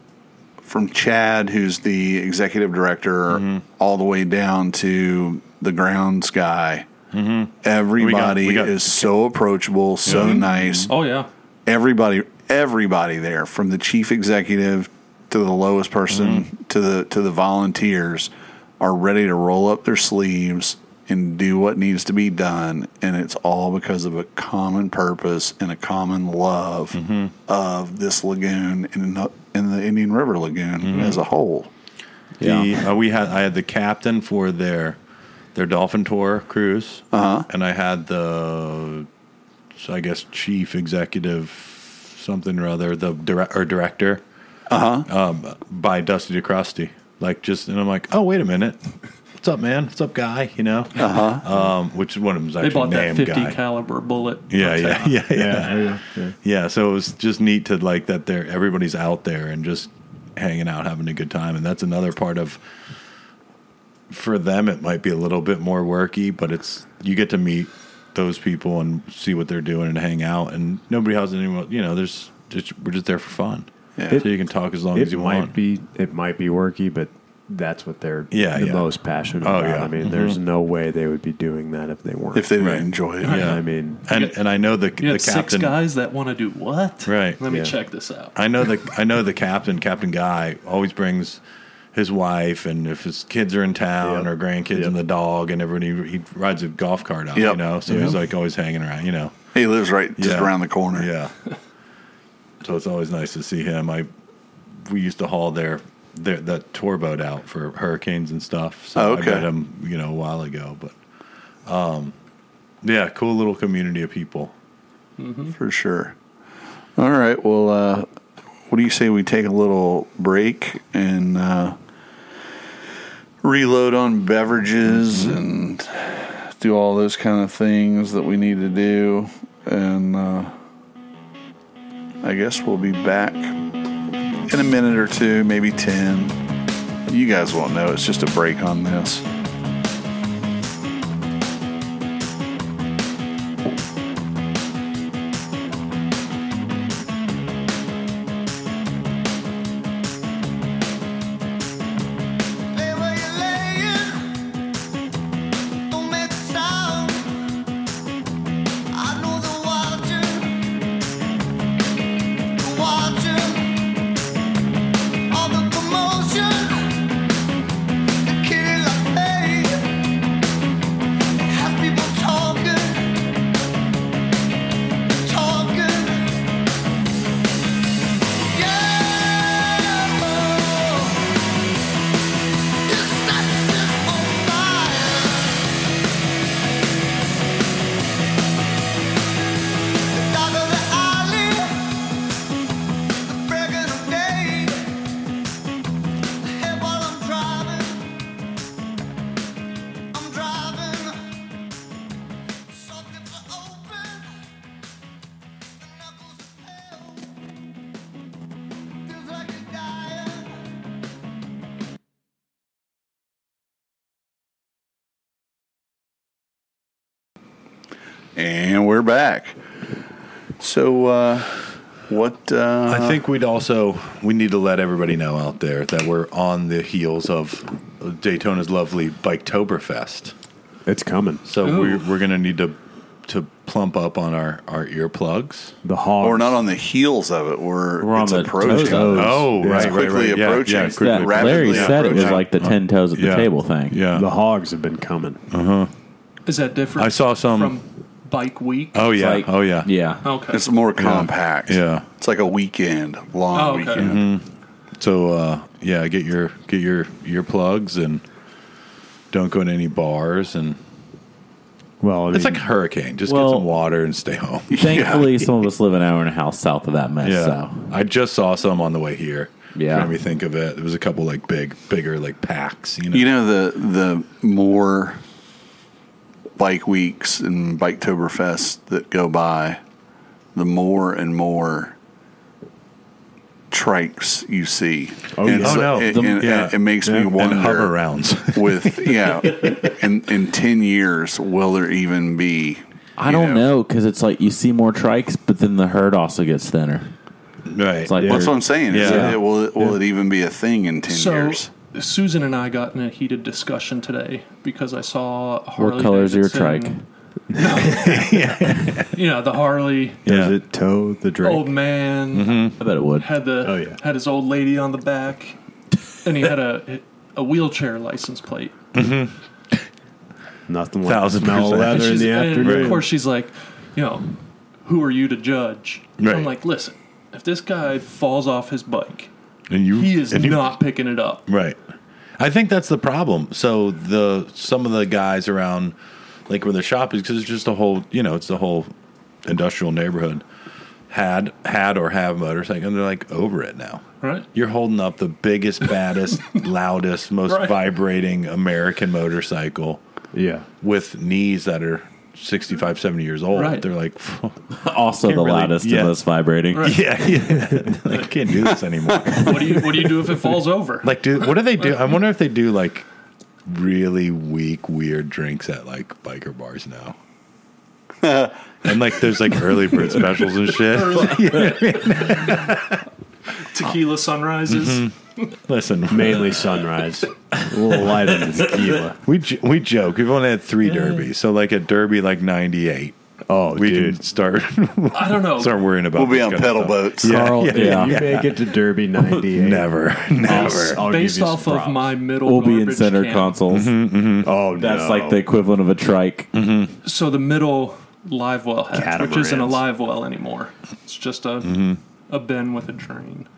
[SPEAKER 5] from Chad, who's the executive director,
[SPEAKER 1] Mm-hmm.
[SPEAKER 5] all the way down to the grounds guy. Everybody
[SPEAKER 1] Mm-hmm. We got- Mm-hmm. we got-
[SPEAKER 5] is so approachable, so nice.
[SPEAKER 3] Oh yeah.
[SPEAKER 5] Everybody, everybody there, from the chief executive to the lowest person
[SPEAKER 1] Mm-hmm.
[SPEAKER 5] to the to the volunteers, are ready to roll up their sleeves and do what needs to be done, and it's all because of a common purpose and a common love
[SPEAKER 1] Mm-hmm.
[SPEAKER 5] of this lagoon and the- and the Indian River Lagoon
[SPEAKER 1] Mm-hmm.
[SPEAKER 5] as a whole.
[SPEAKER 1] The, uh, we had I had the captain for their their dolphin tour cruise, uh-huh. and I had the so I guess chief executive something or other the direct or director uh-huh. um, by Dusty to Crusty. Like just and I'm like, oh wait a minute, what's up, man? What's up, guy? You know, uh-huh. um, which one of them's
[SPEAKER 3] They
[SPEAKER 1] actually
[SPEAKER 3] bought that
[SPEAKER 1] named
[SPEAKER 3] 50
[SPEAKER 1] guy.
[SPEAKER 3] caliber bullet.
[SPEAKER 1] yeah, yeah, yeah, yeah,
[SPEAKER 4] yeah, yeah, yeah.
[SPEAKER 1] yeah, so it was just neat to like that there everybody's out there and just hanging out having a good time and that's another part of for them it might be a little bit more worky, but it's you get to meet those people and see what they're doing and hang out and nobody has anyone you know, there's just we're just there for fun.
[SPEAKER 5] Yeah.
[SPEAKER 1] so you can talk as long as
[SPEAKER 4] It
[SPEAKER 1] you
[SPEAKER 4] might
[SPEAKER 1] want.
[SPEAKER 4] be it might be worky, but that's what they're
[SPEAKER 1] Yeah,
[SPEAKER 4] the
[SPEAKER 1] yeah.
[SPEAKER 4] most passionate
[SPEAKER 1] Oh,
[SPEAKER 4] about.
[SPEAKER 1] yeah.
[SPEAKER 4] I mean, there's no way they would be doing that if they weren't.
[SPEAKER 5] If they didn't
[SPEAKER 1] Right.
[SPEAKER 5] enjoy it,
[SPEAKER 1] yeah.
[SPEAKER 4] I mean,
[SPEAKER 1] and and I know the
[SPEAKER 3] You
[SPEAKER 1] the
[SPEAKER 3] had six
[SPEAKER 1] captain
[SPEAKER 3] guys that want to do what?
[SPEAKER 1] Right.
[SPEAKER 3] Let me
[SPEAKER 4] Yeah.
[SPEAKER 3] check this out.
[SPEAKER 1] I know the I know the captain, Captain Guy, always brings his wife, and if his kids are in town
[SPEAKER 4] Yep.
[SPEAKER 1] or grandkids and the dog and everybody, he rides a golf cart out,
[SPEAKER 5] Yep.
[SPEAKER 1] you know. So he's like always hanging around, you know.
[SPEAKER 5] he lives right just
[SPEAKER 1] Yeah.
[SPEAKER 5] around the corner.
[SPEAKER 1] Yeah. so it's always nice to see him. I we used to haul their their that tour boat out for hurricanes and stuff. So
[SPEAKER 5] Oh, okay.
[SPEAKER 1] I met him, you know, a while ago, but um, yeah, cool little community of people.
[SPEAKER 5] for sure. All right. Well, uh, what do you say we take a little break and uh, reload on beverages
[SPEAKER 1] Mm-hmm.
[SPEAKER 5] and do all those kind of things that we need to do? And uh, I guess we'll be back in a minute or two, maybe 10. You guys won't know. It's just a break on this.
[SPEAKER 7] Lay where you're laying. Don't make a sound. I know they're watching. They're watching. All the commotion. The killing I made. Have people talking. Talking. Yeah. It's not just on fire. The dark of the alley, the break of the day, the head while I'm driving, I'm driving. Soft lips are open, the knuckles are pale. Feels like you're dying.
[SPEAKER 5] And we're back. So, uh, What? Uh,
[SPEAKER 1] I think we'd also we need to let everybody know out there that we're on the heels of Daytona's lovely Biketoberfest.
[SPEAKER 4] It's coming.
[SPEAKER 1] So
[SPEAKER 3] Ooh.
[SPEAKER 1] we're we're gonna need to to plump up on our our earplugs.
[SPEAKER 4] The hogs.
[SPEAKER 5] we're not on the heels of it. We're,
[SPEAKER 6] We're on
[SPEAKER 5] it's
[SPEAKER 6] the
[SPEAKER 5] approaching.
[SPEAKER 6] toes of it.
[SPEAKER 1] Oh,
[SPEAKER 4] Yeah.
[SPEAKER 1] right, right,
[SPEAKER 5] Quickly
[SPEAKER 1] right. Yeah,
[SPEAKER 5] approaching.
[SPEAKER 1] yeah,
[SPEAKER 5] It's
[SPEAKER 1] quickly
[SPEAKER 6] That, Larry
[SPEAKER 5] Rapidly
[SPEAKER 6] said it was
[SPEAKER 5] approaching.
[SPEAKER 6] like the ten toes at the
[SPEAKER 1] Yeah.
[SPEAKER 6] table thing.
[SPEAKER 1] Yeah.
[SPEAKER 4] The hogs have been coming.
[SPEAKER 3] Is that different?
[SPEAKER 1] I saw some-
[SPEAKER 3] from Bike Week.
[SPEAKER 1] oh yeah.
[SPEAKER 6] Like,
[SPEAKER 1] oh yeah.
[SPEAKER 6] yeah.
[SPEAKER 3] okay.
[SPEAKER 5] It's more compact.
[SPEAKER 1] Yeah.
[SPEAKER 5] It's like a weekend, long
[SPEAKER 3] Oh, okay.
[SPEAKER 5] weekend.
[SPEAKER 1] So uh, yeah, get your get your earplugs and don't go to any bars and
[SPEAKER 4] Well, I mean,
[SPEAKER 1] it's like a hurricane. Just
[SPEAKER 6] Well-
[SPEAKER 1] get some water and stay home.
[SPEAKER 6] Thankfully, some of us live an hour and a half south of that mess.
[SPEAKER 1] Yeah.
[SPEAKER 6] So
[SPEAKER 1] I just saw some on the way here.
[SPEAKER 6] Yeah.
[SPEAKER 1] Made me think of it. There was a couple like big, bigger like packs, you know.
[SPEAKER 5] You know the the more bike weeks and Biketoberfest that go by, the more and more trikes you see.
[SPEAKER 4] Oh,
[SPEAKER 5] And
[SPEAKER 4] yeah.
[SPEAKER 5] so-
[SPEAKER 1] Oh, no.
[SPEAKER 5] and-
[SPEAKER 1] The-
[SPEAKER 5] and-
[SPEAKER 1] yeah.
[SPEAKER 5] it makes me
[SPEAKER 1] and
[SPEAKER 5] wonder.
[SPEAKER 1] hover rounds.
[SPEAKER 5] With yeah, in in ten years, will there even be?
[SPEAKER 6] I
[SPEAKER 5] you
[SPEAKER 6] don't know because it's like you see more trikes, but then the herd also gets thinner.
[SPEAKER 1] right.
[SPEAKER 6] It's like
[SPEAKER 5] That's what I'm saying. Is
[SPEAKER 1] Yeah.
[SPEAKER 5] it- will it, will it even be a thing in ten
[SPEAKER 3] So
[SPEAKER 5] years?
[SPEAKER 3] Susan and I got in a heated discussion today because I saw Harley.
[SPEAKER 6] what color's your
[SPEAKER 3] Davidson-
[SPEAKER 6] trike?
[SPEAKER 3] You know the Harley
[SPEAKER 4] does
[SPEAKER 1] Yeah.
[SPEAKER 4] it toe the drake?
[SPEAKER 3] old man
[SPEAKER 6] I bet it would.
[SPEAKER 3] had the
[SPEAKER 4] Mm-hmm. Oh, yeah.
[SPEAKER 3] had his old lady on the back, and he had a a wheelchair license plate.
[SPEAKER 4] Nothing like
[SPEAKER 1] Thousand
[SPEAKER 4] smell of
[SPEAKER 1] percent.
[SPEAKER 4] leather in
[SPEAKER 3] She's-
[SPEAKER 4] the
[SPEAKER 3] and
[SPEAKER 4] afternoon.
[SPEAKER 3] Of course, she's like, you know, who are you to judge?
[SPEAKER 1] Right.
[SPEAKER 3] I'm like, listen, if this guy falls off his bike,
[SPEAKER 1] and you
[SPEAKER 3] he is
[SPEAKER 1] and you-
[SPEAKER 3] not picking it up.
[SPEAKER 1] Right. I think that's the problem. So the some of the guys around, like where the shop is, because it's just a whole, you know, it's the whole industrial neighborhood had had or have motorcycle, and they're like over it now.
[SPEAKER 3] Right.
[SPEAKER 1] You're holding up the biggest, baddest, loudest, most
[SPEAKER 3] Right.
[SPEAKER 1] vibrating American motorcycle
[SPEAKER 4] yeah.
[SPEAKER 1] with knees that are 65, 70 years old.
[SPEAKER 3] Right.
[SPEAKER 1] They're like,
[SPEAKER 6] Also, the
[SPEAKER 1] Can't really-
[SPEAKER 6] loudest
[SPEAKER 1] yeah.
[SPEAKER 6] and most vibrating.
[SPEAKER 3] Right.
[SPEAKER 1] yeah, yeah. I can't do this anymore.
[SPEAKER 3] What do you What do you do if it falls over?
[SPEAKER 1] Like, do what do they do? I wonder if they do like really weak, weird drinks at like biker bars now. and like, there's like early bird specials and shit.
[SPEAKER 3] Tequila sunrises.
[SPEAKER 4] Mm-hmm.
[SPEAKER 1] Listen,
[SPEAKER 4] Mainly sunrise. a little light in the tequila.
[SPEAKER 1] we j- we joke. We've only had three derbies, so like a derby like '98,
[SPEAKER 4] Oh,
[SPEAKER 1] we
[SPEAKER 4] dude.
[SPEAKER 1] can start
[SPEAKER 3] I don't know.
[SPEAKER 1] start worrying about.
[SPEAKER 5] We'll be
[SPEAKER 1] this
[SPEAKER 5] on
[SPEAKER 1] kind of
[SPEAKER 5] pedal
[SPEAKER 1] stuff.
[SPEAKER 5] boats.
[SPEAKER 4] Carl,
[SPEAKER 1] yeah,
[SPEAKER 4] if
[SPEAKER 6] yeah.
[SPEAKER 4] you make it to Derby 98.
[SPEAKER 1] Never, never.
[SPEAKER 4] I'll give
[SPEAKER 3] Based
[SPEAKER 4] you some
[SPEAKER 3] off of
[SPEAKER 4] props.
[SPEAKER 3] my middle,
[SPEAKER 6] We'll be in
[SPEAKER 3] garbage
[SPEAKER 6] center
[SPEAKER 3] can.
[SPEAKER 6] consoles.
[SPEAKER 4] Oh,
[SPEAKER 6] Mm-hmm, That's
[SPEAKER 4] no.
[SPEAKER 6] like the equivalent of a trike.
[SPEAKER 3] So the middle live well hatch, which isn't a
[SPEAKER 4] Catamarans.
[SPEAKER 3] live well anymore. It's just a
[SPEAKER 6] Mm-hmm.
[SPEAKER 3] a bin with a drain.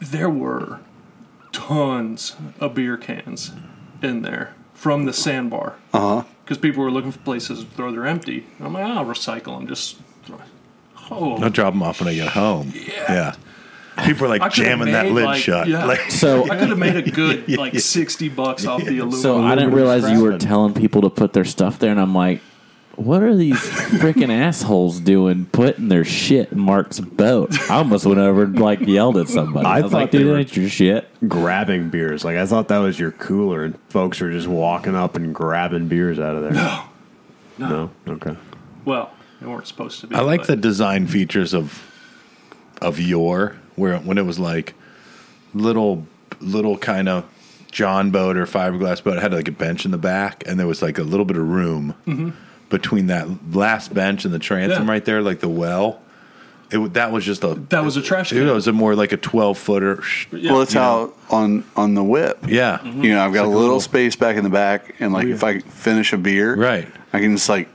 [SPEAKER 3] There were tons of beer cans in there from the sandbar. Uh
[SPEAKER 6] Uh-huh.
[SPEAKER 3] huh. Because people were looking for places to throw their empty. And I'm like, I'll recycle them. Just throw. Oh,
[SPEAKER 1] I'll drop them off when I get home. Yeah. People are
[SPEAKER 3] I
[SPEAKER 1] like
[SPEAKER 3] could've
[SPEAKER 1] jamming that
[SPEAKER 3] made,
[SPEAKER 1] lid
[SPEAKER 3] like-
[SPEAKER 1] shut.
[SPEAKER 3] yeah.
[SPEAKER 1] Like,
[SPEAKER 6] So,
[SPEAKER 3] I could have made a good like sixty bucks off the aluminum.
[SPEAKER 6] so I didn't
[SPEAKER 4] Aluminum
[SPEAKER 6] realize you were
[SPEAKER 4] scrapping.
[SPEAKER 6] telling people to put their stuff there, and I'm like, what are these freaking assholes doing putting their shit in Mark's boat? I almost went over and like yelled at somebody.
[SPEAKER 4] I
[SPEAKER 6] I, was
[SPEAKER 4] thought
[SPEAKER 6] like,
[SPEAKER 4] they
[SPEAKER 6] dude,
[SPEAKER 4] were-
[SPEAKER 6] that ain't your shit.
[SPEAKER 4] grabbing beers. Like I thought that was your cooler, and folks were just walking up and grabbing beers out of there. No, no, okay.
[SPEAKER 3] well, they weren't supposed to be.
[SPEAKER 1] I like
[SPEAKER 3] but-
[SPEAKER 1] the design features of of your where when it was like little little kind of John boat or fiberglass boat it had like a bench in the back and there was like a little bit of room between that last bench and the transom
[SPEAKER 3] Mm-hmm. Yeah.
[SPEAKER 1] right there like the well it w- that was just a
[SPEAKER 3] That was a trash
[SPEAKER 1] it,
[SPEAKER 3] can.
[SPEAKER 1] was a more like a 12 footer
[SPEAKER 5] well, that's how on on the whip.
[SPEAKER 1] yeah
[SPEAKER 3] Mm-hmm.
[SPEAKER 5] You know, I've got Mm-hmm. a little space back in the back, and like if I finish a beer,
[SPEAKER 1] Right.
[SPEAKER 5] I can just like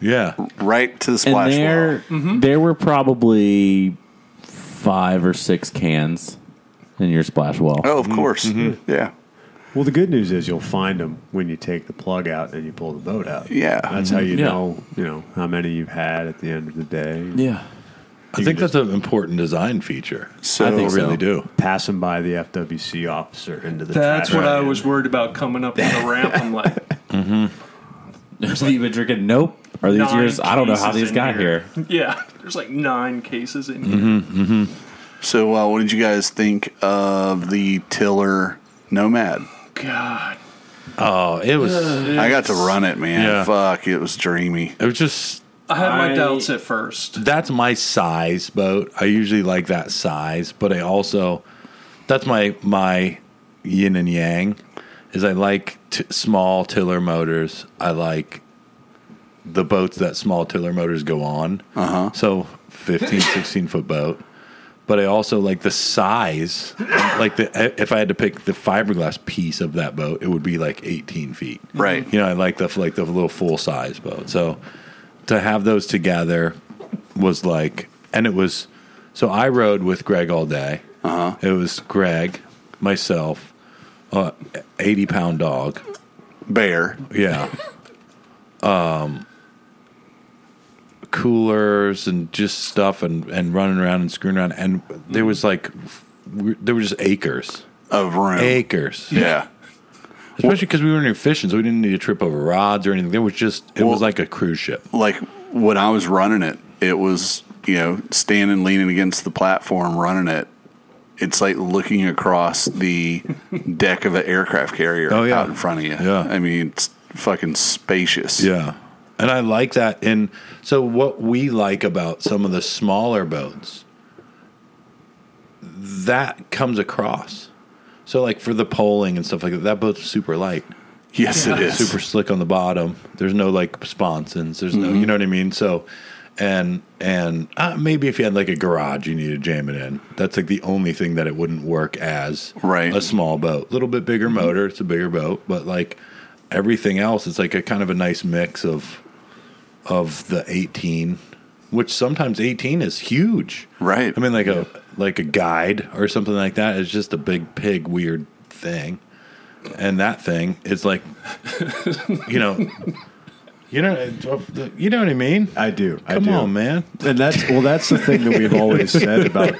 [SPEAKER 1] yeah
[SPEAKER 5] right to the
[SPEAKER 6] And
[SPEAKER 5] splash
[SPEAKER 6] there,
[SPEAKER 5] wall.
[SPEAKER 6] there were probably five or six cans in your splash well.
[SPEAKER 5] Oh, of course, yeah,
[SPEAKER 4] Well, the good news is you'll find them when you take the plug out and you pull the boat out.
[SPEAKER 5] yeah.
[SPEAKER 4] that's how you
[SPEAKER 6] Yeah.
[SPEAKER 4] know you know how many you've had at the end of the day.
[SPEAKER 6] Yeah.
[SPEAKER 1] i think that's an important design feature
[SPEAKER 5] so
[SPEAKER 6] I think so.
[SPEAKER 1] really do
[SPEAKER 4] Passing by the FWC officer into the
[SPEAKER 3] That's
[SPEAKER 4] trash
[SPEAKER 3] what I
[SPEAKER 4] can.
[SPEAKER 3] was worried about coming up on the ramp. I'm like,
[SPEAKER 6] Have you been drinking? Nope. Are these
[SPEAKER 3] Nine
[SPEAKER 6] yours? I don't know how
[SPEAKER 3] cases
[SPEAKER 6] these
[SPEAKER 3] in
[SPEAKER 6] got
[SPEAKER 3] here.
[SPEAKER 6] here.
[SPEAKER 3] yeah, there's like nine cases in here.
[SPEAKER 5] So, uh, what did you guys think of the Tiller Nomad?
[SPEAKER 3] God,
[SPEAKER 1] oh it was
[SPEAKER 5] I got to run it, man.
[SPEAKER 1] Yeah.
[SPEAKER 5] Fuck, it was dreamy.
[SPEAKER 1] it was just
[SPEAKER 3] I had my
[SPEAKER 6] I-
[SPEAKER 3] doubts at first.
[SPEAKER 1] that's my size boat. I usually like that size, but I also that's my my yin and yang is I like t- small tiller motors. I like the boats that small tiller motors go on. Uh-huh. So 15 16 foot boat. But I also like the size. Like the if I had to pick the fiberglass piece of that boat, it would be like 18 feet
[SPEAKER 5] Right.
[SPEAKER 1] you know, I like the like the little full size boat. So to have those together was like, and it was. So I rode with Greg all day. Uh-huh. It was Greg, myself, uh, eighty pound dog.
[SPEAKER 5] Bear.
[SPEAKER 1] Yeah. um, coolers and just stuff and and running around and screwing around and there was like f- we- there were just acres,
[SPEAKER 5] of room.
[SPEAKER 1] acres.
[SPEAKER 5] Yeah.
[SPEAKER 1] Especially because we weren't even fishing, so we didn't need to trip over rods or anything. There was just it was
[SPEAKER 5] Well-
[SPEAKER 1] like a cruise ship.
[SPEAKER 5] Like when I was running it, it was, you know, standing leaning against the platform running it. It's like looking across the deck of an aircraft carrier
[SPEAKER 1] Oh, yeah.
[SPEAKER 5] out in front of you.
[SPEAKER 1] Yeah.
[SPEAKER 5] I mean, it's fucking spacious.
[SPEAKER 1] Yeah. And I like that. And so, what we like about some of the smaller boats, that comes across. So, like for the poling and stuff like that, that boat's super light,
[SPEAKER 5] Yes, it is.
[SPEAKER 1] super slick on the bottom. There's no like sponsons. There's
[SPEAKER 5] Mm-hmm.
[SPEAKER 1] no, you know what I mean? So, and, and uh, maybe if you had like a garage, you need to jam it in. That's like the only thing that it wouldn't work as
[SPEAKER 5] Right. Mm-hmm.
[SPEAKER 1] a small boat. A little bit bigger motor. It's a bigger boat, but like everything else, it's like a kind of a nice mix of, of the 18 which sometimes 18 is huge
[SPEAKER 5] Right.
[SPEAKER 1] i mean like a like a guide or something like that is just a big pig weird thing and that thing is like you know you know you know what i mean
[SPEAKER 4] I do. I
[SPEAKER 1] come
[SPEAKER 4] do.
[SPEAKER 1] on man
[SPEAKER 4] And that's well, that's the thing that we've always said about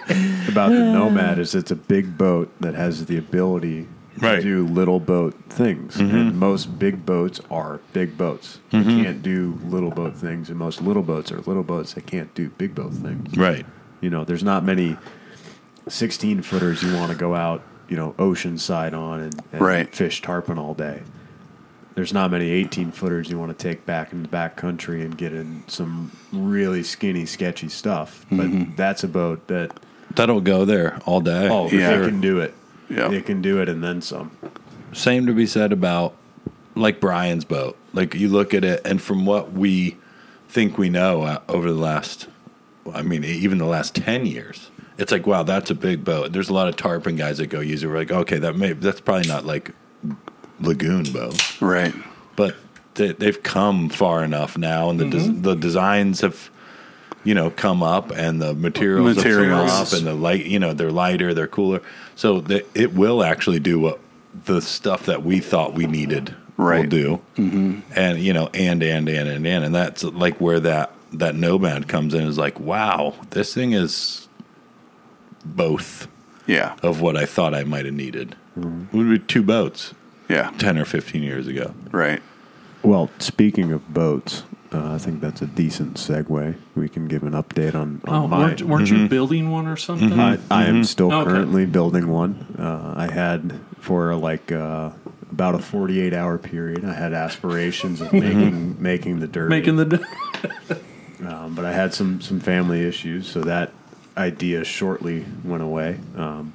[SPEAKER 4] about the Nomad is it's a big boat that has the ability
[SPEAKER 1] Right. Mm-hmm.
[SPEAKER 4] to do little boat things, and most big boats are big boats. They can't do little boat things, and most little boats are little boats that can't do big boat things.
[SPEAKER 1] right
[SPEAKER 4] You know, there's not many 16 footers you want to go out, you know, ocean side on and, and
[SPEAKER 5] Right.
[SPEAKER 4] fish tarpon all day. There's not many 18 footers you want to take back in the back country and get in some really skinny, sketchy stuff. But
[SPEAKER 5] Mm-hmm.
[SPEAKER 4] that's a boat that,
[SPEAKER 1] that'll go there all day
[SPEAKER 4] oh,
[SPEAKER 5] yeah.
[SPEAKER 4] it can do it.
[SPEAKER 5] Yeah.
[SPEAKER 4] It can do it and then some.
[SPEAKER 1] same to be said about like Brian's boat. Like you look at it, and from what we think we know uh, over the last, I mean, e, even the last ten years, it's like wow, that's a big boat. There's a lot of tarpon guys that go use it. We're like, okay, that may that's probably not like lagoon boat,
[SPEAKER 5] Right.
[SPEAKER 1] but they, they've come far enough now, and the
[SPEAKER 5] Mm-hmm.
[SPEAKER 1] des- the designs have. You know, come up and the materials, have come
[SPEAKER 5] Materials.
[SPEAKER 1] up and the light. You know, they're lighter, they're cooler, so the, it will actually do what the stuff that we thought we needed will
[SPEAKER 5] Right.
[SPEAKER 1] do. Mm-hmm. And you know, and and and and and, and that's like where that that nomad comes in is like, wow, this thing is both
[SPEAKER 5] Yeah.
[SPEAKER 1] of what I thought I might have needed.
[SPEAKER 5] Mm-hmm.
[SPEAKER 1] It would be two boats
[SPEAKER 5] Yeah.
[SPEAKER 1] ten or fifteen years ago.
[SPEAKER 5] Right.
[SPEAKER 4] Well, speaking of boats, uh, I think that's a decent segue. We can give an update on, on
[SPEAKER 3] Oh,
[SPEAKER 4] my.
[SPEAKER 3] weren't, weren't you building one or something?
[SPEAKER 4] Mm-hmm. I, I am still
[SPEAKER 3] Hmm. Mm-hmm. Oh, Okay.
[SPEAKER 4] currently building one. Uh, I had for like uh, about a 48 hour period. I had aspirations of making making the derby,
[SPEAKER 3] Mm-hmm. Making the.
[SPEAKER 4] um, but I had some some family issues, so that idea shortly went away. Um,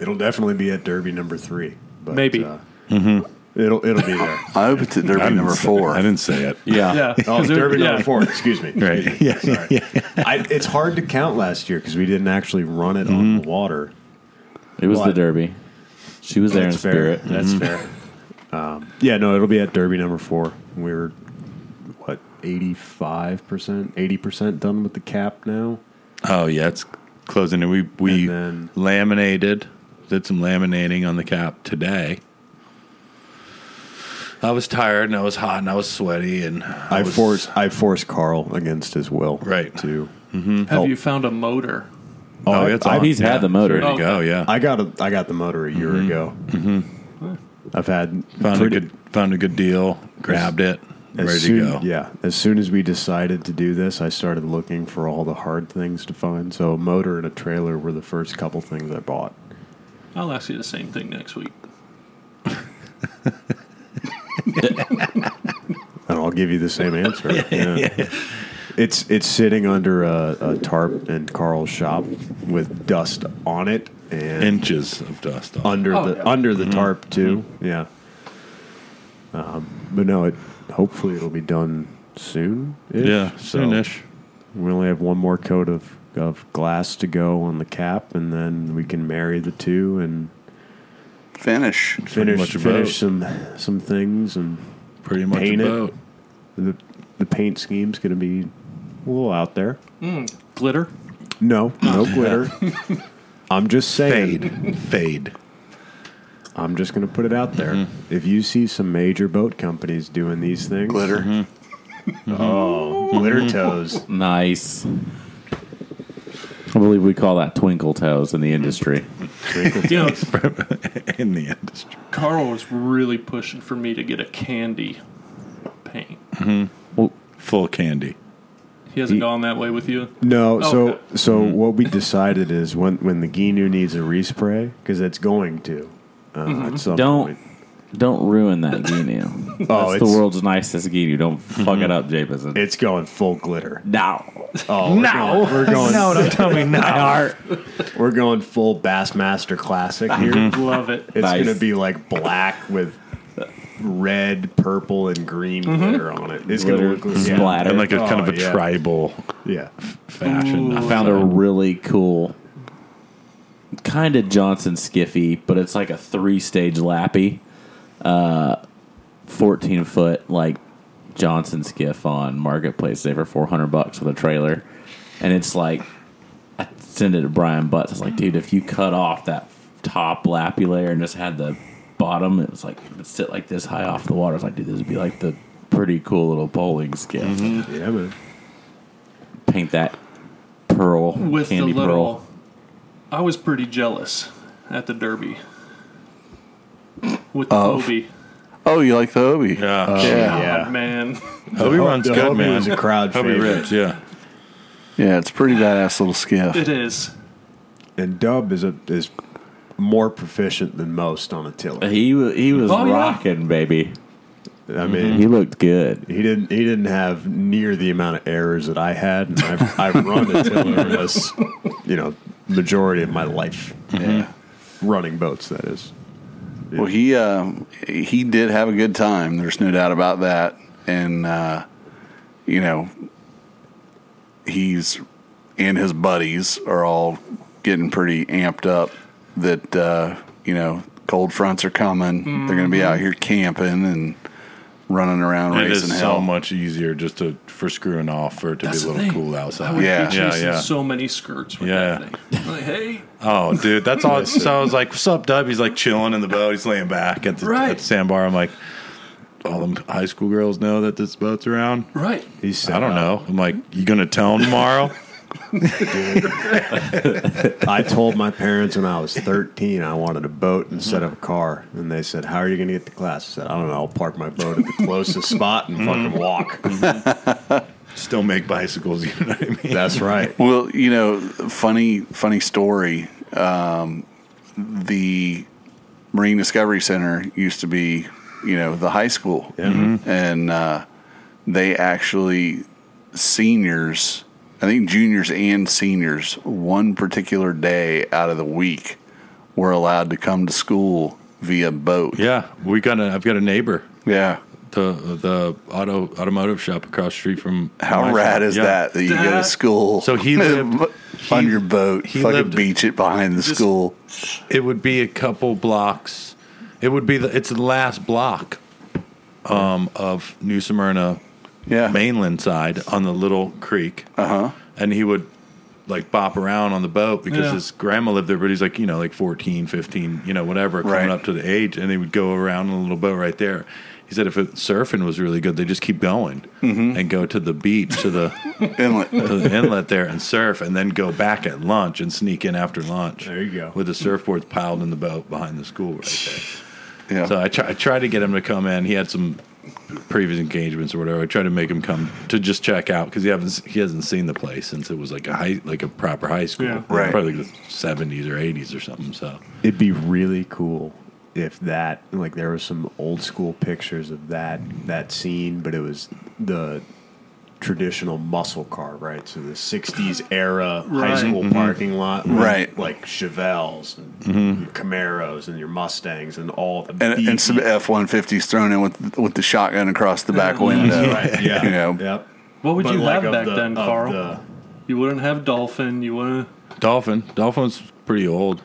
[SPEAKER 4] it'll definitely be at Derby number three, but
[SPEAKER 3] Maybe.
[SPEAKER 4] uh,
[SPEAKER 1] Mm-hmm.
[SPEAKER 4] it'll it'll be there.
[SPEAKER 5] I hope it's at Derby number four.
[SPEAKER 1] I didn't say it.
[SPEAKER 6] Yeah.
[SPEAKER 3] Yeah.
[SPEAKER 4] Oh,
[SPEAKER 3] 'cause there-
[SPEAKER 4] Derby
[SPEAKER 3] yeah.
[SPEAKER 4] number four. Excuse me.
[SPEAKER 1] Right. Yeah.
[SPEAKER 4] Sorry. I, it's hard to count last year because we didn't actually run it
[SPEAKER 1] Mm-hmm.
[SPEAKER 4] on the water.
[SPEAKER 6] It was the
[SPEAKER 4] What?
[SPEAKER 6] Derby. She was there in
[SPEAKER 4] That's fair.
[SPEAKER 6] spirit.
[SPEAKER 4] That's fair. Um, Mm-hmm. yeah, no, it'll be at Derby number four. We were what eighty five percent, eighty percent done with the cap now.
[SPEAKER 1] Oh yeah, it's closing. And we we
[SPEAKER 4] And then-
[SPEAKER 1] laminated, did some laminating on the cap today. I was tired and I was hot and I was sweaty and
[SPEAKER 4] I,
[SPEAKER 1] was-
[SPEAKER 4] forced I forced Carl against his will,
[SPEAKER 1] Right.
[SPEAKER 4] To
[SPEAKER 3] Have you found a motor?
[SPEAKER 4] oh, I-
[SPEAKER 1] it's
[SPEAKER 4] I,
[SPEAKER 1] on.
[SPEAKER 6] He's had the motor.
[SPEAKER 1] There you go. Yeah,
[SPEAKER 4] I got a I got the motor a year ago. I've had
[SPEAKER 1] Mm-hmm. found
[SPEAKER 4] pretty-
[SPEAKER 1] a good found a good deal. Grabbed it.
[SPEAKER 4] as
[SPEAKER 1] ready
[SPEAKER 4] soon,
[SPEAKER 1] to go.
[SPEAKER 4] Yeah, as soon as we decided to do this, I started looking for all the hard things to find. So a motor and a trailer were the first couple things I bought.
[SPEAKER 3] I'll ask you the same thing next week.
[SPEAKER 4] and I'll give you the same answer. Yeah. It's it's sitting under a, a tarp in Carl's shop with dust on it and
[SPEAKER 1] Inches of dust on.
[SPEAKER 4] under
[SPEAKER 3] Oh,
[SPEAKER 4] the
[SPEAKER 3] yeah.
[SPEAKER 4] under
[SPEAKER 1] Mm-hmm.
[SPEAKER 4] the tarp too. Yeah. Um, but no, it hopefully it'll be done soon.
[SPEAKER 1] yeah, soonish.
[SPEAKER 4] We only have one more coat of, of glass to go on the cap, and then we can marry the two and
[SPEAKER 5] Finish.
[SPEAKER 4] finish
[SPEAKER 1] much a
[SPEAKER 4] finish
[SPEAKER 1] boat.
[SPEAKER 4] some some things. And
[SPEAKER 1] Pretty much
[SPEAKER 4] Paint it.
[SPEAKER 1] about.
[SPEAKER 4] the the paint scheme's going to be a little out there.
[SPEAKER 3] Glitter.
[SPEAKER 4] No, no glitter. I'm just saying.
[SPEAKER 1] Fade. Fade.
[SPEAKER 4] I'm just going to put it out there. If you see some major boat companies doing these things,
[SPEAKER 5] Glitter.
[SPEAKER 1] Mm-hmm.
[SPEAKER 4] Oh, glitter toes.
[SPEAKER 6] Nice. I believe we call that twinkle toes in the industry.
[SPEAKER 3] You know,
[SPEAKER 1] In the industry.
[SPEAKER 3] Carl was really pushing for me to get a candy paint.
[SPEAKER 1] Full candy.
[SPEAKER 3] He hasn't gone that way with you.
[SPEAKER 4] No,
[SPEAKER 3] Oh,
[SPEAKER 4] so
[SPEAKER 3] okay.
[SPEAKER 4] so what we decided is when when the Ginu needs a respray because it's going to. Uh, at some
[SPEAKER 6] Don't
[SPEAKER 4] point.
[SPEAKER 6] don't ruin that guinea.
[SPEAKER 4] Oh,
[SPEAKER 6] That's the
[SPEAKER 4] it's-
[SPEAKER 6] world's nicest guinea. Don't fuck it up, Jameson.
[SPEAKER 4] It's going full glitter.
[SPEAKER 6] No.
[SPEAKER 4] Oh no, we're going.
[SPEAKER 1] No, don't tell me no.
[SPEAKER 4] We're going full Bassmaster Classic here.
[SPEAKER 3] Love it.
[SPEAKER 4] It's
[SPEAKER 6] Nice.
[SPEAKER 4] gonna be like black with red, purple, and green glitter on it. It's
[SPEAKER 6] Glitter
[SPEAKER 4] gonna look yeah.
[SPEAKER 6] splatter.
[SPEAKER 1] And like a kind
[SPEAKER 4] Oh,
[SPEAKER 1] of a
[SPEAKER 4] yeah.
[SPEAKER 1] tribal
[SPEAKER 4] Yeah,
[SPEAKER 1] fashion.
[SPEAKER 6] I found a really cool, kind of Johnson skiffy, but it's like a three-stage lappy, uh, fourteen-foot like Johnson skiff on marketplace. They for four hundred bucks with a trailer, and it's like I sent it to Brian Butts. I was like, dude, if you cut off that top lappy layer and just had the bottom, it was like it would sit like this high off the water. I was like, dude, this would be like the pretty cool little bowling skiff.
[SPEAKER 3] Mm-hmm.
[SPEAKER 4] yeah, man.
[SPEAKER 6] Paint that pearl
[SPEAKER 3] With
[SPEAKER 6] candy
[SPEAKER 3] the
[SPEAKER 6] pearl.
[SPEAKER 3] little, I was pretty jealous at the Derby with the
[SPEAKER 5] Of?
[SPEAKER 3] Hobie.
[SPEAKER 5] Oh, you like the Obi?
[SPEAKER 1] Yeah.
[SPEAKER 4] uh,
[SPEAKER 5] yeah.
[SPEAKER 4] Yeah.
[SPEAKER 3] God, man.
[SPEAKER 1] Hobie Oh, runs
[SPEAKER 4] The
[SPEAKER 1] good,
[SPEAKER 4] Hobie
[SPEAKER 1] man.
[SPEAKER 4] was a crowd
[SPEAKER 1] Hobie
[SPEAKER 4] favorite.
[SPEAKER 1] rips, yeah.
[SPEAKER 5] Yeah, it's a pretty badass little skiff.
[SPEAKER 3] It is.
[SPEAKER 4] And Dub is a is more proficient than most on a tiller.
[SPEAKER 6] He wa- he was
[SPEAKER 3] Oh, yeah.
[SPEAKER 6] rocking, baby.
[SPEAKER 4] I mean,
[SPEAKER 6] He looked
[SPEAKER 1] Mm-hmm.
[SPEAKER 6] good.
[SPEAKER 4] He didn't. He didn't have near the amount of errors that I had, and I've, I've run a tiller this, you know, majority of my life.
[SPEAKER 1] Mm-hmm.
[SPEAKER 4] Yeah, running boats. That is.
[SPEAKER 5] Well, he uh, he did have a good time. There's no doubt about that. And uh, you know, he's and his buddies are all getting pretty amped up that uh, you know cold fronts are coming. They're going to be out here camping and running around
[SPEAKER 1] Mm-hmm. It
[SPEAKER 5] raising
[SPEAKER 1] is
[SPEAKER 5] hell.
[SPEAKER 1] so much easier just to for screwing off for it to
[SPEAKER 3] That's
[SPEAKER 1] be
[SPEAKER 3] the
[SPEAKER 1] a little
[SPEAKER 3] thing.
[SPEAKER 1] cool
[SPEAKER 3] I
[SPEAKER 1] outside.
[SPEAKER 3] would
[SPEAKER 5] Yeah.
[SPEAKER 3] be
[SPEAKER 1] Yeah,
[SPEAKER 3] chasing
[SPEAKER 1] yeah.
[SPEAKER 3] so many skirts with
[SPEAKER 1] Yeah.
[SPEAKER 3] that thing. Like, hey,
[SPEAKER 1] Oh, dude, that's all. so I was like, "What's up, Dub?" He's like chilling in the boat. He's laying back at the,
[SPEAKER 3] Right.
[SPEAKER 1] at the sandbar. I'm like, "All them high school girls know that this boat's around."
[SPEAKER 3] right.
[SPEAKER 4] He's.
[SPEAKER 1] I don't know. I'm like, "You gonna tell him tomorrow?"
[SPEAKER 4] I told my parents when I was thirteen I wanted a boat instead of a car, and they said, "How are you going to get to class?" I said, "I don't know. I'll park my boat at the closest spot and fucking
[SPEAKER 1] Mm-hmm.
[SPEAKER 4] walk."
[SPEAKER 1] Still make bicycles. You know what I mean?
[SPEAKER 4] That's right.
[SPEAKER 5] Well, you know, funny funny story. Um, the Marine Discovery Center used to be, you know, the high school,
[SPEAKER 1] Mm-hmm.
[SPEAKER 5] and uh, they actually seniors, I think juniors and seniors, one particular day out of the week, were allowed to come to school via boat.
[SPEAKER 1] Yeah, we got a. I've got a neighbor.
[SPEAKER 5] Yeah.
[SPEAKER 1] The the auto automotive shop across the street from
[SPEAKER 5] How
[SPEAKER 1] my
[SPEAKER 5] rad
[SPEAKER 1] shop.
[SPEAKER 5] is
[SPEAKER 1] Yeah.
[SPEAKER 5] that that you go to
[SPEAKER 3] That-
[SPEAKER 5] school?
[SPEAKER 1] So he lived-
[SPEAKER 5] on
[SPEAKER 1] he-
[SPEAKER 5] your boat,
[SPEAKER 1] he
[SPEAKER 5] fucking
[SPEAKER 1] lived-
[SPEAKER 5] beach it behind the school.
[SPEAKER 1] It would be a couple blocks. It would be the. It's the last block, um, of New Smyrna
[SPEAKER 5] Yeah,
[SPEAKER 1] mainland side on the little creek. Uh huh. And he would like bop around on the boat because
[SPEAKER 3] Yeah.
[SPEAKER 1] his grandma lived there, but he's like, you know, like 14, 15, you know, whatever, coming
[SPEAKER 5] Right.
[SPEAKER 1] up to the age. And they would go around in a little boat right there. He said if it, surfing was really good, they just keep going and go to the beach, to the,
[SPEAKER 5] inlet.
[SPEAKER 1] to the inlet there and surf and then go back at lunch and sneak in after lunch.
[SPEAKER 4] There you go.
[SPEAKER 1] With the surfboards piled in the boat behind the school right there.
[SPEAKER 5] Yeah.
[SPEAKER 1] So I, try, I tried to get him to come in. He had some previous engagements or whatever. I tried to make him come to just check out because he haven't s- he hasn't seen the place since it was like a high like a proper high school,
[SPEAKER 3] Yeah.
[SPEAKER 5] Right.
[SPEAKER 1] Probably like the seventies or eighties or something. So
[SPEAKER 4] It'd be really cool if that like there was some old school pictures of that that scene, but it was the traditional muscle car, right? So the '60s era high
[SPEAKER 3] Right. Mm-hmm.
[SPEAKER 4] school parking lot, with,
[SPEAKER 5] Right. Mm-hmm.
[SPEAKER 4] Like Chevelles and your Camaros and your Mustangs and all the
[SPEAKER 5] and, and some
[SPEAKER 4] beefy-
[SPEAKER 5] F one fifties thrown in with with the shotgun across the back window.
[SPEAKER 4] right, Mm-hmm. yeah,
[SPEAKER 5] You know.
[SPEAKER 4] yep.
[SPEAKER 3] What would
[SPEAKER 4] But
[SPEAKER 3] you
[SPEAKER 4] like
[SPEAKER 3] have
[SPEAKER 4] of
[SPEAKER 3] back
[SPEAKER 4] the-
[SPEAKER 3] then,
[SPEAKER 4] of
[SPEAKER 3] Carl?
[SPEAKER 4] the-
[SPEAKER 3] You wouldn't have dolphin. You wouldn't.
[SPEAKER 1] Dolphin. Dolphin's pretty old.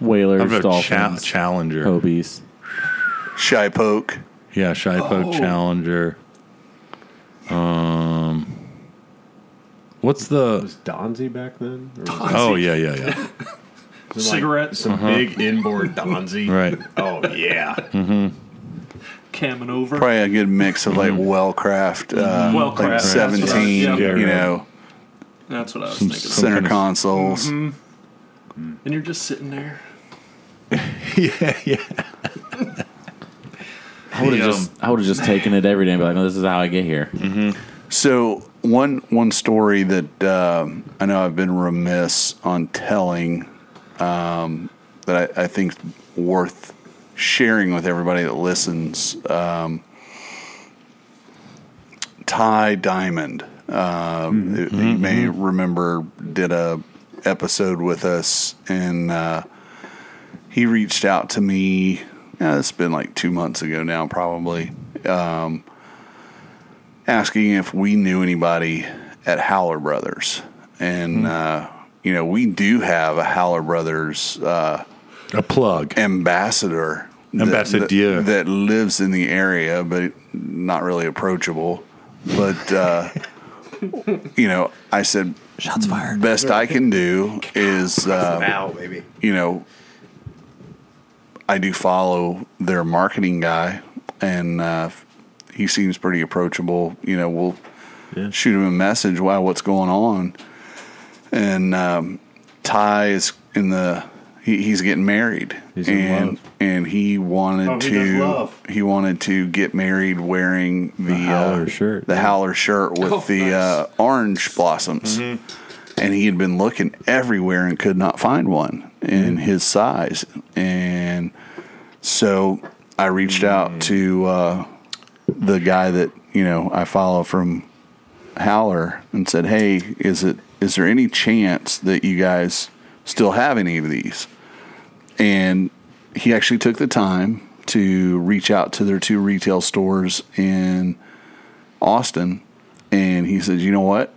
[SPEAKER 6] Whalers,
[SPEAKER 1] I've a cha-
[SPEAKER 6] dolphins,
[SPEAKER 1] Challenger.
[SPEAKER 6] Hobies.
[SPEAKER 5] Shy poke.
[SPEAKER 1] Yeah, Shipo
[SPEAKER 4] Oh.
[SPEAKER 1] Challenger. Um, what's the?
[SPEAKER 4] was Donzi back then? Or was it-
[SPEAKER 5] Uh-huh.
[SPEAKER 1] Oh yeah, yeah, yeah.
[SPEAKER 4] was it
[SPEAKER 3] Cigarette.
[SPEAKER 4] some big inboard Donzi,
[SPEAKER 1] Right.
[SPEAKER 4] Oh yeah,
[SPEAKER 5] Hmm.
[SPEAKER 3] Camming over.
[SPEAKER 5] Probably a good mix of like
[SPEAKER 1] Mm-hmm.
[SPEAKER 5] well craft, uh,
[SPEAKER 3] Well
[SPEAKER 5] like
[SPEAKER 3] crafted, that's what I-
[SPEAKER 5] seventeen.
[SPEAKER 3] yeah,
[SPEAKER 1] Yeah,
[SPEAKER 5] You
[SPEAKER 1] right.
[SPEAKER 5] know,
[SPEAKER 3] That's what I was
[SPEAKER 1] Some
[SPEAKER 3] thinking.
[SPEAKER 1] s-
[SPEAKER 5] center
[SPEAKER 1] kind of-
[SPEAKER 5] consoles.
[SPEAKER 3] And you're just sitting there.
[SPEAKER 1] yeah, yeah.
[SPEAKER 6] I would
[SPEAKER 1] The,
[SPEAKER 6] have just, I would have just taken it every day and be like, no, this is how I get here.
[SPEAKER 1] Mm-hmm.
[SPEAKER 5] So one one story that um I know I've been remiss on telling um, that I, I think worth sharing with everybody that listens. Um, Ty Diamond, um, who- who you may remember, did a episode with us, and uh, he reached out to me. Yeah, it's been like two months ago now, probably asking if we knew anybody at Howler Brothers, and uh, you know we do have a Howler Brothers uh,
[SPEAKER 1] A plug.
[SPEAKER 5] ambassador, that-
[SPEAKER 1] Ambassadeur.
[SPEAKER 5] that, that lives in the area, but not really approachable. But uh, you know, I said,
[SPEAKER 7] Shots fired.
[SPEAKER 5] best I can do is uh,
[SPEAKER 4] wow, baby.
[SPEAKER 5] you know, I do follow their marketing guy, and uh, he seems pretty approachable. You know, we'll shoot him a message. Wow, what's going on? And um, Ty is in the. He, he's getting married,
[SPEAKER 4] He's in
[SPEAKER 5] and
[SPEAKER 4] love.
[SPEAKER 5] and he wanted
[SPEAKER 4] Oh, he
[SPEAKER 5] to.
[SPEAKER 4] does love.
[SPEAKER 5] He wanted to get married wearing the,
[SPEAKER 4] Howler
[SPEAKER 5] uh,
[SPEAKER 4] shirt,
[SPEAKER 5] the
[SPEAKER 4] yeah.
[SPEAKER 5] Howler shirt with
[SPEAKER 3] Oh,
[SPEAKER 5] the
[SPEAKER 3] nice.
[SPEAKER 5] uh, orange blossoms
[SPEAKER 4] Mm-hmm.
[SPEAKER 5] and he had been looking everywhere and could not find one in
[SPEAKER 4] Mm.
[SPEAKER 5] his size. And so I
[SPEAKER 4] Mm.
[SPEAKER 5] reached out to uh, the guy that you know I follow from Howler and said, "Hey, is it is there any chance that you guys still have any of these?" And he actually took the time to reach out to their two retail stores in Austin, and he said, "You know what?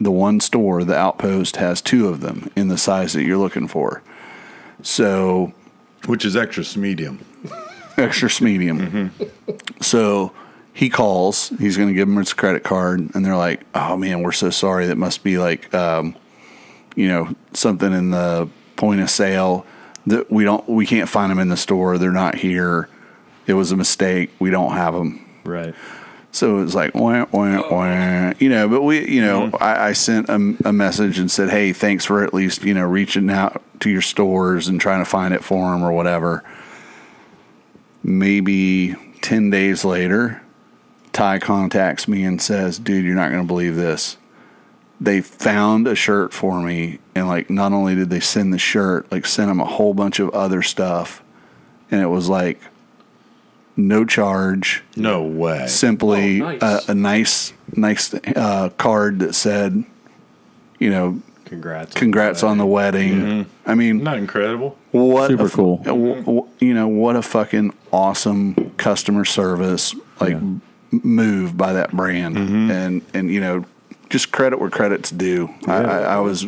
[SPEAKER 5] the one store, the Outpost, has two of them in the size that you're looking for. So
[SPEAKER 1] which is extra medium.
[SPEAKER 5] extra medium. So he calls. He's going to give him his credit card, and they're like, "Oh man, we're so sorry. That must be like, um, you know, something in the point of sale that we don't, we can't find them in the store. They're not here. It was a mistake. We don't have them."
[SPEAKER 4] Right.
[SPEAKER 5] So it was like, wah, wah, wah, you know, but we, you know, I, I sent a, a message and said, hey, thanks for at least, you know, reaching out to your stores and trying to find it for them or whatever. Maybe 10 days later, Ty contacts me and says, dude, you're not going to believe this. They found a shirt for me. And like, not only did they send the shirt, like, sent him a whole bunch of other stuff. And it was like, no charge
[SPEAKER 1] No way.
[SPEAKER 5] simply
[SPEAKER 3] Oh, nice.
[SPEAKER 5] A, a nice nice uh, card that said you know
[SPEAKER 4] Congrats.
[SPEAKER 5] congrats on the wedding i mean
[SPEAKER 1] Not incredible.
[SPEAKER 5] what
[SPEAKER 6] Super
[SPEAKER 5] a f-
[SPEAKER 6] cool.
[SPEAKER 5] w- w- you know what a fucking awesome customer service like m move by that brand and and you know just credit where credit's due I, I, I was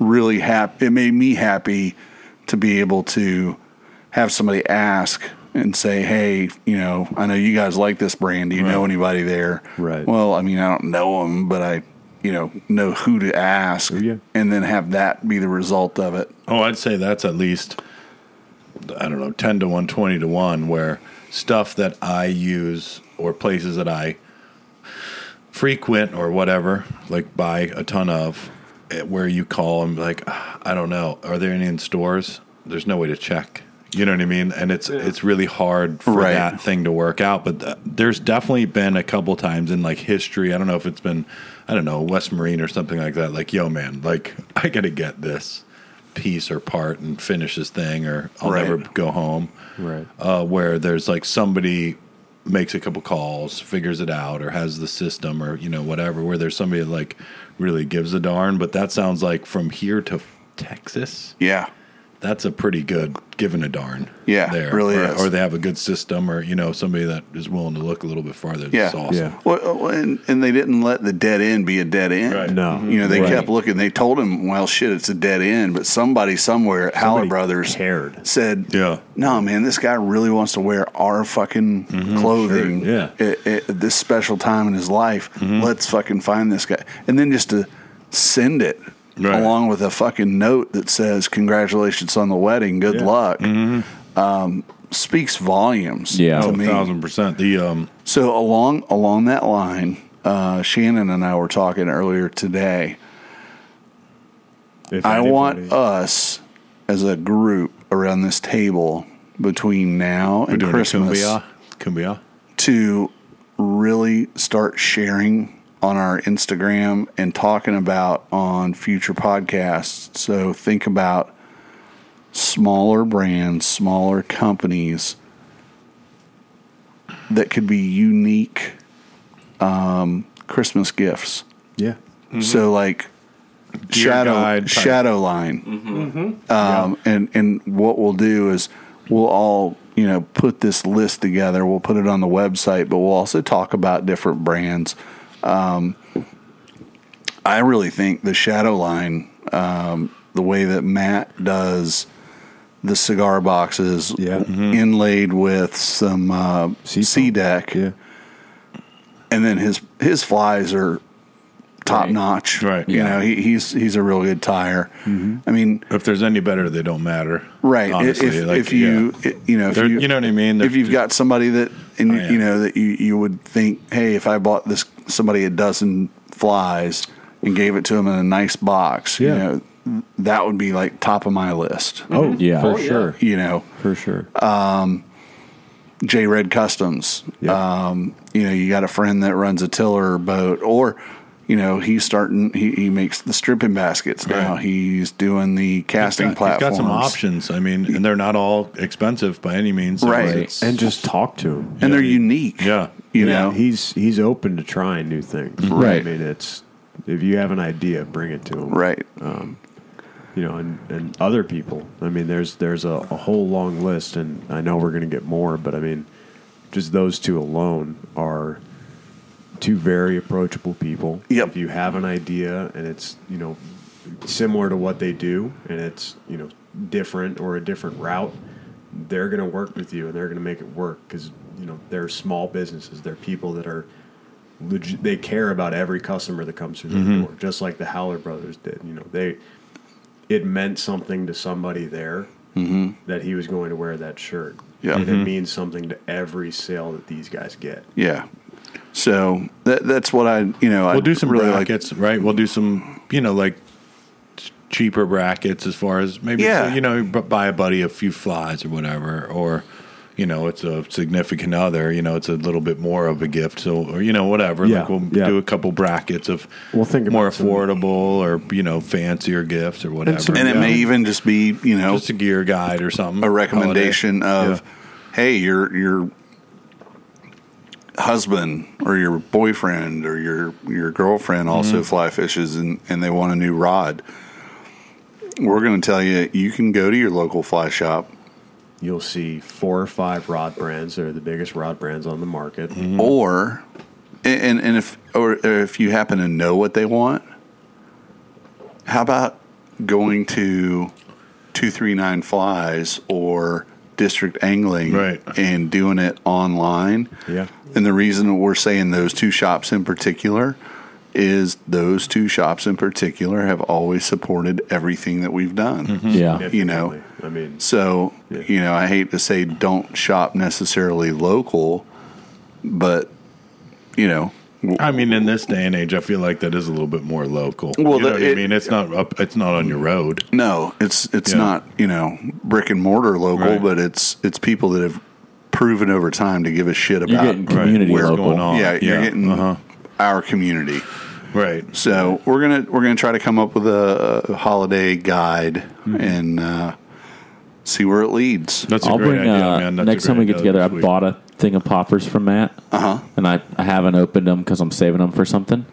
[SPEAKER 5] really happy it made me happy to be able to have somebody ask and say hey you know i know you guys like this brand do you know anybody there
[SPEAKER 4] Right.
[SPEAKER 5] well i mean i don't know them but i you know know who to ask
[SPEAKER 4] yeah.
[SPEAKER 5] and then have that be the result of it
[SPEAKER 1] Oh, I'd say that's at least I don't know, ten to one, twenty to one, where stuff that I use or places that I frequent or whatever, like buy a ton of, eh, where you call and be like, "Ah, I don't know, are there any in stores? There's no way to check. You know what I mean? And it's it's really hard for
[SPEAKER 5] Right.
[SPEAKER 1] that thing to work out. But th- there's definitely been a couple times in like history. I don't know if it's been, I don't know, West Marine or something like that. Like, yo, man, like I gotta get this piece or part and finish this thing, or I'll
[SPEAKER 5] Right.
[SPEAKER 1] never go home
[SPEAKER 4] Right.
[SPEAKER 1] uh, where there's like somebody makes a couple calls, figures it out, or has the system, or you know whatever. Where there's somebody that like really gives a darn. But that sounds like from here to Texas,
[SPEAKER 5] Yeah.
[SPEAKER 1] that's a pretty good giving a darn.
[SPEAKER 5] Yeah,
[SPEAKER 1] there
[SPEAKER 5] really
[SPEAKER 1] or,
[SPEAKER 5] is.
[SPEAKER 1] or they have a good system, or you know somebody that is willing to look a little bit farther.
[SPEAKER 5] Yeah.
[SPEAKER 1] That's awesome.
[SPEAKER 4] Yeah.
[SPEAKER 5] Well, oh, and, and they didn't let the dead end be a dead end.
[SPEAKER 1] Right. Mm-hmm.
[SPEAKER 4] No.
[SPEAKER 5] You know, they
[SPEAKER 6] Right.
[SPEAKER 5] kept looking. They told him, well, shit, it's a dead end. But somebody somewhere at Haller
[SPEAKER 4] Somebody
[SPEAKER 5] Brothers
[SPEAKER 4] cared.
[SPEAKER 5] said,
[SPEAKER 1] Yeah.
[SPEAKER 5] no, man, this guy really wants to wear our fucking clothing
[SPEAKER 4] sure,
[SPEAKER 5] at, at this special time in his life. Let's fucking find this guy. And then just to send it
[SPEAKER 1] Right.
[SPEAKER 5] along with a fucking note that says, congratulations on the wedding. Good
[SPEAKER 4] Yeah.
[SPEAKER 5] luck. Um, speaks volumes
[SPEAKER 6] Yeah.
[SPEAKER 5] to
[SPEAKER 1] Oh, a
[SPEAKER 5] me.
[SPEAKER 1] thousand percent. The um,
[SPEAKER 5] So along along that line, uh, Shannon and I were talking earlier today.
[SPEAKER 4] If
[SPEAKER 5] I want
[SPEAKER 4] anybody-
[SPEAKER 5] us as a group around this table between now
[SPEAKER 1] we're
[SPEAKER 5] and
[SPEAKER 1] doing
[SPEAKER 5] Christmas
[SPEAKER 1] a kumbia, kumbia.
[SPEAKER 5] to really start sharing on our Instagram and talking about on future podcasts. So think about smaller brands, smaller companies that could be unique um, Christmas gifts.
[SPEAKER 4] yeah.
[SPEAKER 5] So like
[SPEAKER 1] Mm-hmm. guide
[SPEAKER 5] shadow
[SPEAKER 1] type. Mm-hmm.
[SPEAKER 5] shadow line. Um, and and what we'll do is we'll all you know put this list together. We'll put it on the website, but we'll also talk about different brands. Um, I really think the shadow line, um, the way that Matt does the cigar boxes
[SPEAKER 4] Yeah. Mhm.
[SPEAKER 5] inlaid with some uh,
[SPEAKER 4] Sea
[SPEAKER 5] sea deck,
[SPEAKER 4] Yeah.
[SPEAKER 5] and then his his flies are top
[SPEAKER 6] Right.
[SPEAKER 5] notch.
[SPEAKER 1] Right.
[SPEAKER 5] You
[SPEAKER 1] Yeah.
[SPEAKER 5] know, he, he's he's a real good tire.
[SPEAKER 4] Mm-hmm.
[SPEAKER 5] I mean,
[SPEAKER 1] If there's any better, they don't matter.
[SPEAKER 5] right?
[SPEAKER 1] Honestly,
[SPEAKER 5] if
[SPEAKER 1] like,
[SPEAKER 5] if you
[SPEAKER 1] yeah.
[SPEAKER 5] it- you know if
[SPEAKER 1] They're-
[SPEAKER 5] you,
[SPEAKER 1] you know what I mean? They're
[SPEAKER 5] if you've
[SPEAKER 1] just-
[SPEAKER 5] got somebody that and
[SPEAKER 1] Oh, yeah.
[SPEAKER 5] you know that you you would think, hey, if I bought this somebody a dozen flies and gave it to him in a nice box,
[SPEAKER 4] Yeah.
[SPEAKER 5] you know, that would be like top of my list.
[SPEAKER 4] Oh,
[SPEAKER 6] Yeah.
[SPEAKER 4] For
[SPEAKER 6] Oh, yeah.
[SPEAKER 4] sure.
[SPEAKER 5] You know,
[SPEAKER 4] For sure.
[SPEAKER 5] J Red Customs.
[SPEAKER 4] Yeah.
[SPEAKER 5] Um, you know, you got a friend that runs a tiller boat, or you know, he's starting. He, he makes the stripping baskets now.
[SPEAKER 1] Right.
[SPEAKER 5] He's doing the casting
[SPEAKER 1] got- he's got
[SPEAKER 5] platforms.
[SPEAKER 1] some options. I mean, and they're not all expensive by any means. So
[SPEAKER 5] Right.
[SPEAKER 1] it's-
[SPEAKER 4] and just talk to him.
[SPEAKER 5] and they're unique.
[SPEAKER 1] Yeah.
[SPEAKER 5] you
[SPEAKER 4] Yeah,
[SPEAKER 5] know,
[SPEAKER 4] he's he's open to trying new things.
[SPEAKER 5] Right.
[SPEAKER 4] I mean, it's if you have an idea, bring it to him.
[SPEAKER 5] right.
[SPEAKER 4] You know, and, and other people. I mean, there's there's a, a whole long list, and I know we're going to get more, but I mean, just those two alone are two very approachable people.
[SPEAKER 5] Yep.
[SPEAKER 4] If you have an idea and it's you know similar to what they do, and it's you know different or a different route, they're going to work with you and they're going to make it work because you know they're small businesses. They're people that are legit, they care about every customer that comes through their
[SPEAKER 5] Mm-hmm.
[SPEAKER 4] door, just like the Howler brothers did. You know, they it meant something to somebody there that he was going to wear that shirt.
[SPEAKER 5] Mm-hmm. Yeah.
[SPEAKER 4] and
[SPEAKER 5] Mm-hmm.
[SPEAKER 4] it means something to every sale that these guys get.
[SPEAKER 5] Yeah. So that that's what I you know I
[SPEAKER 1] we'll do some
[SPEAKER 5] really like
[SPEAKER 1] brackets, right? We'll do some, you know, like ch- cheaper brackets as far as maybe,
[SPEAKER 5] Yeah.
[SPEAKER 1] so, you know, b- buy a buddy a few flies or whatever, or, you know, it's a significant other, you know, it's a little bit more of a gift. So, or, you know, whatever.
[SPEAKER 4] Yeah,
[SPEAKER 1] Like we'll
[SPEAKER 4] yeah.
[SPEAKER 1] do a couple brackets of
[SPEAKER 4] We'll think
[SPEAKER 1] more
[SPEAKER 4] about some-
[SPEAKER 1] affordable or, you know, fancier gifts or whatever.
[SPEAKER 4] some-
[SPEAKER 5] and it may
[SPEAKER 1] Yeah.
[SPEAKER 5] even just be you know
[SPEAKER 1] just a gear guide or something.
[SPEAKER 5] a recommendation
[SPEAKER 1] Holiday.
[SPEAKER 5] of, hey, your your husband or your boyfriend or your your girlfriend
[SPEAKER 1] Mm-hmm.
[SPEAKER 5] also fly fishes and, and they want a new rod. We're going to tell you you can go to your local fly shop
[SPEAKER 4] You'll see four or five rod brands. They're the biggest rod brands on the market.
[SPEAKER 5] Mm-hmm. or and and if or if you happen to know what they want, how about going to two three nine flies or district angling
[SPEAKER 1] Right.
[SPEAKER 5] and doing it online?
[SPEAKER 4] Yeah.
[SPEAKER 5] And the reason we're saying those two shops in particular is those two shops in particular have always supported everything that we've done.
[SPEAKER 6] Yeah.
[SPEAKER 5] You know.
[SPEAKER 4] Definitely. I mean,
[SPEAKER 5] So, you know, I hate to say don't shop necessarily local, but, you know, w-
[SPEAKER 1] I mean, in this day and age, I feel like that is a little bit more local.
[SPEAKER 5] Well,
[SPEAKER 1] you know
[SPEAKER 5] the-
[SPEAKER 1] what I
[SPEAKER 5] it-
[SPEAKER 1] mean, it's not up, it's not on your road.
[SPEAKER 5] no, it's it's
[SPEAKER 1] Yeah.
[SPEAKER 5] not, you know, brick and mortar local,
[SPEAKER 1] Right.
[SPEAKER 5] but it's it's people that have proven over time to give a shit
[SPEAKER 6] You're
[SPEAKER 5] about
[SPEAKER 6] getting community
[SPEAKER 1] where's
[SPEAKER 6] local.
[SPEAKER 1] going on.
[SPEAKER 5] Yeah, you're
[SPEAKER 1] Yeah,
[SPEAKER 5] getting
[SPEAKER 1] uh-huh.
[SPEAKER 5] our community.
[SPEAKER 1] Right.
[SPEAKER 5] So, we're
[SPEAKER 1] Mm-hmm.
[SPEAKER 5] going to we're going to try to come up with a, a holiday guide and uh see where it leads.
[SPEAKER 1] That's a
[SPEAKER 6] I'll
[SPEAKER 1] great
[SPEAKER 6] bring
[SPEAKER 1] idea,
[SPEAKER 6] uh,
[SPEAKER 1] man. That's a
[SPEAKER 6] next time
[SPEAKER 1] great
[SPEAKER 6] we get
[SPEAKER 1] idea
[SPEAKER 6] together. I
[SPEAKER 1] this week.
[SPEAKER 6] bought a thing of poppers from Matt, uh-huh. and I, I haven't opened them because I'm saving them for something.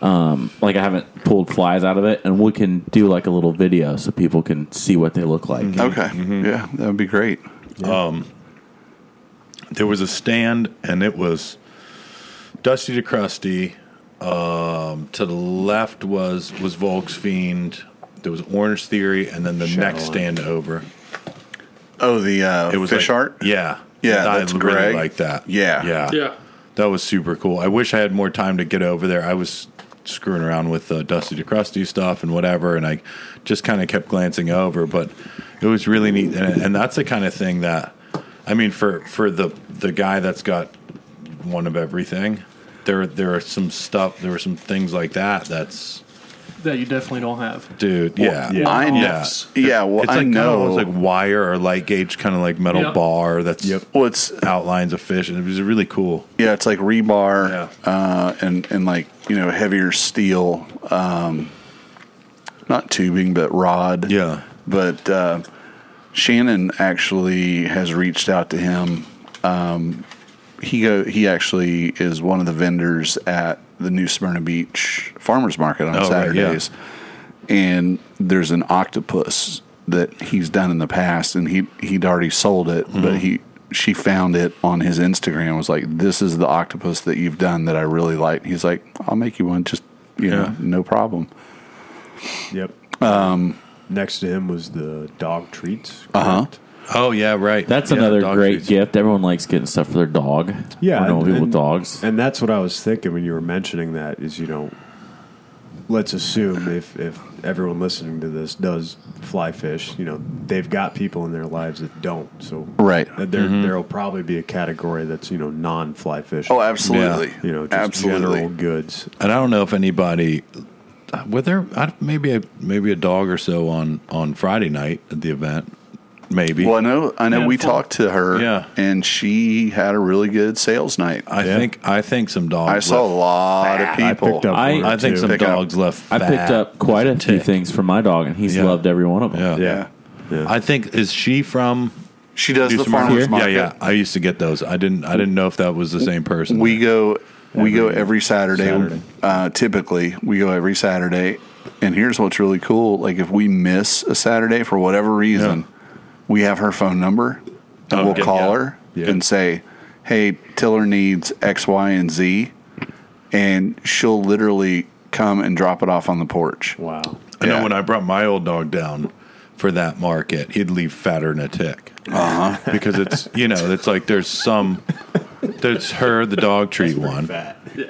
[SPEAKER 6] Um, like I haven't pulled flies out of it, and we can do like a little video so people can see what they look like.
[SPEAKER 1] Mm-hmm.
[SPEAKER 5] Okay. Yeah, that would be great.
[SPEAKER 1] there was a stand and it was dusty to crusty um, to the left was was volk's fiend there was orange theory and then the next stand over
[SPEAKER 5] Oh, the uh,
[SPEAKER 1] it was
[SPEAKER 5] fish
[SPEAKER 1] like-
[SPEAKER 5] art.
[SPEAKER 1] yeah
[SPEAKER 5] Yeah,
[SPEAKER 1] i
[SPEAKER 5] that's
[SPEAKER 1] really
[SPEAKER 5] Greg.
[SPEAKER 1] like that
[SPEAKER 5] Yeah.
[SPEAKER 1] yeah
[SPEAKER 3] Yeah.
[SPEAKER 1] that was super cool i wish i had more time to get over there i was screwing around with uh, dusty to crusty stuff and whatever and i just kind of kept glancing over but it was really neat and, and that's the kind of thing that i mean for for the the guy that's got one of everything. There, there are some stuff. There are some things like that. That's
[SPEAKER 3] That you definitely don't have.
[SPEAKER 1] dude. Yeah,
[SPEAKER 4] yeah.
[SPEAKER 5] I know. Yeah.
[SPEAKER 1] Yeah.
[SPEAKER 5] well,
[SPEAKER 1] It's
[SPEAKER 5] I
[SPEAKER 1] like
[SPEAKER 5] know.
[SPEAKER 1] Kind of, it's like wire or light gauge, kind of like metal
[SPEAKER 3] Yeah.
[SPEAKER 1] bar. That's
[SPEAKER 5] well, it's
[SPEAKER 1] outlines of fish, and it was really cool.
[SPEAKER 5] yeah, it's like rebar
[SPEAKER 1] Yeah.
[SPEAKER 5] uh, and and like you know heavier steel, um, not tubing but rod.
[SPEAKER 1] Yeah.
[SPEAKER 5] but uh, Shannon actually has reached out to him. Um, he go he actually is one of the vendors at the New Smyrna Beach Farmers Market on
[SPEAKER 1] Oh, right,
[SPEAKER 5] Saturdays, and there's an octopus that he's done in the past, and he he'd already sold it,
[SPEAKER 4] Mm-hmm.
[SPEAKER 5] but he she found it on his Instagram. and Was like, this is the octopus that you've done that I really like. He's like, I'll make you one, just you know, no problem.
[SPEAKER 4] Yep.
[SPEAKER 5] Um,
[SPEAKER 4] Next to him was the dog treats.
[SPEAKER 5] Uh huh.
[SPEAKER 1] Oh yeah, right.
[SPEAKER 6] That's
[SPEAKER 1] Yeah,
[SPEAKER 6] another
[SPEAKER 1] dog
[SPEAKER 6] great
[SPEAKER 1] treats.
[SPEAKER 6] gift. Everyone likes getting stuff for their dog.
[SPEAKER 4] Yeah,
[SPEAKER 6] I know
[SPEAKER 4] and-
[SPEAKER 6] people with
[SPEAKER 4] and-
[SPEAKER 6] dogs.
[SPEAKER 4] And that's what I was thinking when you were mentioning that is, you know, let's assume if, if everyone listening to this does fly fish, you know, they've got people in their lives that don't. So
[SPEAKER 5] Right.
[SPEAKER 4] there
[SPEAKER 1] Mm-hmm.
[SPEAKER 4] there'll probably be a category that's, you know, non fly fish.
[SPEAKER 5] Oh, absolutely.
[SPEAKER 4] you know, just general goods.
[SPEAKER 1] And I don't know if anybody were there. I, maybe a maybe a dog or so on on Friday night at the event. Maybe.
[SPEAKER 5] Well, I know, I know.
[SPEAKER 3] Yeah,
[SPEAKER 5] we
[SPEAKER 3] full-
[SPEAKER 5] talked to her,
[SPEAKER 1] Yeah.
[SPEAKER 5] and she had a really good sales night. I,
[SPEAKER 1] I
[SPEAKER 4] Yeah.
[SPEAKER 1] think I think some dogs.
[SPEAKER 5] saw a
[SPEAKER 1] Left,
[SPEAKER 5] lot of
[SPEAKER 4] I
[SPEAKER 5] people.
[SPEAKER 4] picked up.
[SPEAKER 6] I-
[SPEAKER 4] one or
[SPEAKER 1] I think
[SPEAKER 4] two.
[SPEAKER 1] some
[SPEAKER 5] Pick up.
[SPEAKER 1] dogs left.
[SPEAKER 6] I picked
[SPEAKER 1] fat.
[SPEAKER 6] up quite a few things for my dog, and he's
[SPEAKER 1] Yeah.
[SPEAKER 6] loved every one of them.
[SPEAKER 1] Yeah.
[SPEAKER 4] Yeah.
[SPEAKER 1] I think is she from
[SPEAKER 5] She does the
[SPEAKER 1] Houston Market?
[SPEAKER 5] farmers market.
[SPEAKER 1] Yeah, yeah. I used to get those. I didn't. I didn't know if that was the same person.
[SPEAKER 5] We go, we go every Saturday.
[SPEAKER 4] Saturday.
[SPEAKER 5] Uh, typically, we go every Saturday. And here's what's really cool: like if we miss a Saturday for whatever reason, we have her phone number, and
[SPEAKER 1] Oh,
[SPEAKER 5] we'll
[SPEAKER 1] yeah,
[SPEAKER 5] call
[SPEAKER 1] yeah.
[SPEAKER 5] her
[SPEAKER 4] Yeah.
[SPEAKER 5] and say, "Hey, Tiller needs X, Y, and Z," and she'll literally come and drop it off on the porch.
[SPEAKER 4] Wow.
[SPEAKER 1] I
[SPEAKER 5] yeah.
[SPEAKER 1] know when I brought my old dog down for that market, he'd leave fatter than a tick. Uh-huh. because it's you know it's like there's some there's her the dog treat one.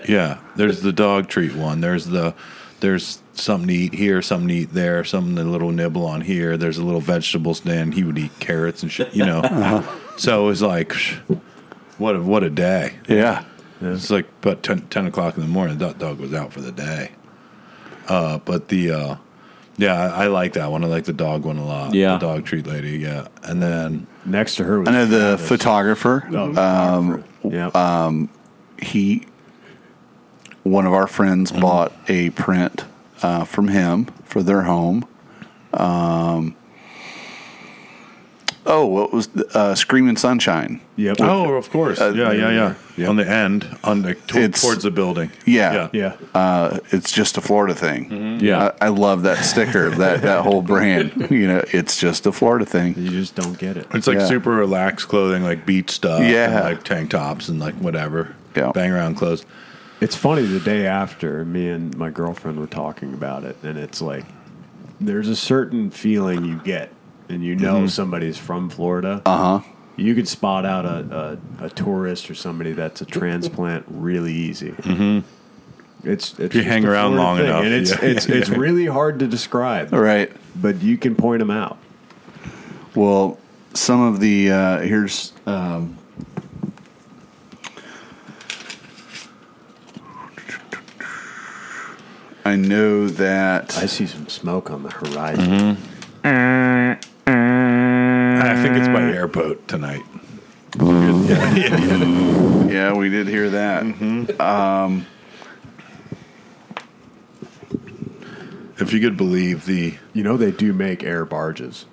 [SPEAKER 1] Yeah, there's the dog treat one. There's the there's something to eat here, something to eat there, something to little nibble on here. There's a little vegetable stand. He would eat carrots and shit, you know. So it was like, what a, what a day.
[SPEAKER 5] Yeah.
[SPEAKER 1] It's like but 10, 10 o'clock in the morning. That dog was out for the day. Uh, but the uh, yeah, I, I like that one. I like the dog one a lot.
[SPEAKER 6] Yeah.
[SPEAKER 1] the dog treat lady. Yeah, and then
[SPEAKER 4] Next to her was
[SPEAKER 5] I know uh, the photographer.
[SPEAKER 4] um, yeah.
[SPEAKER 5] He, one of our friends, bought a print uh, from him for their home. Um, oh, what was the, uh, Screaming Sunshine?
[SPEAKER 4] yep.
[SPEAKER 1] oh, of course,
[SPEAKER 5] uh,
[SPEAKER 1] yeah, yeah, yeah, On the end, on the to-
[SPEAKER 5] It's-
[SPEAKER 1] towards the building.
[SPEAKER 5] Yeah,
[SPEAKER 4] yeah.
[SPEAKER 5] Uh, it's just a Florida thing.
[SPEAKER 1] Uh,
[SPEAKER 6] Yeah.
[SPEAKER 5] I, I love that sticker. that that whole brand. You know, it's just a Florida thing.
[SPEAKER 4] You just don't get it.
[SPEAKER 1] It's like
[SPEAKER 5] Yeah.
[SPEAKER 1] super relaxed clothing, like beach stuff, and,
[SPEAKER 5] Yeah.
[SPEAKER 1] like tank tops and like whatever,
[SPEAKER 5] Yeah.
[SPEAKER 1] bang around clothes.
[SPEAKER 4] It's funny the day after me and my girlfriend were talking about it, and it's like there's a certain feeling you get, and you know
[SPEAKER 1] Mm-hmm.
[SPEAKER 4] somebody's from Florida.
[SPEAKER 1] Uh-huh.
[SPEAKER 4] Uh huh. You could spot out a, a, a tourist or somebody that's a transplant really easy. Mm-hmm. It's, it's
[SPEAKER 1] you
[SPEAKER 4] just
[SPEAKER 1] hang
[SPEAKER 4] a
[SPEAKER 1] around
[SPEAKER 4] Florida
[SPEAKER 1] long
[SPEAKER 4] thing,
[SPEAKER 1] enough,
[SPEAKER 4] and it's
[SPEAKER 1] yeah.
[SPEAKER 4] it's it's really hard to describe,
[SPEAKER 5] All right.
[SPEAKER 4] but you can point them out.
[SPEAKER 5] Well, some of the uh, here's um, I know that
[SPEAKER 4] I see some smoke on the horizon.
[SPEAKER 1] Mm-hmm. I think it's by airboat tonight.
[SPEAKER 5] yeah we did hear that
[SPEAKER 1] If you could believe the
[SPEAKER 4] You know they do make air barges.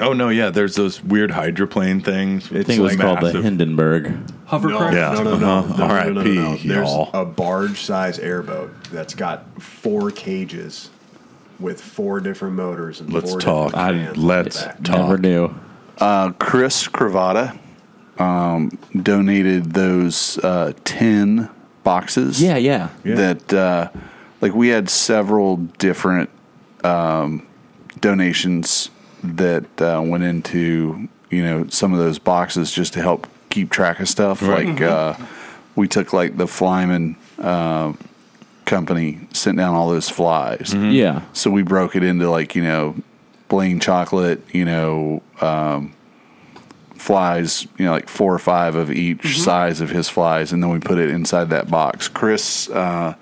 [SPEAKER 1] Oh no, yeah. There's those weird hydroplane things.
[SPEAKER 6] I think it was called the Hindenburg.
[SPEAKER 3] Hovercraft.
[SPEAKER 1] Yeah.
[SPEAKER 4] No, no, no. no,
[SPEAKER 1] Uh-huh.
[SPEAKER 4] no,
[SPEAKER 1] R.I.P.,
[SPEAKER 4] no, no, no. There's
[SPEAKER 1] y'all.
[SPEAKER 4] a barge-size airboat that's got four cages with four different motors and
[SPEAKER 1] Let's
[SPEAKER 4] four
[SPEAKER 1] talk.
[SPEAKER 4] different
[SPEAKER 1] I-
[SPEAKER 4] fans.
[SPEAKER 1] let's talk.
[SPEAKER 6] Never knew.
[SPEAKER 5] Uh, Chris Cravata um, donated those uh, 10 boxes.
[SPEAKER 6] Yeah, yeah.
[SPEAKER 5] that uh, like we had several different um, donations that uh, went into you know some of those boxes just to help keep track of stuff. Like uh, we took like the Flyman uh, company sent down all those flies,
[SPEAKER 6] Yeah.
[SPEAKER 5] so we broke it into like you know Blaine chocolate, you know. Um, flies you know like four or five of each
[SPEAKER 1] Mm-hmm.
[SPEAKER 5] size of his flies and then we put it inside that box chris uh,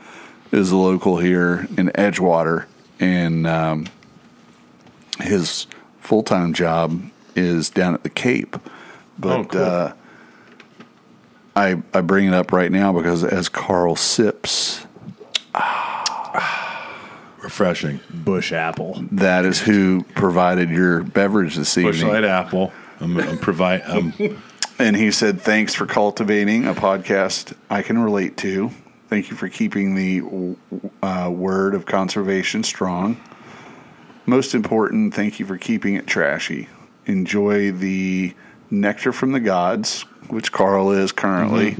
[SPEAKER 5] is a local here in edgewater and um, his full-time job is down at the cape but
[SPEAKER 1] Oh, cool.
[SPEAKER 5] uh, I, I bring it up right now because as carl sips
[SPEAKER 1] refreshing
[SPEAKER 4] bush apple.
[SPEAKER 5] that is who provided your beverage this evening
[SPEAKER 1] bushlight apple. I'm, I'm provide. I'm
[SPEAKER 5] And he said, Thanks for cultivating a podcast I can relate to. Thank you for keeping the uh, word of conservation strong. Most important, thank you for keeping it trashy. Enjoy the nectar from the gods, which Carl is currently.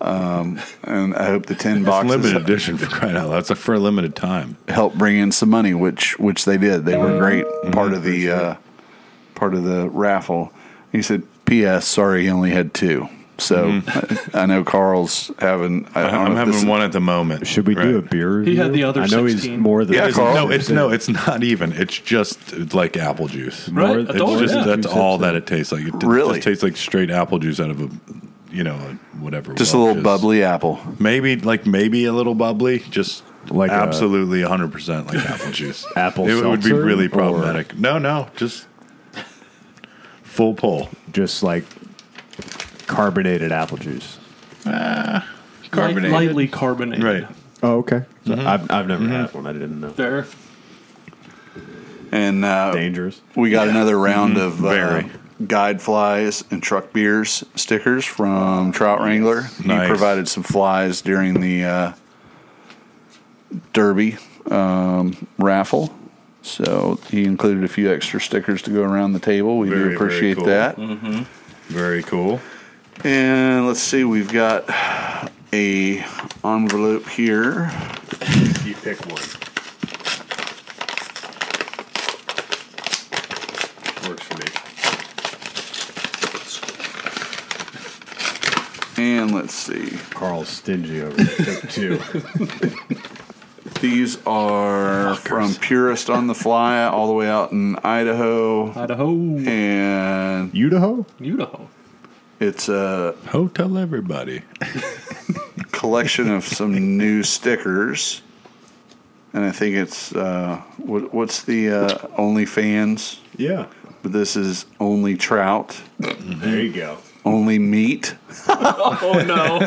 [SPEAKER 5] Um, and I hope the 10
[SPEAKER 1] Mm-hmm. it's limited
[SPEAKER 5] boxes
[SPEAKER 1] edition for crying out loud. It's a, for a limited time.
[SPEAKER 5] help bring in some money, which which they did. They were great part of the uh, part of the raffle. He said, "P.S. Sorry, he only had two. So I, I know Carl's having. I, don't know
[SPEAKER 1] Mm-hmm.
[SPEAKER 5] if
[SPEAKER 1] I'm
[SPEAKER 5] this
[SPEAKER 1] having
[SPEAKER 5] is-
[SPEAKER 1] one at the moment.
[SPEAKER 4] Should we do a beer review?
[SPEAKER 3] had the other
[SPEAKER 4] I know he's
[SPEAKER 3] 16.
[SPEAKER 4] more than
[SPEAKER 5] Yeah,
[SPEAKER 1] It's-
[SPEAKER 5] Carl.
[SPEAKER 1] no, it's no, it's not even. It's just like apple juice.
[SPEAKER 3] Right, I
[SPEAKER 1] It's
[SPEAKER 3] told you,
[SPEAKER 1] just
[SPEAKER 3] yeah.
[SPEAKER 1] that's all that it tastes like. It t-
[SPEAKER 5] Really?
[SPEAKER 1] just tastes like straight apple juice out of a, you know, a- whatever.
[SPEAKER 5] Just a little
[SPEAKER 1] Welch's.
[SPEAKER 5] bubbly apple.
[SPEAKER 1] Maybe like maybe a little bubbly. Just
[SPEAKER 4] Like
[SPEAKER 1] like
[SPEAKER 4] a-
[SPEAKER 1] absolutely 100 percent like apple juice.
[SPEAKER 4] Apple
[SPEAKER 1] It would be
[SPEAKER 4] seltzer
[SPEAKER 1] really
[SPEAKER 4] or-
[SPEAKER 1] problematic. No, no, just full pull.
[SPEAKER 4] just like carbonated apple juice.
[SPEAKER 3] Light,
[SPEAKER 1] Carbonated.
[SPEAKER 3] lightly carbonated.
[SPEAKER 1] Right.
[SPEAKER 4] Oh, okay. So
[SPEAKER 3] Mm-hmm.
[SPEAKER 4] I've, I've never had one. I didn't know.
[SPEAKER 3] There.
[SPEAKER 5] And uh,
[SPEAKER 4] Dangerous.
[SPEAKER 5] we got another round of uh,
[SPEAKER 1] Very.
[SPEAKER 5] guide flies and truck beers stickers from Trout Wrangler. He
[SPEAKER 1] Nice.
[SPEAKER 5] provided some flies during the uh, Derby um, raffle. So he included a few extra stickers to go around the table. We
[SPEAKER 1] Very,
[SPEAKER 5] do
[SPEAKER 1] very
[SPEAKER 5] appreciate
[SPEAKER 1] cool. Mm-hmm.
[SPEAKER 5] that.
[SPEAKER 1] Very cool.
[SPEAKER 5] And let's see, we've got a envelope here.
[SPEAKER 1] You pick one. Works for me.
[SPEAKER 5] And let's see.
[SPEAKER 4] Carl's stingy over there. Took two.
[SPEAKER 5] These are from Purist on the Fly all the way out in Idaho.
[SPEAKER 3] Idaho.
[SPEAKER 5] And
[SPEAKER 4] Idaho?
[SPEAKER 3] Idaho.
[SPEAKER 5] it's a
[SPEAKER 1] Hotel everybody.
[SPEAKER 5] collection of some new stickers. And I think it's uh, what, what's the uh, OnlyFans?
[SPEAKER 4] Yeah.
[SPEAKER 5] But this is only trout,
[SPEAKER 4] There you go.
[SPEAKER 5] only meat,
[SPEAKER 3] Oh no.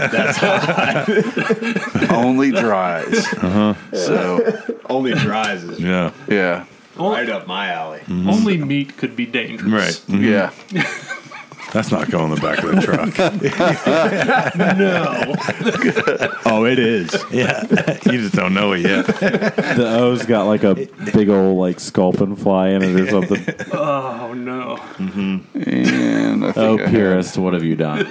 [SPEAKER 5] only dries. So
[SPEAKER 4] Only dries is
[SPEAKER 1] Yeah.
[SPEAKER 5] yeah,
[SPEAKER 4] right up my alley.
[SPEAKER 3] Only meat could be dangerous.
[SPEAKER 1] Right.
[SPEAKER 5] yeah.
[SPEAKER 1] That's not going in the back of the truck.
[SPEAKER 3] No.
[SPEAKER 4] Oh, it is.
[SPEAKER 1] yeah. You just don't know it yet.
[SPEAKER 6] The O's got like a big old like sculpin fly in it or something.
[SPEAKER 3] Oh no.
[SPEAKER 5] And I
[SPEAKER 6] Oh,
[SPEAKER 5] think I-
[SPEAKER 6] purist, what have you done?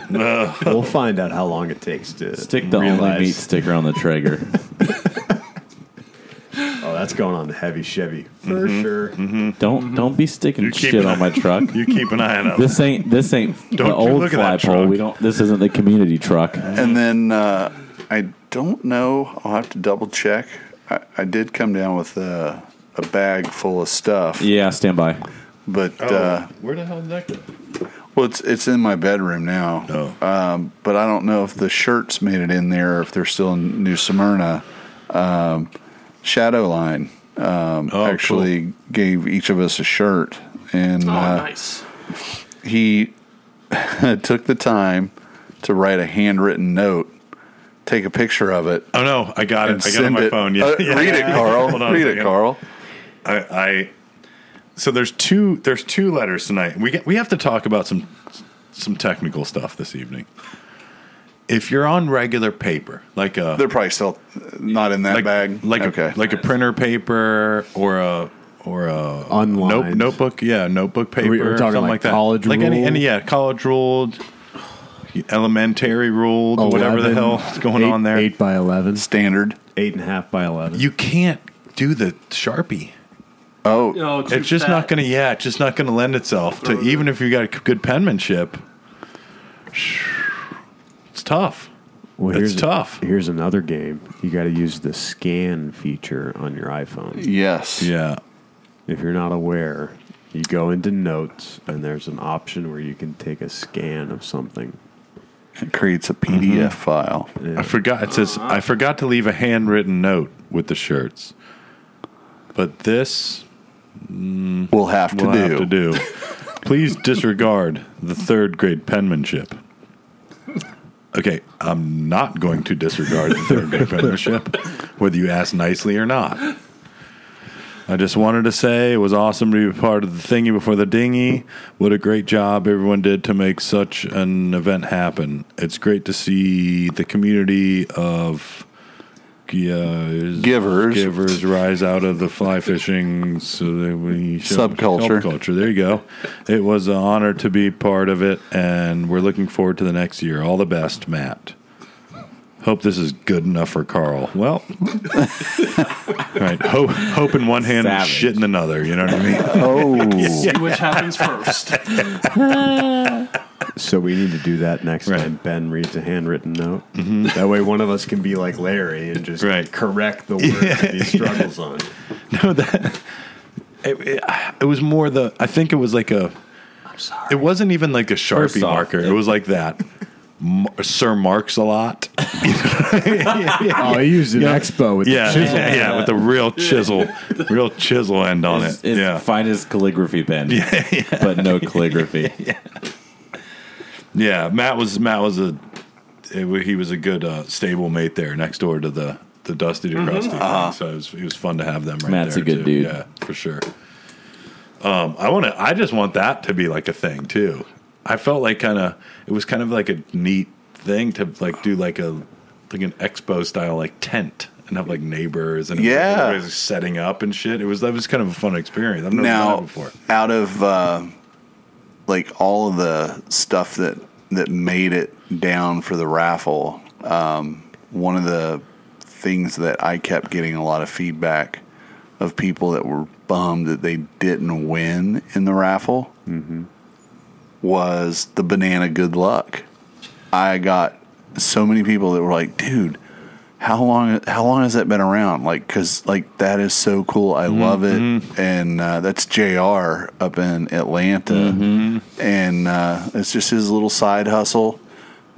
[SPEAKER 4] we'll find out how long it takes to
[SPEAKER 6] Stick the
[SPEAKER 4] realize-
[SPEAKER 6] only meat sticker on the Traeger.
[SPEAKER 4] Oh, that's going on the heavy Chevy Mm-hmm. for sure.
[SPEAKER 6] Don't don't be sticking
[SPEAKER 1] Mm-hmm. You keep
[SPEAKER 6] shit
[SPEAKER 1] it
[SPEAKER 6] on
[SPEAKER 1] up.
[SPEAKER 6] my truck.
[SPEAKER 1] You keep an eye on them.
[SPEAKER 6] This ain't this ain't
[SPEAKER 1] Don't
[SPEAKER 6] the
[SPEAKER 1] you
[SPEAKER 6] old
[SPEAKER 1] look at
[SPEAKER 6] fly
[SPEAKER 1] that
[SPEAKER 6] pole.
[SPEAKER 1] truck.
[SPEAKER 6] We don't. This isn't the community truck.
[SPEAKER 5] And then uh, I don't know. I'll have to double check. I, I did come down with a, a bag full of stuff,
[SPEAKER 6] Yeah, stand by.
[SPEAKER 5] but
[SPEAKER 1] Oh.
[SPEAKER 5] uh,
[SPEAKER 1] where the hell did that go?
[SPEAKER 5] well, it's it's in my bedroom now.
[SPEAKER 1] Oh.
[SPEAKER 5] Um, but I don't know if the shirts made it in there, or if they're still in New Smyrna. Um, Shadowline um,
[SPEAKER 1] Oh,
[SPEAKER 5] actually gave each of us a shirt, and
[SPEAKER 3] Oh
[SPEAKER 5] uh,
[SPEAKER 3] nice.
[SPEAKER 5] he took the time to write a handwritten note, take a picture of it,
[SPEAKER 1] Oh no, I got
[SPEAKER 5] and
[SPEAKER 1] it. I got it on
[SPEAKER 5] send
[SPEAKER 1] my
[SPEAKER 5] it.
[SPEAKER 1] phone. Yeah,
[SPEAKER 5] Uh,
[SPEAKER 1] yeah.
[SPEAKER 5] Read it, Carl.
[SPEAKER 1] Hold on a
[SPEAKER 5] read it,
[SPEAKER 1] second.
[SPEAKER 5] Carl.
[SPEAKER 1] I, I so there's two there's two letters tonight. We get, we have to talk about some some technical stuff this evening. If you're on regular paper, like a
[SPEAKER 5] They're probably still not in that
[SPEAKER 1] like,
[SPEAKER 5] bag.
[SPEAKER 1] like
[SPEAKER 5] okay.
[SPEAKER 1] a, like a printer paper or a or a
[SPEAKER 4] Online.
[SPEAKER 1] note, notebook, yeah, notebook paper,
[SPEAKER 4] we- we're talking
[SPEAKER 1] something
[SPEAKER 4] like
[SPEAKER 1] like, that.
[SPEAKER 4] college
[SPEAKER 1] like any,
[SPEAKER 4] ruled?
[SPEAKER 1] any, yeah, college ruled, elementary ruled, Oh, whatever the
[SPEAKER 4] 11,
[SPEAKER 1] hell is going
[SPEAKER 4] eight-
[SPEAKER 1] on there.
[SPEAKER 4] Eight by eleven,
[SPEAKER 5] standard.
[SPEAKER 4] eight and a half by eleven.
[SPEAKER 1] You can't do the sharpie.
[SPEAKER 5] Oh,
[SPEAKER 3] Oh, too
[SPEAKER 1] it's just
[SPEAKER 3] fat.
[SPEAKER 1] not going to yeah it's just not going to lend itself to even if you got c- good penmanship it's tough
[SPEAKER 4] Well,
[SPEAKER 1] That's
[SPEAKER 4] here's a-
[SPEAKER 1] tough.
[SPEAKER 4] here's another game. You got to use the scan feature on your iPhone.
[SPEAKER 5] yes.
[SPEAKER 1] yeah
[SPEAKER 4] If you're not aware, you go into Notes and there's an option where you can take a scan of something.
[SPEAKER 5] It creates a
[SPEAKER 1] Mm-hmm.
[SPEAKER 5] PDF file.
[SPEAKER 1] i forgot it says i forgot to leave a handwritten note with the shirts but this
[SPEAKER 5] We'll have to
[SPEAKER 1] will
[SPEAKER 5] do.
[SPEAKER 1] have to do please disregard the third grade penmanship okay i'm not going to disregard the third grade penmanship whether you ask nicely or not I just wanted to say it was awesome to be part of the thingy before the dinghy. What a great job everyone did to make such an event happen. It's great to see the community of yeah,
[SPEAKER 5] Givers.
[SPEAKER 1] givers rise out of the fly fishing so that we
[SPEAKER 5] Subculture.
[SPEAKER 1] subculture. There you go. It was an honor to be part of it, and we're looking forward to the next year. All the best, Matt. Hope this is good enough for Carl. Well, right. Hope, hope in one hand and
[SPEAKER 6] Savage.
[SPEAKER 1] shit in another. You know what I mean?
[SPEAKER 5] Oh,
[SPEAKER 3] See which happens first.
[SPEAKER 4] So we need to do that next
[SPEAKER 1] Right.
[SPEAKER 4] time Ben reads a handwritten note. That way, one of us can be like Larry and just
[SPEAKER 1] Right.
[SPEAKER 4] correct the words that he struggles on.
[SPEAKER 1] no, that it, it, it was more the. I think it was like a. It wasn't even like a
[SPEAKER 6] First
[SPEAKER 1] sharpie
[SPEAKER 6] off,
[SPEAKER 1] marker. It
[SPEAKER 6] it-
[SPEAKER 1] was like that. M- Sir marks a lot.
[SPEAKER 4] Oh, he used an expo with
[SPEAKER 1] Yeah,
[SPEAKER 4] the chisel.
[SPEAKER 1] yeah, yeah, with the real chisel, real chisel end on
[SPEAKER 6] It's,
[SPEAKER 1] it.
[SPEAKER 6] it's
[SPEAKER 1] yeah,
[SPEAKER 6] finest calligraphy pen, but no calligraphy.
[SPEAKER 1] yeah. Matt was Matt was a it wa- he was a good uh, stable mate there next door to the the Dusty
[SPEAKER 5] Mm-hmm.
[SPEAKER 1] to Crusty. thing.
[SPEAKER 5] Uh-huh.
[SPEAKER 1] So it was, it was fun to have them. right
[SPEAKER 6] Matt's
[SPEAKER 1] there,
[SPEAKER 6] a good
[SPEAKER 1] too.
[SPEAKER 6] dude.
[SPEAKER 1] Yeah, for sure. Um, I want to. I just want that to be like a thing too. I felt like kind of it was kind of like a neat thing to like do like a like an expo style like tent and have like neighbors and it was, like,
[SPEAKER 5] Yeah.
[SPEAKER 1] everybody's setting up and shit. It was that was kind of a fun experience. I've never done that
[SPEAKER 5] now
[SPEAKER 1] before.
[SPEAKER 5] out of uh, like all of the stuff that that made it down for the raffle um, one of the things that i kept getting a lot of feedback of people that were bummed that they didn't win in the raffle was the banana good luck i got so many people that were like dude how long how long has that been around like because like that is so cool i love it and uh, that's jr up in atlanta and uh, it's just his little side hustle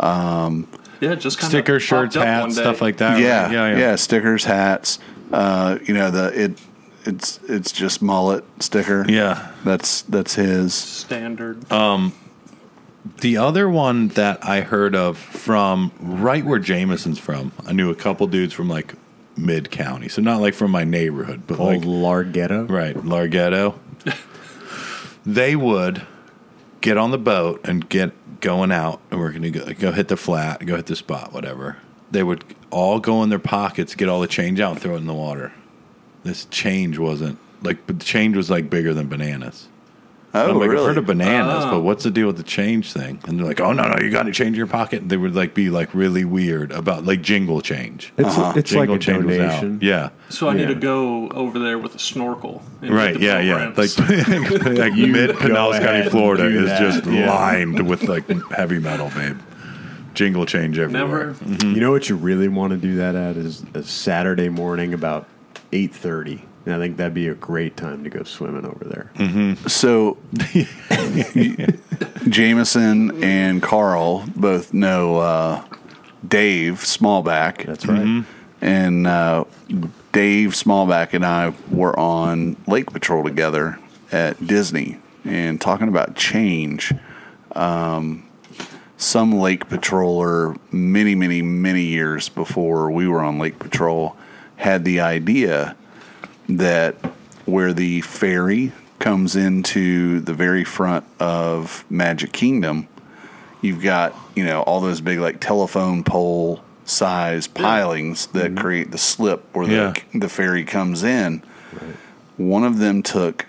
[SPEAKER 3] Yeah, just kind
[SPEAKER 1] Sticker shirts, hats, stuff like that. Oh, right?
[SPEAKER 5] yeah, yeah stickers hats uh, you know the it it's it's just mullet sticker
[SPEAKER 1] Yeah.
[SPEAKER 5] that's that's his
[SPEAKER 3] Standard.
[SPEAKER 1] Uh, The other one that I heard of from right where Jameson's from, I knew a couple dudes from like mid county. So not like from my neighborhood, but
[SPEAKER 4] Old
[SPEAKER 1] like
[SPEAKER 4] Larghetto.
[SPEAKER 1] right, Larghetto. they would get on the boat and get going out and we're going to go, go hit the flat, go hit the spot, whatever. They would all go in their pockets, get all the change out, and throw it in the water. This change wasn't like, but the change was like bigger than bananas.
[SPEAKER 5] oh
[SPEAKER 1] I'm like,
[SPEAKER 5] really
[SPEAKER 1] I've heard of bananas,
[SPEAKER 3] Oh.
[SPEAKER 1] but what's the deal with the change thing? And they're like, oh, no, no, you got to change in your pocket. And they would like be like really weird about like jingle change.
[SPEAKER 4] It's,
[SPEAKER 5] Uh-huh.
[SPEAKER 4] it's like a
[SPEAKER 1] jingle was out.
[SPEAKER 4] donation.
[SPEAKER 1] Yeah.
[SPEAKER 3] so I need
[SPEAKER 4] yeah.
[SPEAKER 3] to go over there with a snorkel. and hit
[SPEAKER 1] Right.
[SPEAKER 3] the
[SPEAKER 1] Yeah.
[SPEAKER 3] bell
[SPEAKER 1] Yeah.
[SPEAKER 3] ramps.
[SPEAKER 1] Like, like mid Pinellas County,
[SPEAKER 4] ahead,
[SPEAKER 1] Florida
[SPEAKER 4] do
[SPEAKER 1] is
[SPEAKER 4] that.
[SPEAKER 1] just
[SPEAKER 4] Yeah.
[SPEAKER 1] lined with like heavy metal, babe. Jingle change everywhere.
[SPEAKER 3] never.
[SPEAKER 1] Mm-hmm.
[SPEAKER 4] You know what you really want to do that at is a Saturday morning about eight thirty. And I think that'd be a great time to go swimming over there.
[SPEAKER 5] so jameson and carl both know uh, dave smallback
[SPEAKER 4] That's right.
[SPEAKER 1] Mm-hmm.
[SPEAKER 5] and uh, Dave Smallback and I were on Lake Patrol together at Disney and talking about change. Um, some Lake Patroller, many, many, many years before we were on Lake Patrol, had the idea that where the ferry comes into the very front of Magic Kingdom, you've got you know all those big like telephone pole size pilings that create the slip where
[SPEAKER 1] Yeah.
[SPEAKER 5] the the ferry comes in. One of them took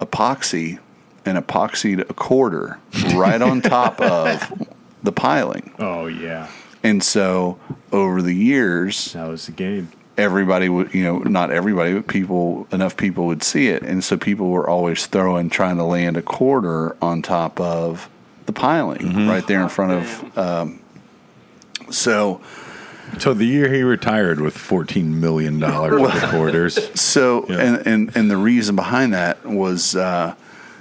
[SPEAKER 5] epoxy and epoxied a quarter right on top of the piling.
[SPEAKER 4] Oh yeah,
[SPEAKER 5] And so over the years,
[SPEAKER 4] that was the game.
[SPEAKER 5] everybody would, you know, not everybody, but people, enough people would see it. And so people were always throwing, trying to land a quarter on top of the piling right there in front of. Um, so,
[SPEAKER 1] So the year he retired with fourteen million dollars worth of quarters.
[SPEAKER 5] so,
[SPEAKER 1] Yeah.
[SPEAKER 5] and, and, and the reason behind that was, uh,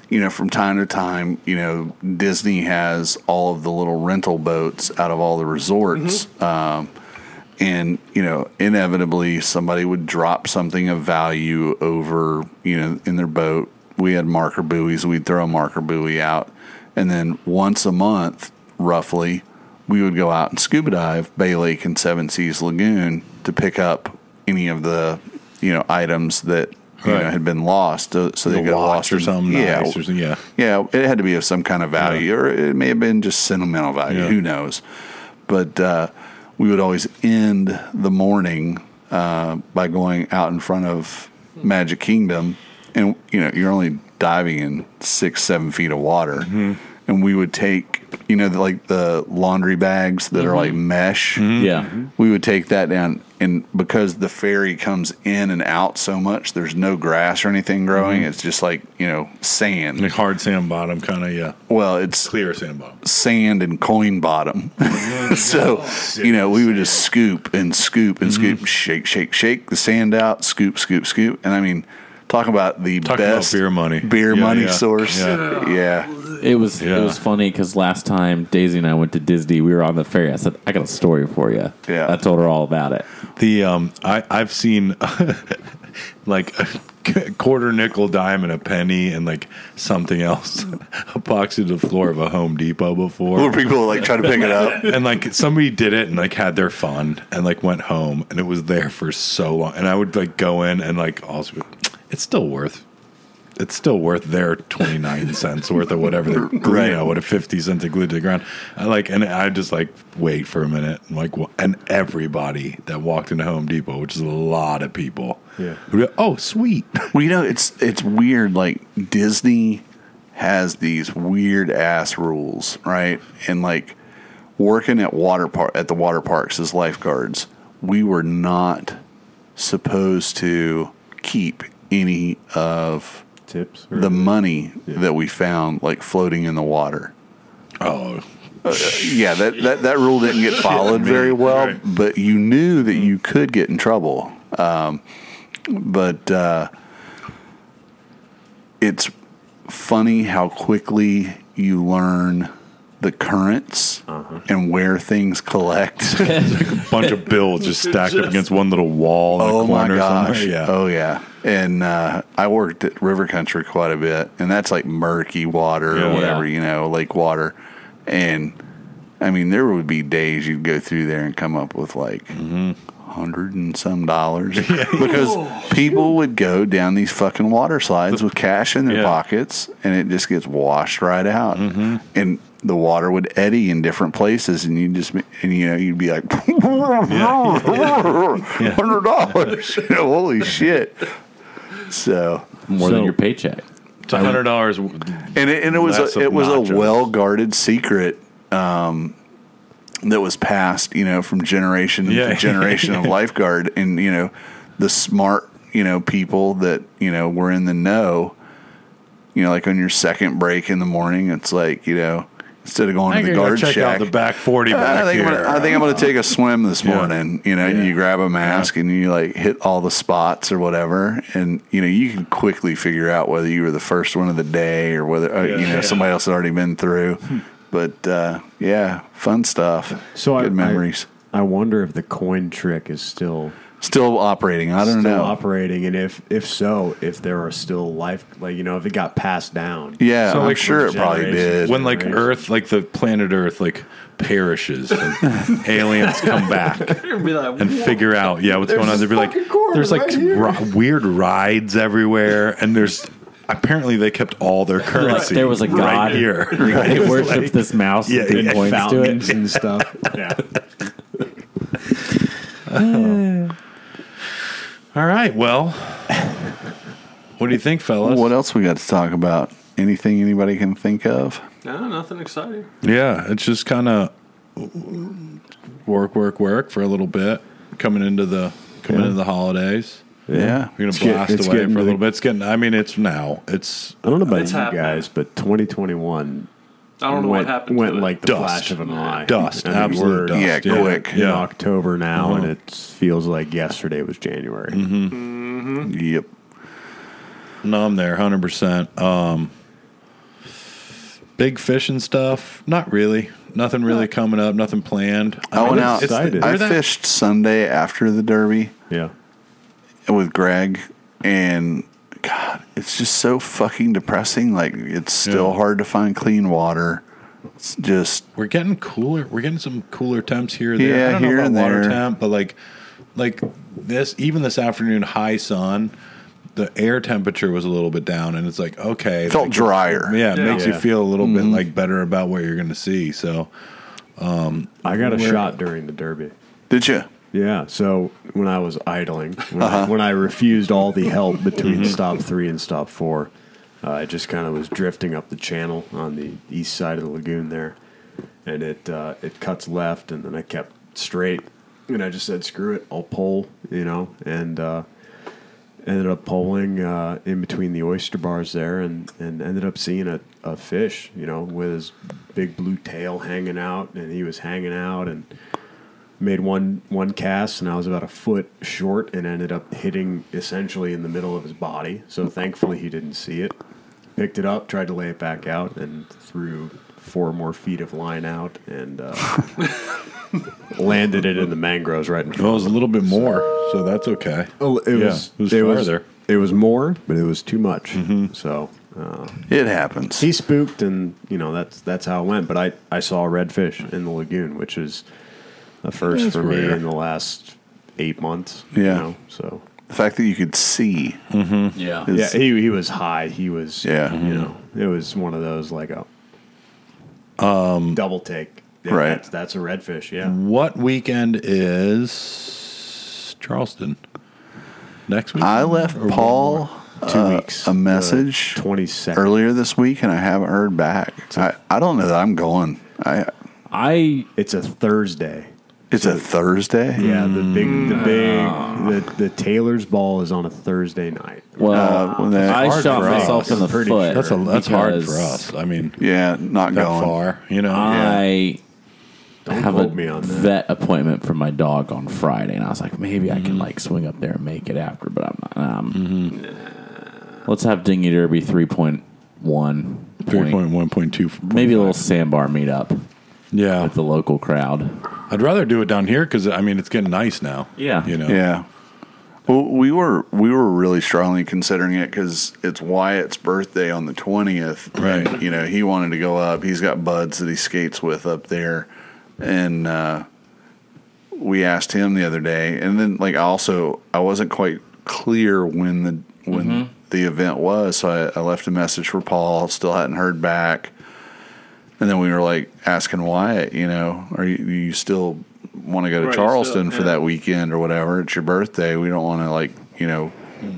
[SPEAKER 5] you know, from time to time, you know, Disney has all of the little rental boats out of all the resorts.
[SPEAKER 1] Mm-hmm.
[SPEAKER 5] Um, and, you know, inevitably somebody would drop something of value over, you know, in their boat. We had marker buoys. We'd throw a marker buoy out. And then once a month, roughly, we would go out and scuba dive Bay Lake and Seven Seas Lagoon to pick up any of the, you know, items that. You know,
[SPEAKER 1] Right.
[SPEAKER 5] had been lost, uh, so they
[SPEAKER 1] The
[SPEAKER 5] got
[SPEAKER 1] watch
[SPEAKER 5] lost
[SPEAKER 1] or
[SPEAKER 5] in-
[SPEAKER 1] something.
[SPEAKER 5] Yeah,
[SPEAKER 1] Yeah, or something. yeah.
[SPEAKER 5] yeah, it had to be of some kind of value, or it may have been just sentimental value.
[SPEAKER 1] Yeah.
[SPEAKER 5] Who knows? But uh, we would always end the morning uh, by going out in front of Magic Kingdom, and you know you're only diving in six, seven feet of water, and we would take you know the, like the laundry bags that are like mesh
[SPEAKER 6] Mm-hmm. Yeah.
[SPEAKER 5] we would take that down and because the ferry comes in and out so much there's no grass or anything growing it's just like you know sand
[SPEAKER 1] Like hard sand bottom, kind of yeah,
[SPEAKER 5] well it's
[SPEAKER 1] clear sand bottom.
[SPEAKER 5] sand and coin bottom so you know we would just scoop and scoop and
[SPEAKER 1] Mm-hmm.
[SPEAKER 5] scoop shake shake shake the sand out scoop scoop scoop and i mean talk about the
[SPEAKER 1] Talk about
[SPEAKER 5] best
[SPEAKER 1] beer money.
[SPEAKER 5] beer
[SPEAKER 1] Yeah,
[SPEAKER 5] money
[SPEAKER 1] yeah,
[SPEAKER 5] source
[SPEAKER 1] yeah.
[SPEAKER 5] yeah
[SPEAKER 6] It was
[SPEAKER 1] Yeah.
[SPEAKER 6] it was funny because last time Daisy and I went to Disney, we were on the ferry. I said, "I got a story for you."
[SPEAKER 5] Yeah.
[SPEAKER 6] I told her all about it.
[SPEAKER 1] The um, I I've seen like a quarter nickel dime and a penny and like something else epoxy to the floor of a Home Depot
[SPEAKER 5] where
[SPEAKER 1] before.
[SPEAKER 5] people like try to pick it up
[SPEAKER 1] And like somebody did it and like had their fun and like went home and it was there for so long. And I would like go in and like also, it's still worth. It's still worth their twenty nine cents worth of whatever they're
[SPEAKER 5] Right.
[SPEAKER 1] you know what a fifty cents they glued to the ground. I like and I just like wait for a minute and like wa- and everybody that walked into Home Depot, which is a lot of people,
[SPEAKER 4] Yeah.
[SPEAKER 1] would be like, oh sweet,
[SPEAKER 5] Well, you know, it's it's weird. Like Disney has these weird ass rules, right? And like working at water park at the water parks as lifeguards, we were not supposed to keep any of
[SPEAKER 4] Tips. or-
[SPEAKER 5] the money that we found like floating in the water.
[SPEAKER 1] oh
[SPEAKER 5] Yeah, that, that, that rule didn't get followed very well,
[SPEAKER 1] Right.
[SPEAKER 5] but you knew that you could get in trouble. Um, but uh, it's funny how quickly you learn the currents and where things collect.
[SPEAKER 1] bunch of bills just stacked up against one little wall in
[SPEAKER 5] oh
[SPEAKER 1] a
[SPEAKER 5] my
[SPEAKER 1] corner
[SPEAKER 5] gosh.
[SPEAKER 1] somewhere. Yeah.
[SPEAKER 5] Oh, yeah. And uh, I worked at River Country quite a bit, and that's like murky water
[SPEAKER 1] Yeah.
[SPEAKER 5] or whatever, you know, lake water. And I mean, there would be days you'd go through there and come up with like hundred and some dollars because people would go down these fucking water slides with cash in their
[SPEAKER 1] Yeah.
[SPEAKER 5] pockets and it just gets washed right out and the water would eddy in different places and you just and you know you'd be like hundred dollars You know, holy shit so
[SPEAKER 6] More
[SPEAKER 4] So-
[SPEAKER 6] than your paycheck.
[SPEAKER 1] It's a hundred dollars.
[SPEAKER 5] and it, and it was
[SPEAKER 1] That's
[SPEAKER 5] a, it was a
[SPEAKER 1] obnoxious.
[SPEAKER 5] well guarded secret um, that was passed, you know, from generation
[SPEAKER 1] Yeah.
[SPEAKER 5] to generation of lifeguard, and you know, the smart you know people that you know were in the know. You know, like on your second break in the morning, it's like you know, instead of going to
[SPEAKER 1] I gotta
[SPEAKER 5] the
[SPEAKER 1] go
[SPEAKER 5] guard
[SPEAKER 1] check
[SPEAKER 5] shack,
[SPEAKER 1] out the back forty.
[SPEAKER 5] I
[SPEAKER 1] Back
[SPEAKER 5] think, I'm
[SPEAKER 1] here.
[SPEAKER 5] gonna, I think I'm going to take a swim this
[SPEAKER 1] Yeah.
[SPEAKER 5] morning. You know, and you grab a mask and you like hit all the spots or whatever, and you know you can quickly figure out whether you were the first one of the day or whether uh, you know
[SPEAKER 1] Yeah. Hmm.
[SPEAKER 5] somebody else had already been through. But uh, yeah, fun stuff.
[SPEAKER 4] So I-
[SPEAKER 5] good memories.
[SPEAKER 4] I wonder if the coin trick is still
[SPEAKER 5] Still operating. I don't
[SPEAKER 4] still
[SPEAKER 5] know.
[SPEAKER 4] operating, and if if so, if there are still life, like you know, if it got passed down.
[SPEAKER 5] yeah,
[SPEAKER 1] So,
[SPEAKER 5] I'm
[SPEAKER 1] like,
[SPEAKER 5] sure it probably
[SPEAKER 4] generations.
[SPEAKER 5] did.
[SPEAKER 1] when like
[SPEAKER 4] Right.
[SPEAKER 1] Earth, like the planet Earth, like perishes, and aliens come back
[SPEAKER 3] Be like,
[SPEAKER 1] and
[SPEAKER 3] "Whoa."
[SPEAKER 1] figure out, yeah, what's going on.
[SPEAKER 4] this
[SPEAKER 1] They'd be like,
[SPEAKER 4] fucking corner
[SPEAKER 1] there's like
[SPEAKER 4] right here.
[SPEAKER 1] ri- weird rides everywhere, and there's apparently they kept all their
[SPEAKER 6] Like
[SPEAKER 1] currency.
[SPEAKER 6] there was a god
[SPEAKER 1] right here. Right?
[SPEAKER 6] It
[SPEAKER 1] It was
[SPEAKER 6] worshipped
[SPEAKER 1] like-
[SPEAKER 6] this mouse
[SPEAKER 1] Yeah,
[SPEAKER 6] and did
[SPEAKER 1] yeah,
[SPEAKER 6] points to it.
[SPEAKER 4] fountains and stuff. Yeah.
[SPEAKER 1] all right. Well, what do you think, fellas?
[SPEAKER 5] What else we got to talk about? Anything anybody can think of?
[SPEAKER 3] No, nothing exciting.
[SPEAKER 1] Yeah, it's just kind of work, work, work for a little bit. Coming into the coming into the holidays,
[SPEAKER 5] Yeah.
[SPEAKER 1] we're gonna
[SPEAKER 4] get-
[SPEAKER 1] blast
[SPEAKER 4] it's
[SPEAKER 1] away
[SPEAKER 4] getting
[SPEAKER 1] for a
[SPEAKER 4] to the-
[SPEAKER 1] little bit. It's getting. I mean, it's now. It's
[SPEAKER 4] I don't know about
[SPEAKER 3] It's
[SPEAKER 4] you
[SPEAKER 3] happening.
[SPEAKER 4] guys, but 2021
[SPEAKER 3] I don't know
[SPEAKER 4] went,
[SPEAKER 3] what happened.
[SPEAKER 4] went
[SPEAKER 3] to
[SPEAKER 4] like the
[SPEAKER 1] Dust.
[SPEAKER 4] flash of an eye.
[SPEAKER 1] dust,
[SPEAKER 4] I mean,
[SPEAKER 1] absolute
[SPEAKER 4] we're
[SPEAKER 1] dust.
[SPEAKER 5] yeah, quick.
[SPEAKER 4] In
[SPEAKER 1] Yeah,
[SPEAKER 4] October now, and
[SPEAKER 1] Uh-huh.
[SPEAKER 4] it feels like yesterday was January.
[SPEAKER 5] Yep.
[SPEAKER 1] no, I'm there, hundred percent. Um, big fish and stuff. Not really. Nothing really coming up. Nothing planned.
[SPEAKER 5] I went
[SPEAKER 1] mean,
[SPEAKER 5] out.
[SPEAKER 1] it's the-
[SPEAKER 4] excited.
[SPEAKER 5] I
[SPEAKER 1] you're that-
[SPEAKER 5] fished Sunday after the Derby
[SPEAKER 4] Yeah.
[SPEAKER 5] with Greg, and God, it's just so fucking depressing. Like it's still
[SPEAKER 1] Yeah.
[SPEAKER 5] hard to find clean water. It's just
[SPEAKER 1] We're getting cooler. We're getting some cooler temps here. There.
[SPEAKER 5] Yeah,
[SPEAKER 1] I don't
[SPEAKER 5] here
[SPEAKER 1] know about
[SPEAKER 5] and
[SPEAKER 1] water
[SPEAKER 5] there.
[SPEAKER 1] temp, but like, like this even this afternoon, high sun. The air temperature was a little bit down, and it's like okay,
[SPEAKER 5] it felt
[SPEAKER 1] like,
[SPEAKER 5] drier.
[SPEAKER 1] Yeah, it
[SPEAKER 3] Yeah.
[SPEAKER 1] makes you
[SPEAKER 4] Yeah.
[SPEAKER 1] feel a little bit
[SPEAKER 5] Mm-hmm.
[SPEAKER 1] like better about what you're going to see. So
[SPEAKER 4] I got a shot during the Derby.
[SPEAKER 5] Did you?
[SPEAKER 4] Yeah. So when I was idling, when, I, when I refused all the help between stop three and stop four, uh, I just kind of was drifting up the channel on the east side of the lagoon there, and it uh, it cuts left, and then I kept straight, and I just said, "Screw it, I'll pole," you know, and. Uh, Ended up poling uh, in between the oyster bars there, and, and ended up seeing a, a fish, you know, with his big blue tail hanging out, and he was hanging out, and made one one cast and I was about a foot short and ended up hitting essentially in the middle of his body. So thankfully he didn't see it. Picked it up, tried to lay it back out, and threw four more feet of line out and uh, landed it in the mangroves right in front.
[SPEAKER 1] well, it was a little bit more, so that's okay.
[SPEAKER 4] Oh, it
[SPEAKER 1] Yeah,
[SPEAKER 4] was
[SPEAKER 1] it was
[SPEAKER 4] it was,
[SPEAKER 1] farther.
[SPEAKER 4] it was more, but it was too much. So uh,
[SPEAKER 5] It happens.
[SPEAKER 4] he spooked and you know that's that's how it went but i i saw a redfish in the lagoon which is a first
[SPEAKER 1] That's
[SPEAKER 4] for me
[SPEAKER 1] rare.
[SPEAKER 4] in the last eight months
[SPEAKER 5] Yeah.
[SPEAKER 4] so
[SPEAKER 5] the fact that you could see.
[SPEAKER 6] Yeah.
[SPEAKER 5] Is,
[SPEAKER 4] yeah he, he was high he was
[SPEAKER 5] Yeah.
[SPEAKER 4] you know it was one of those like a um double take Yeah,
[SPEAKER 5] Right.
[SPEAKER 4] that's, that's a redfish yeah
[SPEAKER 1] What weekend is Charleston? Next week?
[SPEAKER 5] I left Paul
[SPEAKER 4] two
[SPEAKER 5] uh,
[SPEAKER 4] weeks Uh,
[SPEAKER 5] a message
[SPEAKER 4] 22nd
[SPEAKER 5] earlier this week, and I haven't heard back. I, I don't know that I'm going. I
[SPEAKER 6] I
[SPEAKER 4] it's a thursday
[SPEAKER 5] it's a Thursday.
[SPEAKER 4] yeah the big the big the, the taylor's ball is on a thursday night
[SPEAKER 5] Uh,
[SPEAKER 6] well
[SPEAKER 5] well, that-
[SPEAKER 6] I
[SPEAKER 1] hard
[SPEAKER 6] shot
[SPEAKER 1] for us.
[SPEAKER 6] myself in the
[SPEAKER 4] I'm
[SPEAKER 6] foot.
[SPEAKER 4] pretty sure.
[SPEAKER 1] That's a that's hard for
[SPEAKER 6] because
[SPEAKER 1] us. I mean,
[SPEAKER 5] Yeah, not
[SPEAKER 1] that
[SPEAKER 5] going.
[SPEAKER 1] far, you know.
[SPEAKER 6] I
[SPEAKER 4] don't
[SPEAKER 6] have a
[SPEAKER 4] quote me on that
[SPEAKER 6] vet appointment for my dog on Friday, and I was like, maybe I can like swing up there and make it after, but I'm not. Um, Let's have Dingy Derby three point one,
[SPEAKER 1] Three point one point two.
[SPEAKER 6] maybe a little sandbar meetup
[SPEAKER 1] Yeah,
[SPEAKER 6] with the local crowd.
[SPEAKER 1] I'd rather do it down here because I mean it's getting nice now.
[SPEAKER 6] Yeah.
[SPEAKER 1] you know.
[SPEAKER 5] Yeah. Well, we were we were really strongly considering it because it's Wyatt's birthday on the twentieth,
[SPEAKER 1] Right.
[SPEAKER 5] you know, he wanted to go up. He's got buds that he skates with up there, and uh, we asked him the other day. And then, like, I also I wasn't quite clear when the when the event was, so I, I left a message for Paul. Still hadn't heard back. And then we were like asking Wyatt, you know, are you, you still want to go to
[SPEAKER 3] Right,
[SPEAKER 5] Charleston
[SPEAKER 3] still,
[SPEAKER 5] for
[SPEAKER 3] yeah.
[SPEAKER 5] that weekend or whatever? It's your birthday. We don't want to like, you know,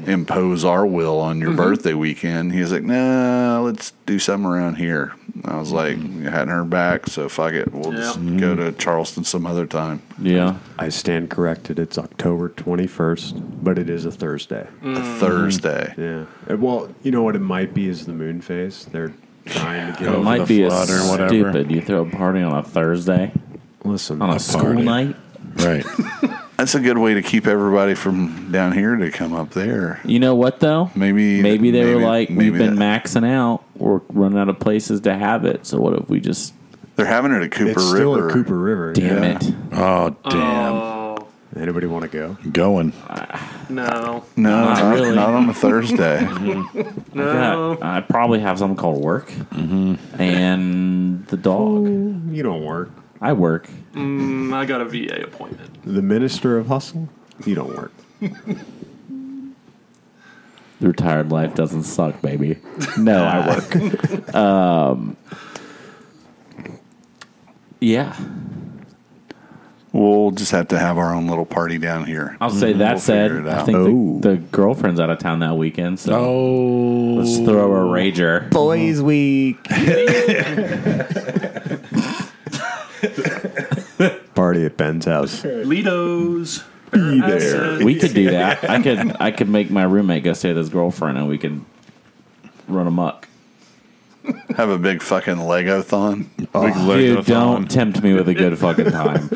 [SPEAKER 5] impose our will on
[SPEAKER 6] Mm-hmm.
[SPEAKER 5] your birthday weekend. He was like, nah, let's do something around here. I was like,
[SPEAKER 6] Mm-hmm.
[SPEAKER 5] I hadn't heard back, so fuck it. We'll just go to Charleston some other time.
[SPEAKER 6] Yeah,
[SPEAKER 4] I stand corrected. It's October 21st, but it is a Thursday.
[SPEAKER 6] Mm-hmm.
[SPEAKER 5] A Thursday.
[SPEAKER 4] Yeah. Uh, Well, you know what it might be is the moon phase. They're trying to get
[SPEAKER 1] Go
[SPEAKER 4] over.
[SPEAKER 6] it
[SPEAKER 1] for the
[SPEAKER 6] might be a
[SPEAKER 1] flood or whatever.
[SPEAKER 6] stupid. You throw a party on a Thursday
[SPEAKER 4] Listen,
[SPEAKER 6] on a,
[SPEAKER 4] I-
[SPEAKER 6] school
[SPEAKER 1] party.
[SPEAKER 6] night.
[SPEAKER 1] Right.
[SPEAKER 5] That's a good way to keep everybody from down here to come up there.
[SPEAKER 6] You know what though?
[SPEAKER 5] Maybe-
[SPEAKER 6] maybe they were
[SPEAKER 5] maybe-
[SPEAKER 6] like,
[SPEAKER 5] maybe
[SPEAKER 6] we've been
[SPEAKER 5] that-
[SPEAKER 6] maxing out. We're running out of places to have it. So what if we just
[SPEAKER 5] They're having it at Cooper
[SPEAKER 4] it's still
[SPEAKER 5] River.
[SPEAKER 4] at Cooper River.
[SPEAKER 6] damn
[SPEAKER 5] Yeah.
[SPEAKER 6] it?
[SPEAKER 1] Oh damn,
[SPEAKER 6] Um,
[SPEAKER 3] Oh
[SPEAKER 4] Anybody want to go?
[SPEAKER 1] going.
[SPEAKER 3] no,
[SPEAKER 5] No,
[SPEAKER 6] Not
[SPEAKER 5] not,
[SPEAKER 6] really. Mm-hmm.
[SPEAKER 5] not on a Thursday.
[SPEAKER 3] no.
[SPEAKER 6] I, I probably have something called work and the dog.
[SPEAKER 4] You don't work.
[SPEAKER 6] I work.
[SPEAKER 3] Mm, I got a VA appointment.
[SPEAKER 4] The minister of hustle? You don't work.
[SPEAKER 6] The retired life doesn't suck, baby. No, I work. um, yeah,
[SPEAKER 5] We'll just have to have our own little party down here. Mm-hmm.
[SPEAKER 6] I'll say
[SPEAKER 5] Mm, We'll
[SPEAKER 6] that
[SPEAKER 5] figure
[SPEAKER 6] said,
[SPEAKER 5] it
[SPEAKER 6] I
[SPEAKER 5] out.
[SPEAKER 6] think
[SPEAKER 4] Oh.
[SPEAKER 6] the, the girlfriend's out of town that weekend, so
[SPEAKER 1] Oh,
[SPEAKER 6] let's throw a rager.
[SPEAKER 4] Boys Week party at Ben's house.
[SPEAKER 3] Litos.
[SPEAKER 4] Be there.
[SPEAKER 3] Acid.
[SPEAKER 6] We could do that. I could I could make my roommate go stay with his girlfriend, and we could run amok.
[SPEAKER 5] Have a big fucking Lego thon.
[SPEAKER 1] Oh, big
[SPEAKER 6] Dude,
[SPEAKER 1] Legothon.
[SPEAKER 6] don't tempt me with a good fucking time.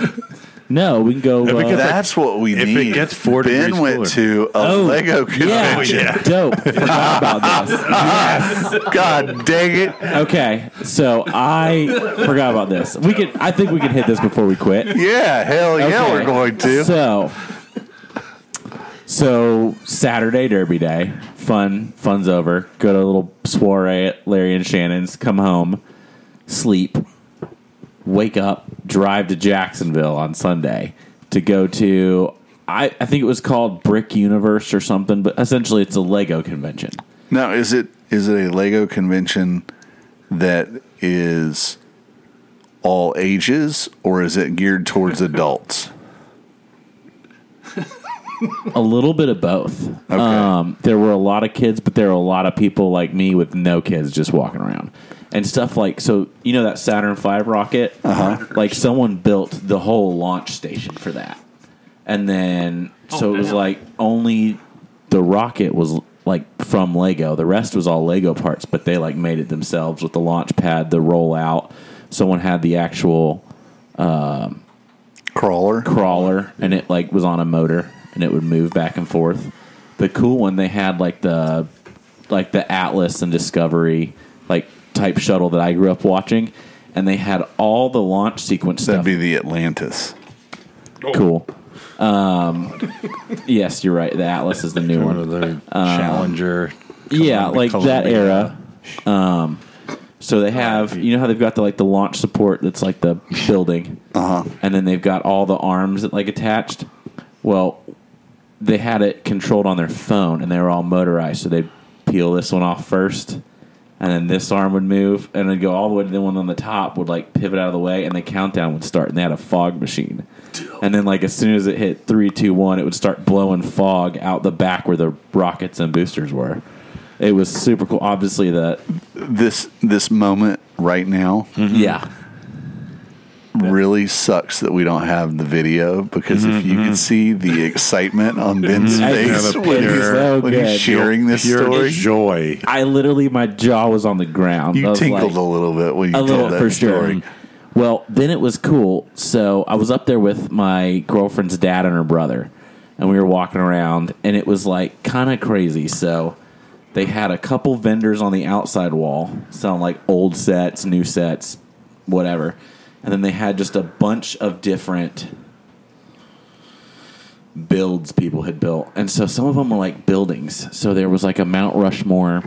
[SPEAKER 6] No, we can go.
[SPEAKER 1] we
[SPEAKER 6] uh,
[SPEAKER 1] could-
[SPEAKER 5] That's what we
[SPEAKER 1] if it
[SPEAKER 5] need.
[SPEAKER 1] gets four
[SPEAKER 5] Ben
[SPEAKER 1] degrees
[SPEAKER 5] went
[SPEAKER 1] cooler.
[SPEAKER 5] to a
[SPEAKER 6] Oh,
[SPEAKER 5] Lego
[SPEAKER 6] yeah,
[SPEAKER 5] convention.
[SPEAKER 6] dope. Forgot about this.
[SPEAKER 5] God dang it!
[SPEAKER 6] Okay, so I forgot about this. We could. I think we can hit this before we quit.
[SPEAKER 5] Yeah, hell yeah,
[SPEAKER 6] Okay,
[SPEAKER 5] we're going to.
[SPEAKER 6] So, so Saturday Derby Day, fun, fun's over. Go to a little soiree at Larry and Shannon's. Come home, sleep, wake up, drive to Jacksonville on Sunday to go to. I, I think it was called Brick Universe or something, but essentially it's a Lego convention.
[SPEAKER 5] now, is it is it a Lego convention that is all ages, or is it geared towards adults?
[SPEAKER 6] A little bit of both.
[SPEAKER 5] Okay.
[SPEAKER 6] Um, there were a lot of kids, but there were a lot of people like me with no kids just walking around and stuff like so. You know that Saturn V rocket? Uh-huh. Like someone built the whole launch station for that, and then so it was
[SPEAKER 3] damn.
[SPEAKER 6] like only the rocket was like from Lego. The rest was all Lego parts, but they like made it themselves with the launch pad, the rollout. Someone had the actual
[SPEAKER 5] Crawler.
[SPEAKER 6] crawler and it like was on a motor and it would move back and forth. The cool one they had like the like the Atlas and Discovery like type shuttle that I grew up watching and they had all the launch sequence
[SPEAKER 5] That'd
[SPEAKER 6] stuff.
[SPEAKER 5] be the Atlantis.
[SPEAKER 6] cool. Um, yes, you're right. The Atlas is the new one.
[SPEAKER 1] One of the Challenger.
[SPEAKER 6] yeah,
[SPEAKER 1] on to
[SPEAKER 6] like that
[SPEAKER 1] Columbia.
[SPEAKER 6] era. Um, so they have, you know how they've got the like the launch support that's like the building, uh-huh. and then they've got all the arms that like attached. Well, they had it controlled on their phone, and they were all motorized. So they peel this one off first, and then this arm would move, and it'd go all the way to the one on the top would like pivot out of the way, and the countdown would start. And they had a fog machine, and then like as soon as it hit three, two, one, it would start blowing fog out the back where the rockets and boosters were. It was super cool. Obviously, the
[SPEAKER 5] This this moment right now
[SPEAKER 6] yeah,
[SPEAKER 5] really sucks that we don't have the video because if you could see the excitement on Ben's
[SPEAKER 6] Mm-hmm. I
[SPEAKER 5] face
[SPEAKER 6] have a
[SPEAKER 5] when, he's,
[SPEAKER 6] picture. So
[SPEAKER 5] when he's
[SPEAKER 6] good.
[SPEAKER 5] sharing this
[SPEAKER 1] Pure
[SPEAKER 5] story,
[SPEAKER 1] joy.
[SPEAKER 6] I literally my jaw was on the ground. I
[SPEAKER 5] you
[SPEAKER 6] was
[SPEAKER 5] tinkled
[SPEAKER 6] like-
[SPEAKER 5] a little bit when you
[SPEAKER 6] a
[SPEAKER 5] told
[SPEAKER 6] little
[SPEAKER 5] that
[SPEAKER 6] for
[SPEAKER 5] story.
[SPEAKER 6] sure. Well, then it was cool. So I was up there with my girlfriend's dad and her brother, and we were walking around, and it was like kind of crazy. So they had a couple vendors on the outside wall selling like old sets, new sets, whatever, and then they had just a bunch of different builds people had built, and so some of them were like buildings. So there was like a Mount Rushmore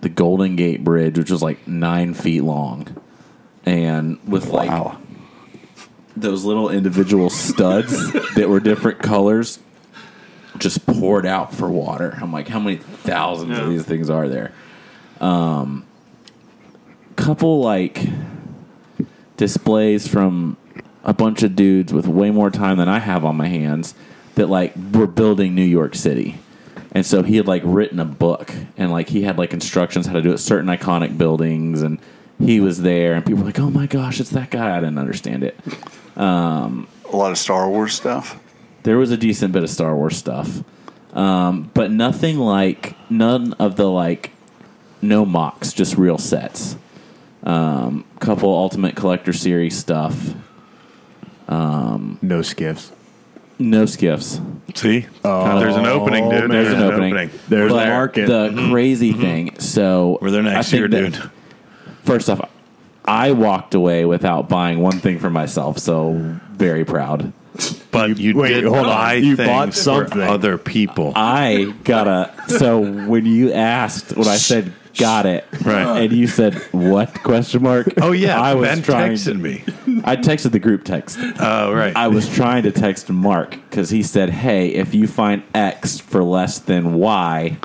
[SPEAKER 6] the Golden Gate Bridge, which was like nine feet long, and with like those little individual studs that were different colors, just poured out for water. I'm like, how many thousands of
[SPEAKER 3] Yeah.
[SPEAKER 6] these things are there? Um, couple like displays from a bunch of dudes with way more time than I have on my hands that like were building New York City. And so he had like written a book and like he had like instructions how to do it, certain iconic buildings and he was there and people were like, Oh my gosh, it's that guy. I didn't understand it.
[SPEAKER 5] A lot of Star Wars stuff.
[SPEAKER 6] There was a decent bit of Star Wars stuff. Um, but nothing like none of the like no mocks, just real sets. Um, couple Ultimate Collector Series stuff.
[SPEAKER 4] No skiffs.
[SPEAKER 6] No skiffs.
[SPEAKER 1] See, there's an opening, dude.
[SPEAKER 6] There's an opening.
[SPEAKER 4] There's a
[SPEAKER 6] But
[SPEAKER 4] market.
[SPEAKER 6] The crazy thing. So
[SPEAKER 1] Mm-hmm. We're there
[SPEAKER 6] I
[SPEAKER 1] next
[SPEAKER 6] think
[SPEAKER 1] year,
[SPEAKER 6] that-
[SPEAKER 1] dude.
[SPEAKER 6] First off, I walked away without buying one thing for myself, so very proud.
[SPEAKER 1] But you,
[SPEAKER 4] wait,
[SPEAKER 1] did
[SPEAKER 4] hold on.
[SPEAKER 1] buy
[SPEAKER 4] You
[SPEAKER 1] things
[SPEAKER 4] bought something.
[SPEAKER 1] for other people.
[SPEAKER 6] I got a. So when you asked when I said got it.
[SPEAKER 1] Right.
[SPEAKER 6] And you said, what? Question mark.
[SPEAKER 1] Oh yeah,
[SPEAKER 6] I was
[SPEAKER 1] Ben
[SPEAKER 6] trying.
[SPEAKER 1] texted me.
[SPEAKER 6] I texted the group text.
[SPEAKER 1] Oh right.
[SPEAKER 6] I was trying to text Mark because he said, "Hey, if you find X for less than Y,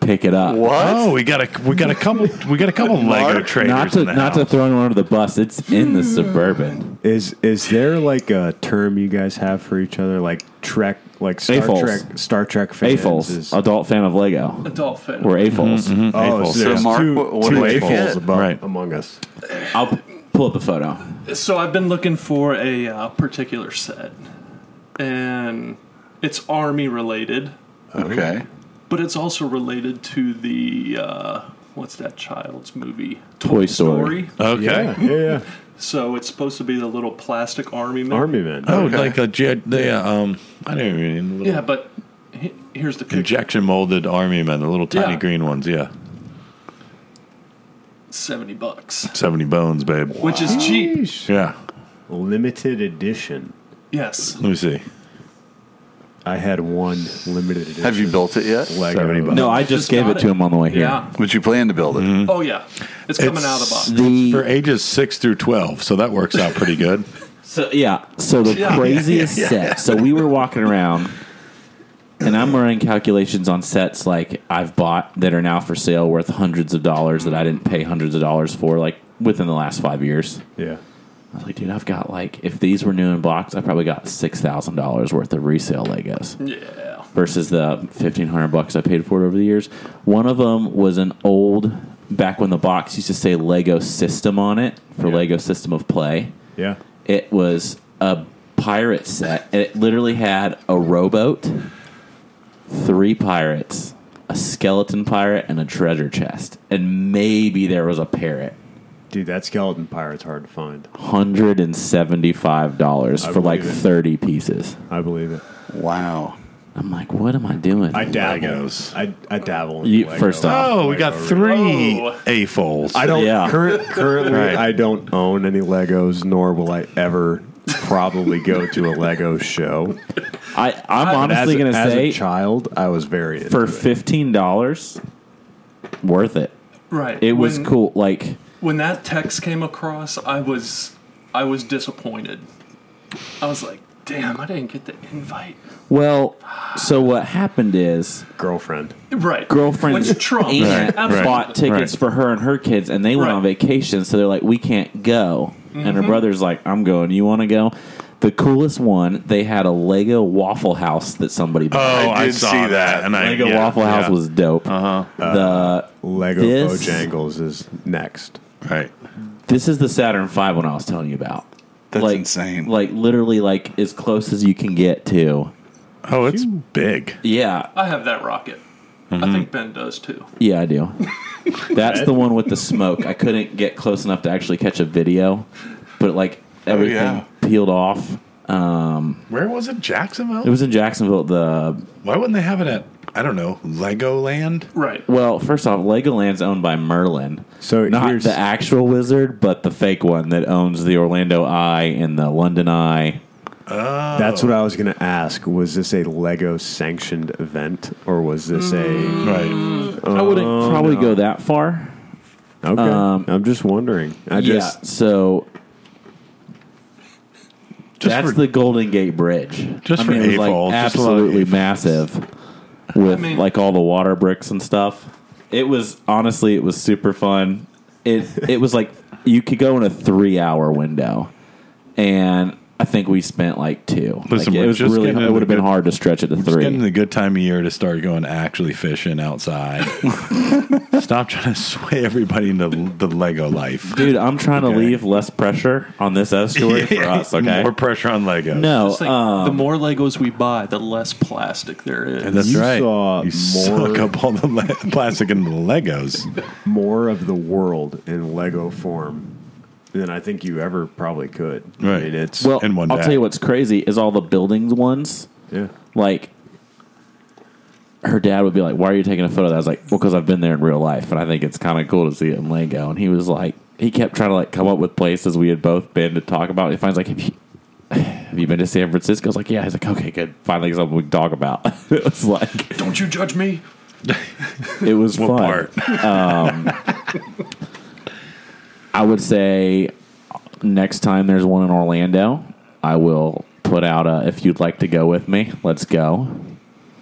[SPEAKER 6] pick it up."
[SPEAKER 1] Oh, we got a we got a couple we got a couple Lego traders
[SPEAKER 6] Not to
[SPEAKER 1] in the
[SPEAKER 6] not to
[SPEAKER 1] house.
[SPEAKER 6] throw anyone under the bus. It's in the suburban.
[SPEAKER 4] Is is there like a term you guys have for each other, like Trek, like Star
[SPEAKER 6] Aphols.
[SPEAKER 4] Trek, Star Trek fans? is-
[SPEAKER 6] AFOLs, adult fan of Lego.
[SPEAKER 3] Adult fit.
[SPEAKER 6] We're
[SPEAKER 1] Mm-hmm,
[SPEAKER 6] AFOLs.
[SPEAKER 4] oh,
[SPEAKER 1] Aphols,
[SPEAKER 4] so there's
[SPEAKER 1] yeah.
[SPEAKER 5] Mark,
[SPEAKER 4] two,
[SPEAKER 5] what- what
[SPEAKER 4] two
[SPEAKER 5] did you
[SPEAKER 4] Aphols
[SPEAKER 5] get?
[SPEAKER 4] above,
[SPEAKER 1] Right.
[SPEAKER 4] among us.
[SPEAKER 6] I'll p- pull up a photo.
[SPEAKER 3] So I've been looking for a uh, particular set, and it's army related,
[SPEAKER 5] Okay.
[SPEAKER 3] but it's also related to the uh, what's that child's movie?
[SPEAKER 6] Toy Story.
[SPEAKER 1] Okay.
[SPEAKER 4] Yeah, yeah, yeah.
[SPEAKER 3] So it's supposed to be the little plastic army man.
[SPEAKER 4] Army men.
[SPEAKER 1] Oh,
[SPEAKER 5] Okay.
[SPEAKER 1] like a jet. They uh, um, I don't even mean little
[SPEAKER 3] Yeah, but he- here's the picture.
[SPEAKER 1] injection molded army men, the little tiny
[SPEAKER 3] Yeah.
[SPEAKER 1] green ones. Yeah,
[SPEAKER 3] Seventy bucks,
[SPEAKER 1] seventy bones, babe.
[SPEAKER 3] which
[SPEAKER 6] Oh.
[SPEAKER 3] is cheap.
[SPEAKER 4] Yeesh.
[SPEAKER 1] Yeah.
[SPEAKER 4] Limited edition.
[SPEAKER 3] Yes.
[SPEAKER 1] Let me see.
[SPEAKER 4] I had one limited edition.
[SPEAKER 5] Have you built it yet?
[SPEAKER 4] Lego.
[SPEAKER 1] 70 bucks.
[SPEAKER 6] No, I just,
[SPEAKER 3] Just
[SPEAKER 6] gave
[SPEAKER 3] got
[SPEAKER 6] it to
[SPEAKER 3] it.
[SPEAKER 6] him on the way here.
[SPEAKER 3] Yeah.
[SPEAKER 5] Would you plan to build it?
[SPEAKER 6] Mm-hmm.
[SPEAKER 3] Oh yeah. It's coming out of the box.
[SPEAKER 1] It's for ages six through twelve, so that works out pretty good.
[SPEAKER 6] So yeah, so the
[SPEAKER 3] Yeah.
[SPEAKER 6] craziest set. So we were walking around, and I'm running calculations on sets like I've bought that are now for sale worth hundreds of dollars that I didn't pay hundreds of dollars for, like within the last five years.
[SPEAKER 4] Yeah.
[SPEAKER 6] I was like, dude, I've got like if these were new in box, I probably got six thousand dollars worth of resale Legos
[SPEAKER 3] Yeah.
[SPEAKER 6] versus the fifteen hundred bucks I paid for it over the years. One of them was an old back when the box used to say Lego System on it for Lego System of Play.
[SPEAKER 4] Yeah.
[SPEAKER 6] It was a pirate set, and it literally had a rowboat, three pirates, a skeleton pirate, and a treasure chest, and maybe there was a parrot.
[SPEAKER 4] Dude, that skeleton pirate's hard to find.
[SPEAKER 6] Hundred and seventy-five dollars
[SPEAKER 4] I
[SPEAKER 6] for like
[SPEAKER 4] believe it.
[SPEAKER 6] thirty pieces.
[SPEAKER 4] I believe it.
[SPEAKER 5] Wow.
[SPEAKER 6] I'm like, what am I doing?
[SPEAKER 4] I dabble.
[SPEAKER 1] Legos.
[SPEAKER 4] I, I dabble. in
[SPEAKER 6] You-
[SPEAKER 4] Lego.
[SPEAKER 6] first off,
[SPEAKER 1] Oh, we got three
[SPEAKER 3] Oh.
[SPEAKER 1] A-folds.
[SPEAKER 4] I don't
[SPEAKER 6] Yeah.
[SPEAKER 4] current, currently.
[SPEAKER 1] Right.
[SPEAKER 4] I don't own any Legos, nor will I ever probably go to a Lego show.
[SPEAKER 6] I, I'm honestly
[SPEAKER 4] as,
[SPEAKER 6] gonna
[SPEAKER 4] as
[SPEAKER 6] say
[SPEAKER 4] a child, I was very into
[SPEAKER 6] for
[SPEAKER 4] it.
[SPEAKER 6] fifteen dollars, worth it.
[SPEAKER 3] Right.
[SPEAKER 6] It was
[SPEAKER 3] When-
[SPEAKER 6] cool. Like
[SPEAKER 3] when that text came across, I was I was disappointed. I was like, damn, I didn't get the invite.
[SPEAKER 6] well, so what happened is
[SPEAKER 4] girlfriend.
[SPEAKER 3] Right.
[SPEAKER 6] girlfriend's
[SPEAKER 3] Which Trump
[SPEAKER 6] aunt
[SPEAKER 3] Absolutely.
[SPEAKER 6] bought tickets
[SPEAKER 1] Right.
[SPEAKER 6] for her and her kids, and they went
[SPEAKER 3] Right. Mm-hmm.
[SPEAKER 6] on vacation, so they're like, we can't go. And her brother's like, I'm going. You want to go? The coolest one, they had a Lego Waffle House that somebody
[SPEAKER 1] oh,
[SPEAKER 6] bought.
[SPEAKER 1] I,
[SPEAKER 5] I did
[SPEAKER 1] saw
[SPEAKER 5] see
[SPEAKER 1] that.
[SPEAKER 5] that.
[SPEAKER 1] and I
[SPEAKER 6] Lego
[SPEAKER 1] Oh, yeah, Uh-huh.
[SPEAKER 6] Waffle House
[SPEAKER 1] yeah.
[SPEAKER 6] was dope. The
[SPEAKER 4] Lego
[SPEAKER 6] This-
[SPEAKER 4] Bojangles is next.
[SPEAKER 1] right.
[SPEAKER 6] this is the Saturn V one I was telling you about.
[SPEAKER 5] That's
[SPEAKER 6] like,
[SPEAKER 5] insane.
[SPEAKER 6] Like literally, like as close as you can get to.
[SPEAKER 1] Oh, it's big.
[SPEAKER 6] Yeah,
[SPEAKER 3] I have that rocket. I think Ben does too.
[SPEAKER 6] Yeah, I do. That's the one with the smoke. I couldn't get close enough to actually catch a video, but like everything
[SPEAKER 5] yeah.
[SPEAKER 6] peeled off.
[SPEAKER 1] Where was it? Jacksonville.
[SPEAKER 6] It was in Jacksonville. at The
[SPEAKER 1] Why wouldn't they have it at I don't know Legoland?
[SPEAKER 3] Right.
[SPEAKER 6] well, first off, Legoland's owned by Merlin,
[SPEAKER 4] So
[SPEAKER 6] not
[SPEAKER 4] here's-
[SPEAKER 6] the actual wizard, but the fake one that owns the Orlando Eye and the London Eye.
[SPEAKER 4] That's what I was going to ask. Was this a Lego sanctioned event, or was this
[SPEAKER 6] Mm.
[SPEAKER 4] a?
[SPEAKER 1] Right.
[SPEAKER 6] I wouldn't probably go that far.
[SPEAKER 4] Okay, I'm just wondering. I just
[SPEAKER 6] Um, yeah. So
[SPEAKER 1] Just
[SPEAKER 6] that's
[SPEAKER 1] for
[SPEAKER 6] the Golden Gate Bridge.
[SPEAKER 1] Just for
[SPEAKER 6] it was
[SPEAKER 1] AFOL,
[SPEAKER 6] like
[SPEAKER 1] just a lot of
[SPEAKER 6] absolutely
[SPEAKER 1] AFOLs.
[SPEAKER 6] massive with
[SPEAKER 3] I mean-
[SPEAKER 6] like all the water bricks and stuff. It was honestly, it was super fun. It it was like you could go in a three hour window, and I think we spent like two.
[SPEAKER 1] Listen,
[SPEAKER 6] Like,
[SPEAKER 1] we're
[SPEAKER 6] it was
[SPEAKER 1] just
[SPEAKER 6] really
[SPEAKER 1] getting
[SPEAKER 6] it would have been
[SPEAKER 1] into-
[SPEAKER 6] hard to stretch it to
[SPEAKER 1] It's getting
[SPEAKER 6] three.
[SPEAKER 1] the good time of year to start going actually fishing outside. Stop trying to sway everybody into the Lego life.
[SPEAKER 6] Dude, I'm trying to leave less pressure on this estuary for
[SPEAKER 1] Uh,
[SPEAKER 6] us. Okay,
[SPEAKER 1] More pressure on Legos.
[SPEAKER 6] no, um,
[SPEAKER 3] It's like, the more Legos we buy, the less plastic there is.
[SPEAKER 1] That's
[SPEAKER 4] You
[SPEAKER 1] right.
[SPEAKER 4] saw more-
[SPEAKER 1] you suck up all the le- plastic and the Legos.
[SPEAKER 4] more of the world in Lego form than I think you ever probably could. I
[SPEAKER 1] Right.
[SPEAKER 4] mean, it's
[SPEAKER 6] well,
[SPEAKER 1] in one
[SPEAKER 6] I'll
[SPEAKER 1] day.
[SPEAKER 6] tell you what's crazy is all the buildings ones.
[SPEAKER 4] yeah.
[SPEAKER 6] like her dad would be like, "Why are you taking a photo?" of that? I was like, "Well, because I've been there in real life, and I think it's kind of cool to see it in Lego." And he was like, he kept trying to like come up with places we had both been to talk about. He finds like, "Have you, have you been to San Francisco?" I was like, "Yeah." He's like, "Okay, good. Finally, something we can talk about." it was like,
[SPEAKER 3] Don't you judge me?
[SPEAKER 6] It was
[SPEAKER 1] What
[SPEAKER 6] fun.
[SPEAKER 1] part?
[SPEAKER 6] I would say next time there's one in Orlando, I will put out a if you'd like to go with me, let's go.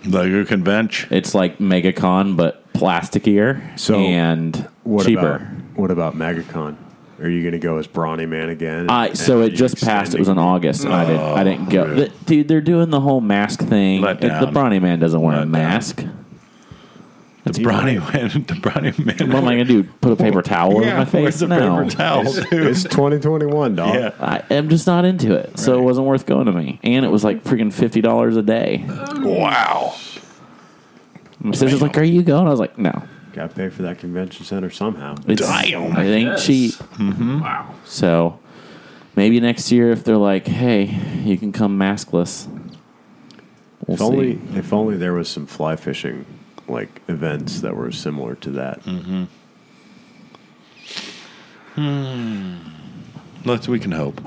[SPEAKER 1] Like a convention.
[SPEAKER 6] It's like MegaCon but plasticier
[SPEAKER 4] So,
[SPEAKER 6] and
[SPEAKER 4] What
[SPEAKER 6] cheaper.
[SPEAKER 4] about what about MegaCon? Are you going to go as Brawny Man again?
[SPEAKER 6] I so
[SPEAKER 4] And
[SPEAKER 6] it
[SPEAKER 4] you
[SPEAKER 6] just passed. It was in
[SPEAKER 4] extending-
[SPEAKER 6] August, and I didn't. I didn't go.
[SPEAKER 1] really?
[SPEAKER 6] The- dude, they're doing the whole mask thing.
[SPEAKER 1] Oh, Let
[SPEAKER 6] It- the
[SPEAKER 1] down.
[SPEAKER 6] Brawny Man doesn't wear
[SPEAKER 1] Let
[SPEAKER 6] a
[SPEAKER 1] down.
[SPEAKER 6] mask.
[SPEAKER 1] It's Bronny Man. The Bronny Man.
[SPEAKER 6] What am I gonna do? Put a paper towel in my
[SPEAKER 1] Where's
[SPEAKER 6] face?
[SPEAKER 1] the
[SPEAKER 6] No,
[SPEAKER 1] paper towel, dude?
[SPEAKER 4] It's 2021, dog.
[SPEAKER 1] yeah.
[SPEAKER 6] I am just not into it. So it wasn't worth going to me, and it was like freaking fifty dollars a day.
[SPEAKER 5] Wow.
[SPEAKER 1] Uh,
[SPEAKER 6] My sister's like, "Are you going?" I was like, "No."
[SPEAKER 4] Got to pay for that convention center somehow.
[SPEAKER 6] It's,
[SPEAKER 1] Damn.
[SPEAKER 6] It ain't
[SPEAKER 3] Yes. Mm-hmm.
[SPEAKER 6] cheap.
[SPEAKER 3] Wow.
[SPEAKER 6] So maybe next year, if they're like, "Hey, you can come maskless," we'll
[SPEAKER 4] If
[SPEAKER 6] see.
[SPEAKER 4] only, if only there was some fly fishing like events that were similar to that.
[SPEAKER 1] Let's. We can hope.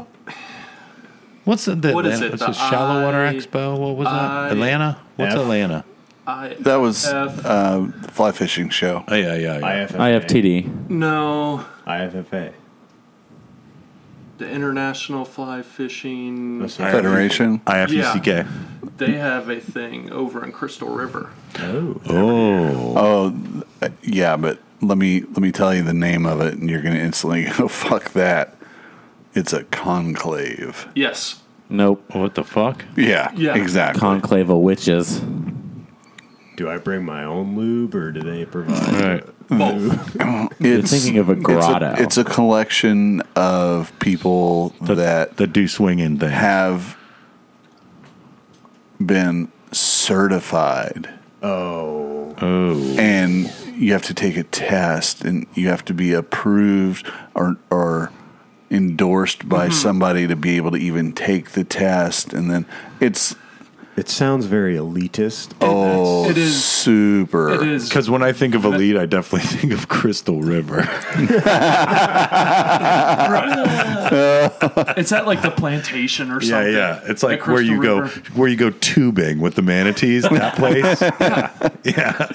[SPEAKER 1] What's the, the
[SPEAKER 3] What is
[SPEAKER 1] Atlanta-
[SPEAKER 3] it?
[SPEAKER 1] It's a
[SPEAKER 3] The
[SPEAKER 1] shallow water
[SPEAKER 3] I-
[SPEAKER 1] expo. What was that?
[SPEAKER 3] I-
[SPEAKER 1] Atlanta. What's
[SPEAKER 4] F?
[SPEAKER 1] Atlanta?
[SPEAKER 3] I
[SPEAKER 5] That was
[SPEAKER 3] F.
[SPEAKER 5] uh, the fly fishing show.
[SPEAKER 1] Oh yeah, yeah, yeah.
[SPEAKER 4] IFFA.
[SPEAKER 6] IFTD.
[SPEAKER 3] no
[SPEAKER 4] IFFA.
[SPEAKER 3] the International Fly Fishing.
[SPEAKER 4] That's right.
[SPEAKER 5] Federation.
[SPEAKER 1] IFUCK.
[SPEAKER 3] They have a thing over in Crystal River.
[SPEAKER 4] Oh.
[SPEAKER 1] Oh,
[SPEAKER 5] Oh, yeah, but let me let me tell you the name of it, and you're gonna instantly go fuck that. It's a conclave.
[SPEAKER 3] Yes.
[SPEAKER 6] Nope.
[SPEAKER 1] what the fuck?
[SPEAKER 5] Yeah,
[SPEAKER 3] Yeah.
[SPEAKER 5] exactly.
[SPEAKER 6] Conclave of witches.
[SPEAKER 4] Do I bring my own lube or do they provide?
[SPEAKER 1] All right.
[SPEAKER 3] Both.
[SPEAKER 5] it's,
[SPEAKER 6] thinking of a grotto.
[SPEAKER 5] It's a, it's a collection of people that
[SPEAKER 1] The do swinging thing.
[SPEAKER 5] have been certified
[SPEAKER 4] Oh.
[SPEAKER 1] Oh,
[SPEAKER 5] and you have to take a test and you have to be approved or or endorsed
[SPEAKER 3] Mm-hmm.
[SPEAKER 5] by somebody to be able to even take the test and then it's
[SPEAKER 4] It sounds very elitist.
[SPEAKER 5] oh
[SPEAKER 3] It is-
[SPEAKER 5] super
[SPEAKER 3] It is.
[SPEAKER 1] because when I think of elite, I definitely think of Crystal River.
[SPEAKER 3] It's at like the plantation or
[SPEAKER 1] Yeah,
[SPEAKER 3] something.
[SPEAKER 1] yeah. It's like
[SPEAKER 3] At
[SPEAKER 1] where you
[SPEAKER 3] Crystal
[SPEAKER 1] go
[SPEAKER 3] River.
[SPEAKER 1] where you go tubing with the manatees. That place. yeah.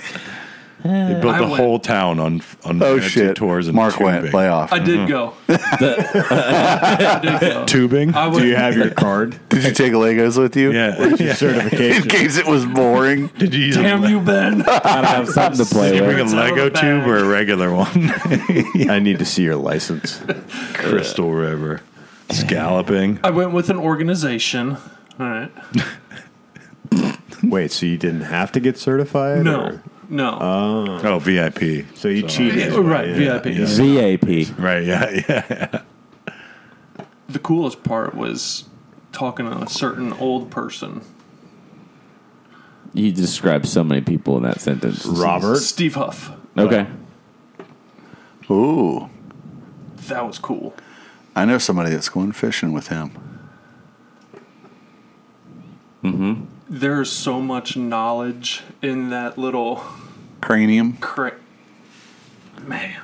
[SPEAKER 1] They built
[SPEAKER 3] I
[SPEAKER 1] the
[SPEAKER 3] went.
[SPEAKER 1] whole town on on
[SPEAKER 5] oh
[SPEAKER 1] manatee
[SPEAKER 5] shit
[SPEAKER 1] tours and
[SPEAKER 5] mark
[SPEAKER 1] tubing.
[SPEAKER 5] went lay off
[SPEAKER 3] I did go. I did go.
[SPEAKER 1] Tubing.
[SPEAKER 3] I would,
[SPEAKER 4] your card?
[SPEAKER 5] did you take legos with you
[SPEAKER 1] yeah. yeah.
[SPEAKER 5] in
[SPEAKER 4] Certification.
[SPEAKER 5] case it was boring
[SPEAKER 1] Did you use a,
[SPEAKER 3] Damn you, Ben.
[SPEAKER 6] Gotta have something to play
[SPEAKER 1] you
[SPEAKER 6] with.
[SPEAKER 1] bring a
[SPEAKER 3] It's out of
[SPEAKER 1] Lego
[SPEAKER 3] the
[SPEAKER 1] tube
[SPEAKER 3] bag.
[SPEAKER 1] or a regular one?
[SPEAKER 4] I need to see your license.
[SPEAKER 1] Crystal River. Scalloping.
[SPEAKER 3] I went with an organization. All right.
[SPEAKER 4] Wait, so you didn't have to get certified?
[SPEAKER 3] No.
[SPEAKER 4] or-
[SPEAKER 3] No.
[SPEAKER 1] Oh, VIP.
[SPEAKER 4] So you cheated.
[SPEAKER 3] Yeah, right. VIP.
[SPEAKER 6] VAP.
[SPEAKER 1] Right. Yeah. Yeah.
[SPEAKER 3] The coolest part was talking to a certain old person.
[SPEAKER 6] You described so many people in that sentence.
[SPEAKER 4] Robert.
[SPEAKER 3] Steve Huff.
[SPEAKER 6] Okay.
[SPEAKER 5] ooh
[SPEAKER 3] That was cool.
[SPEAKER 5] i know somebody that's going fishing with him
[SPEAKER 3] There's so much knowledge in that little
[SPEAKER 5] cranium
[SPEAKER 3] cra- man.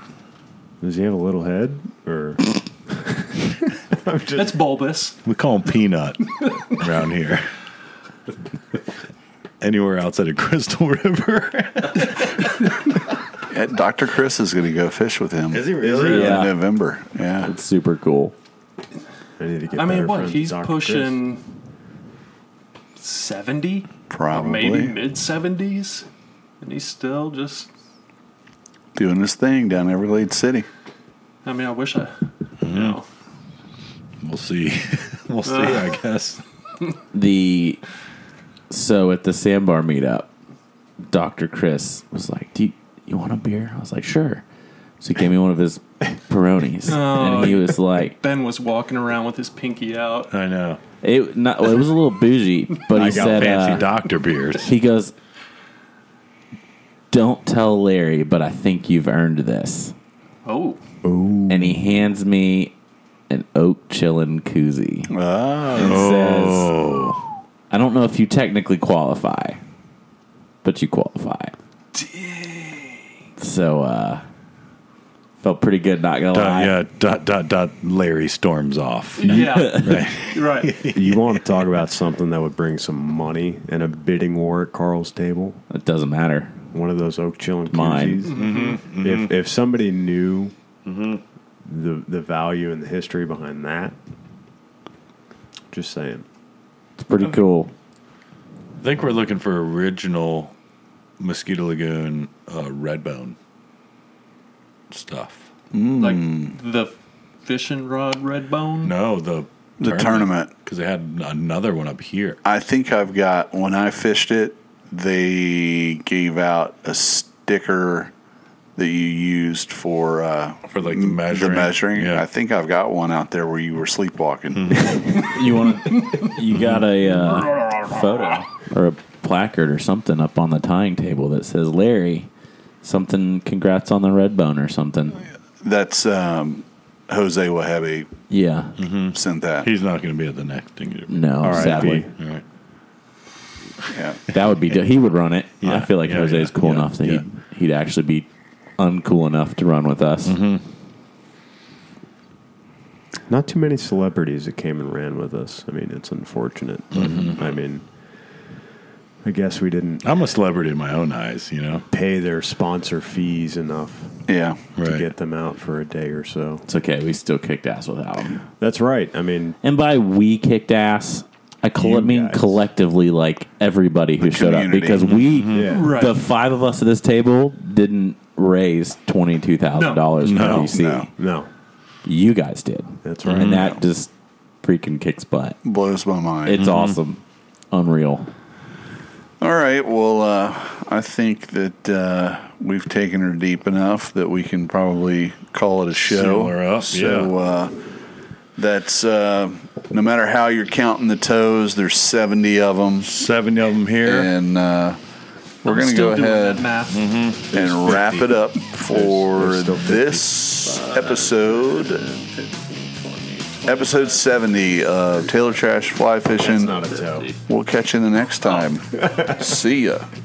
[SPEAKER 4] Does he have a little head? Or
[SPEAKER 3] That's bulbous.
[SPEAKER 1] We call him Peanut around here. Anywhere outside of Crystal River.
[SPEAKER 5] Yeah, dr chris is going to go fish with him
[SPEAKER 4] really?
[SPEAKER 5] in
[SPEAKER 6] Yeah.
[SPEAKER 5] november yeah
[SPEAKER 6] It's super cool.
[SPEAKER 4] I need to get.
[SPEAKER 3] I mean,
[SPEAKER 4] better
[SPEAKER 3] what?
[SPEAKER 4] friends with
[SPEAKER 3] He's
[SPEAKER 4] Dr. Chris.
[SPEAKER 3] pushing 70?
[SPEAKER 5] probably
[SPEAKER 3] Maybe mid 70s? And he's still just.
[SPEAKER 5] doing his thing down everglades city
[SPEAKER 3] I mean, I wish I. You know.
[SPEAKER 1] We'll see. We'll see. I guess.
[SPEAKER 6] The so at the sandbar meetup, Dr. Chris was like, Do you, you want a beer? I was like, Sure. So he gave me one of his Peronis. and he was like
[SPEAKER 3] Ben was walking around with his pinky out.
[SPEAKER 1] I know.
[SPEAKER 6] it not well, it was a little bougie, but he
[SPEAKER 1] I got
[SPEAKER 6] said
[SPEAKER 1] fancy
[SPEAKER 6] uh,
[SPEAKER 1] doctor beers.
[SPEAKER 6] he goes Don't tell Larry, but I think you've earned this.
[SPEAKER 3] Oh.
[SPEAKER 6] And he hands me an oak chillin' koozie.
[SPEAKER 5] ah
[SPEAKER 6] and
[SPEAKER 1] Oh.
[SPEAKER 6] says, I don't know if you technically qualify, but you qualify. So, uh, felt pretty good, not gonna
[SPEAKER 1] Dot,
[SPEAKER 6] lie.
[SPEAKER 1] yeah, dot, dot, dot, Larry storms off.
[SPEAKER 3] Yeah. right.
[SPEAKER 4] You want to talk about something that would bring some money and a bidding war at Carl's table?
[SPEAKER 6] It doesn't matter.
[SPEAKER 4] one of those oak chilling koozies.
[SPEAKER 6] Mine.
[SPEAKER 3] mm-hmm,
[SPEAKER 4] If if somebody knew Mm-hmm. the the value and the history behind that, just saying.
[SPEAKER 6] It's pretty cool.
[SPEAKER 1] I think we're looking for original Mosquito Lagoon uh, Redbone stuff.
[SPEAKER 3] Like the fishing rod red bone?
[SPEAKER 1] No, the
[SPEAKER 5] The tournament.
[SPEAKER 1] because they had another one up here.
[SPEAKER 5] I think I've got when I fished it, they gave out a sticker that you used for uh,
[SPEAKER 1] For, like, the
[SPEAKER 5] m-
[SPEAKER 1] measuring?
[SPEAKER 5] measuring.
[SPEAKER 1] Yeah.
[SPEAKER 5] I think I've got one out there where you were sleepwalking.
[SPEAKER 6] You want to? you got a uh, photo or a placard or something up on the tying table that says Larry, something. Congrats on the red bone or something.
[SPEAKER 1] Oh,
[SPEAKER 5] That's um, Jose Wahabi
[SPEAKER 6] Yeah.
[SPEAKER 1] Mm-hmm.
[SPEAKER 5] sent that.
[SPEAKER 1] He's not going to be at the next thing.
[SPEAKER 6] No,
[SPEAKER 4] R.I.P.
[SPEAKER 6] sadly,
[SPEAKER 1] All right.
[SPEAKER 5] Yeah.
[SPEAKER 6] that would be. He would run it. I
[SPEAKER 1] Yeah,
[SPEAKER 6] feel like
[SPEAKER 1] yeah,
[SPEAKER 6] Jose's
[SPEAKER 1] yeah,
[SPEAKER 6] cool
[SPEAKER 1] yeah,
[SPEAKER 6] enough that
[SPEAKER 1] yeah. Mm-hmm.
[SPEAKER 6] he'd, he'd actually be uncool enough to run with us.
[SPEAKER 4] Not too many celebrities that came and ran with us. I mean, it's unfortunate, but I mean, I guess we didn't
[SPEAKER 1] I'm a celebrity in my own eyes, you know.
[SPEAKER 4] pay their sponsor fees enough
[SPEAKER 5] Yeah.
[SPEAKER 4] to get them out for a day or so.
[SPEAKER 6] It's okay. We still kicked ass without him.
[SPEAKER 4] That's right. I mean,
[SPEAKER 6] And by we kicked ass, I, col-
[SPEAKER 4] You
[SPEAKER 6] I mean
[SPEAKER 4] guys.
[SPEAKER 6] collectively, like everybody who showed
[SPEAKER 5] community.
[SPEAKER 6] up, because we,
[SPEAKER 4] Yeah.
[SPEAKER 3] Right.
[SPEAKER 6] the five of us at this table, didn't raise twenty two thousand dollars for
[SPEAKER 1] No.
[SPEAKER 6] DC.
[SPEAKER 5] No.
[SPEAKER 4] no,
[SPEAKER 6] You guys did.
[SPEAKER 4] That's right.
[SPEAKER 6] and that just freaking kicks butt.
[SPEAKER 5] Blows my mind.
[SPEAKER 6] It's awesome, unreal.
[SPEAKER 5] All right. Well, uh, I think that uh, we've taken her deep enough that we can probably call it a show.
[SPEAKER 1] Seal her up,
[SPEAKER 5] So uh, that's uh, no matter how you're counting the toes, there's 70 of them,
[SPEAKER 1] Seven of them here.
[SPEAKER 5] and uh, we're
[SPEAKER 3] I'm
[SPEAKER 5] going to
[SPEAKER 3] still
[SPEAKER 5] go
[SPEAKER 3] doing that
[SPEAKER 5] ahead
[SPEAKER 3] math.
[SPEAKER 5] and wrap it up for
[SPEAKER 4] there's still
[SPEAKER 5] this episode. Episode 70 of Taylor Trash Fly Fishing.
[SPEAKER 4] a toe.
[SPEAKER 5] We'll catch you the next time. See ya.
[SPEAKER 8] loose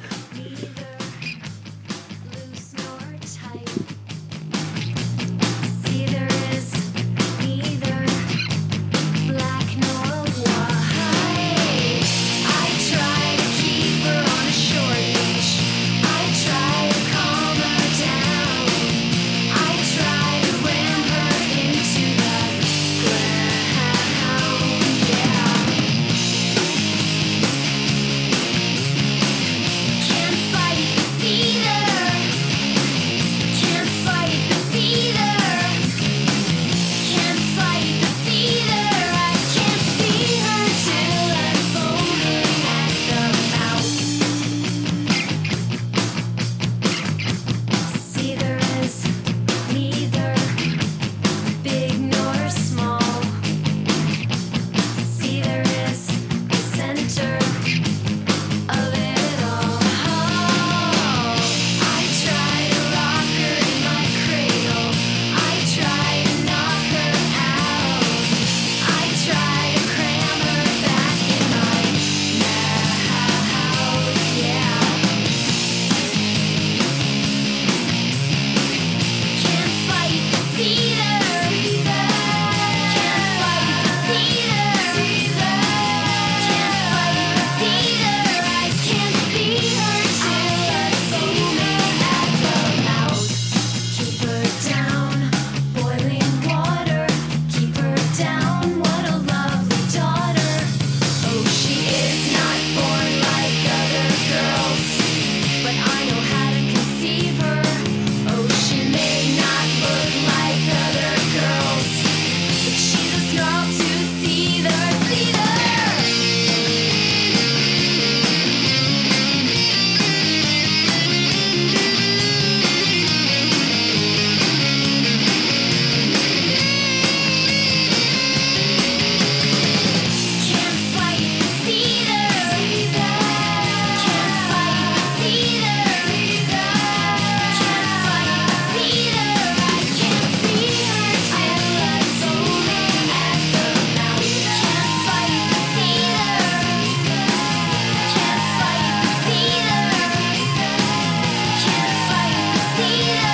[SPEAKER 8] nor tight. Neither is neither black nor white. I try to keep her on a short leash. I try to calm her down. I try to ram her into the ground. Yeah. Can't fight this either. Can't fight this either. Can't fight this either. I can't see her till I'm foaming at the mouth. Neither is neither, big nor small. Neither is the center. I try to rock her in my cradle. I try to knock her out. I try to cram her back in my mouth. Yeah. Can't fight this either. Can't fight this either. Can't fight this either. I can't see her till I'm foaming at the mouth. Keep her down, boiling water. Keep her down. What a lovely daughter. Oh, she is not born like other girls. But I know how to conceive her. Oh, she may not look like other girls, but she's a snarl to see the cedar. Can't fight this either. Can't fight this either. Can't fight this either. I can't see her till I'm foaming at the mouth. Can't fight this either. Can't fight this either. Can't fight this either.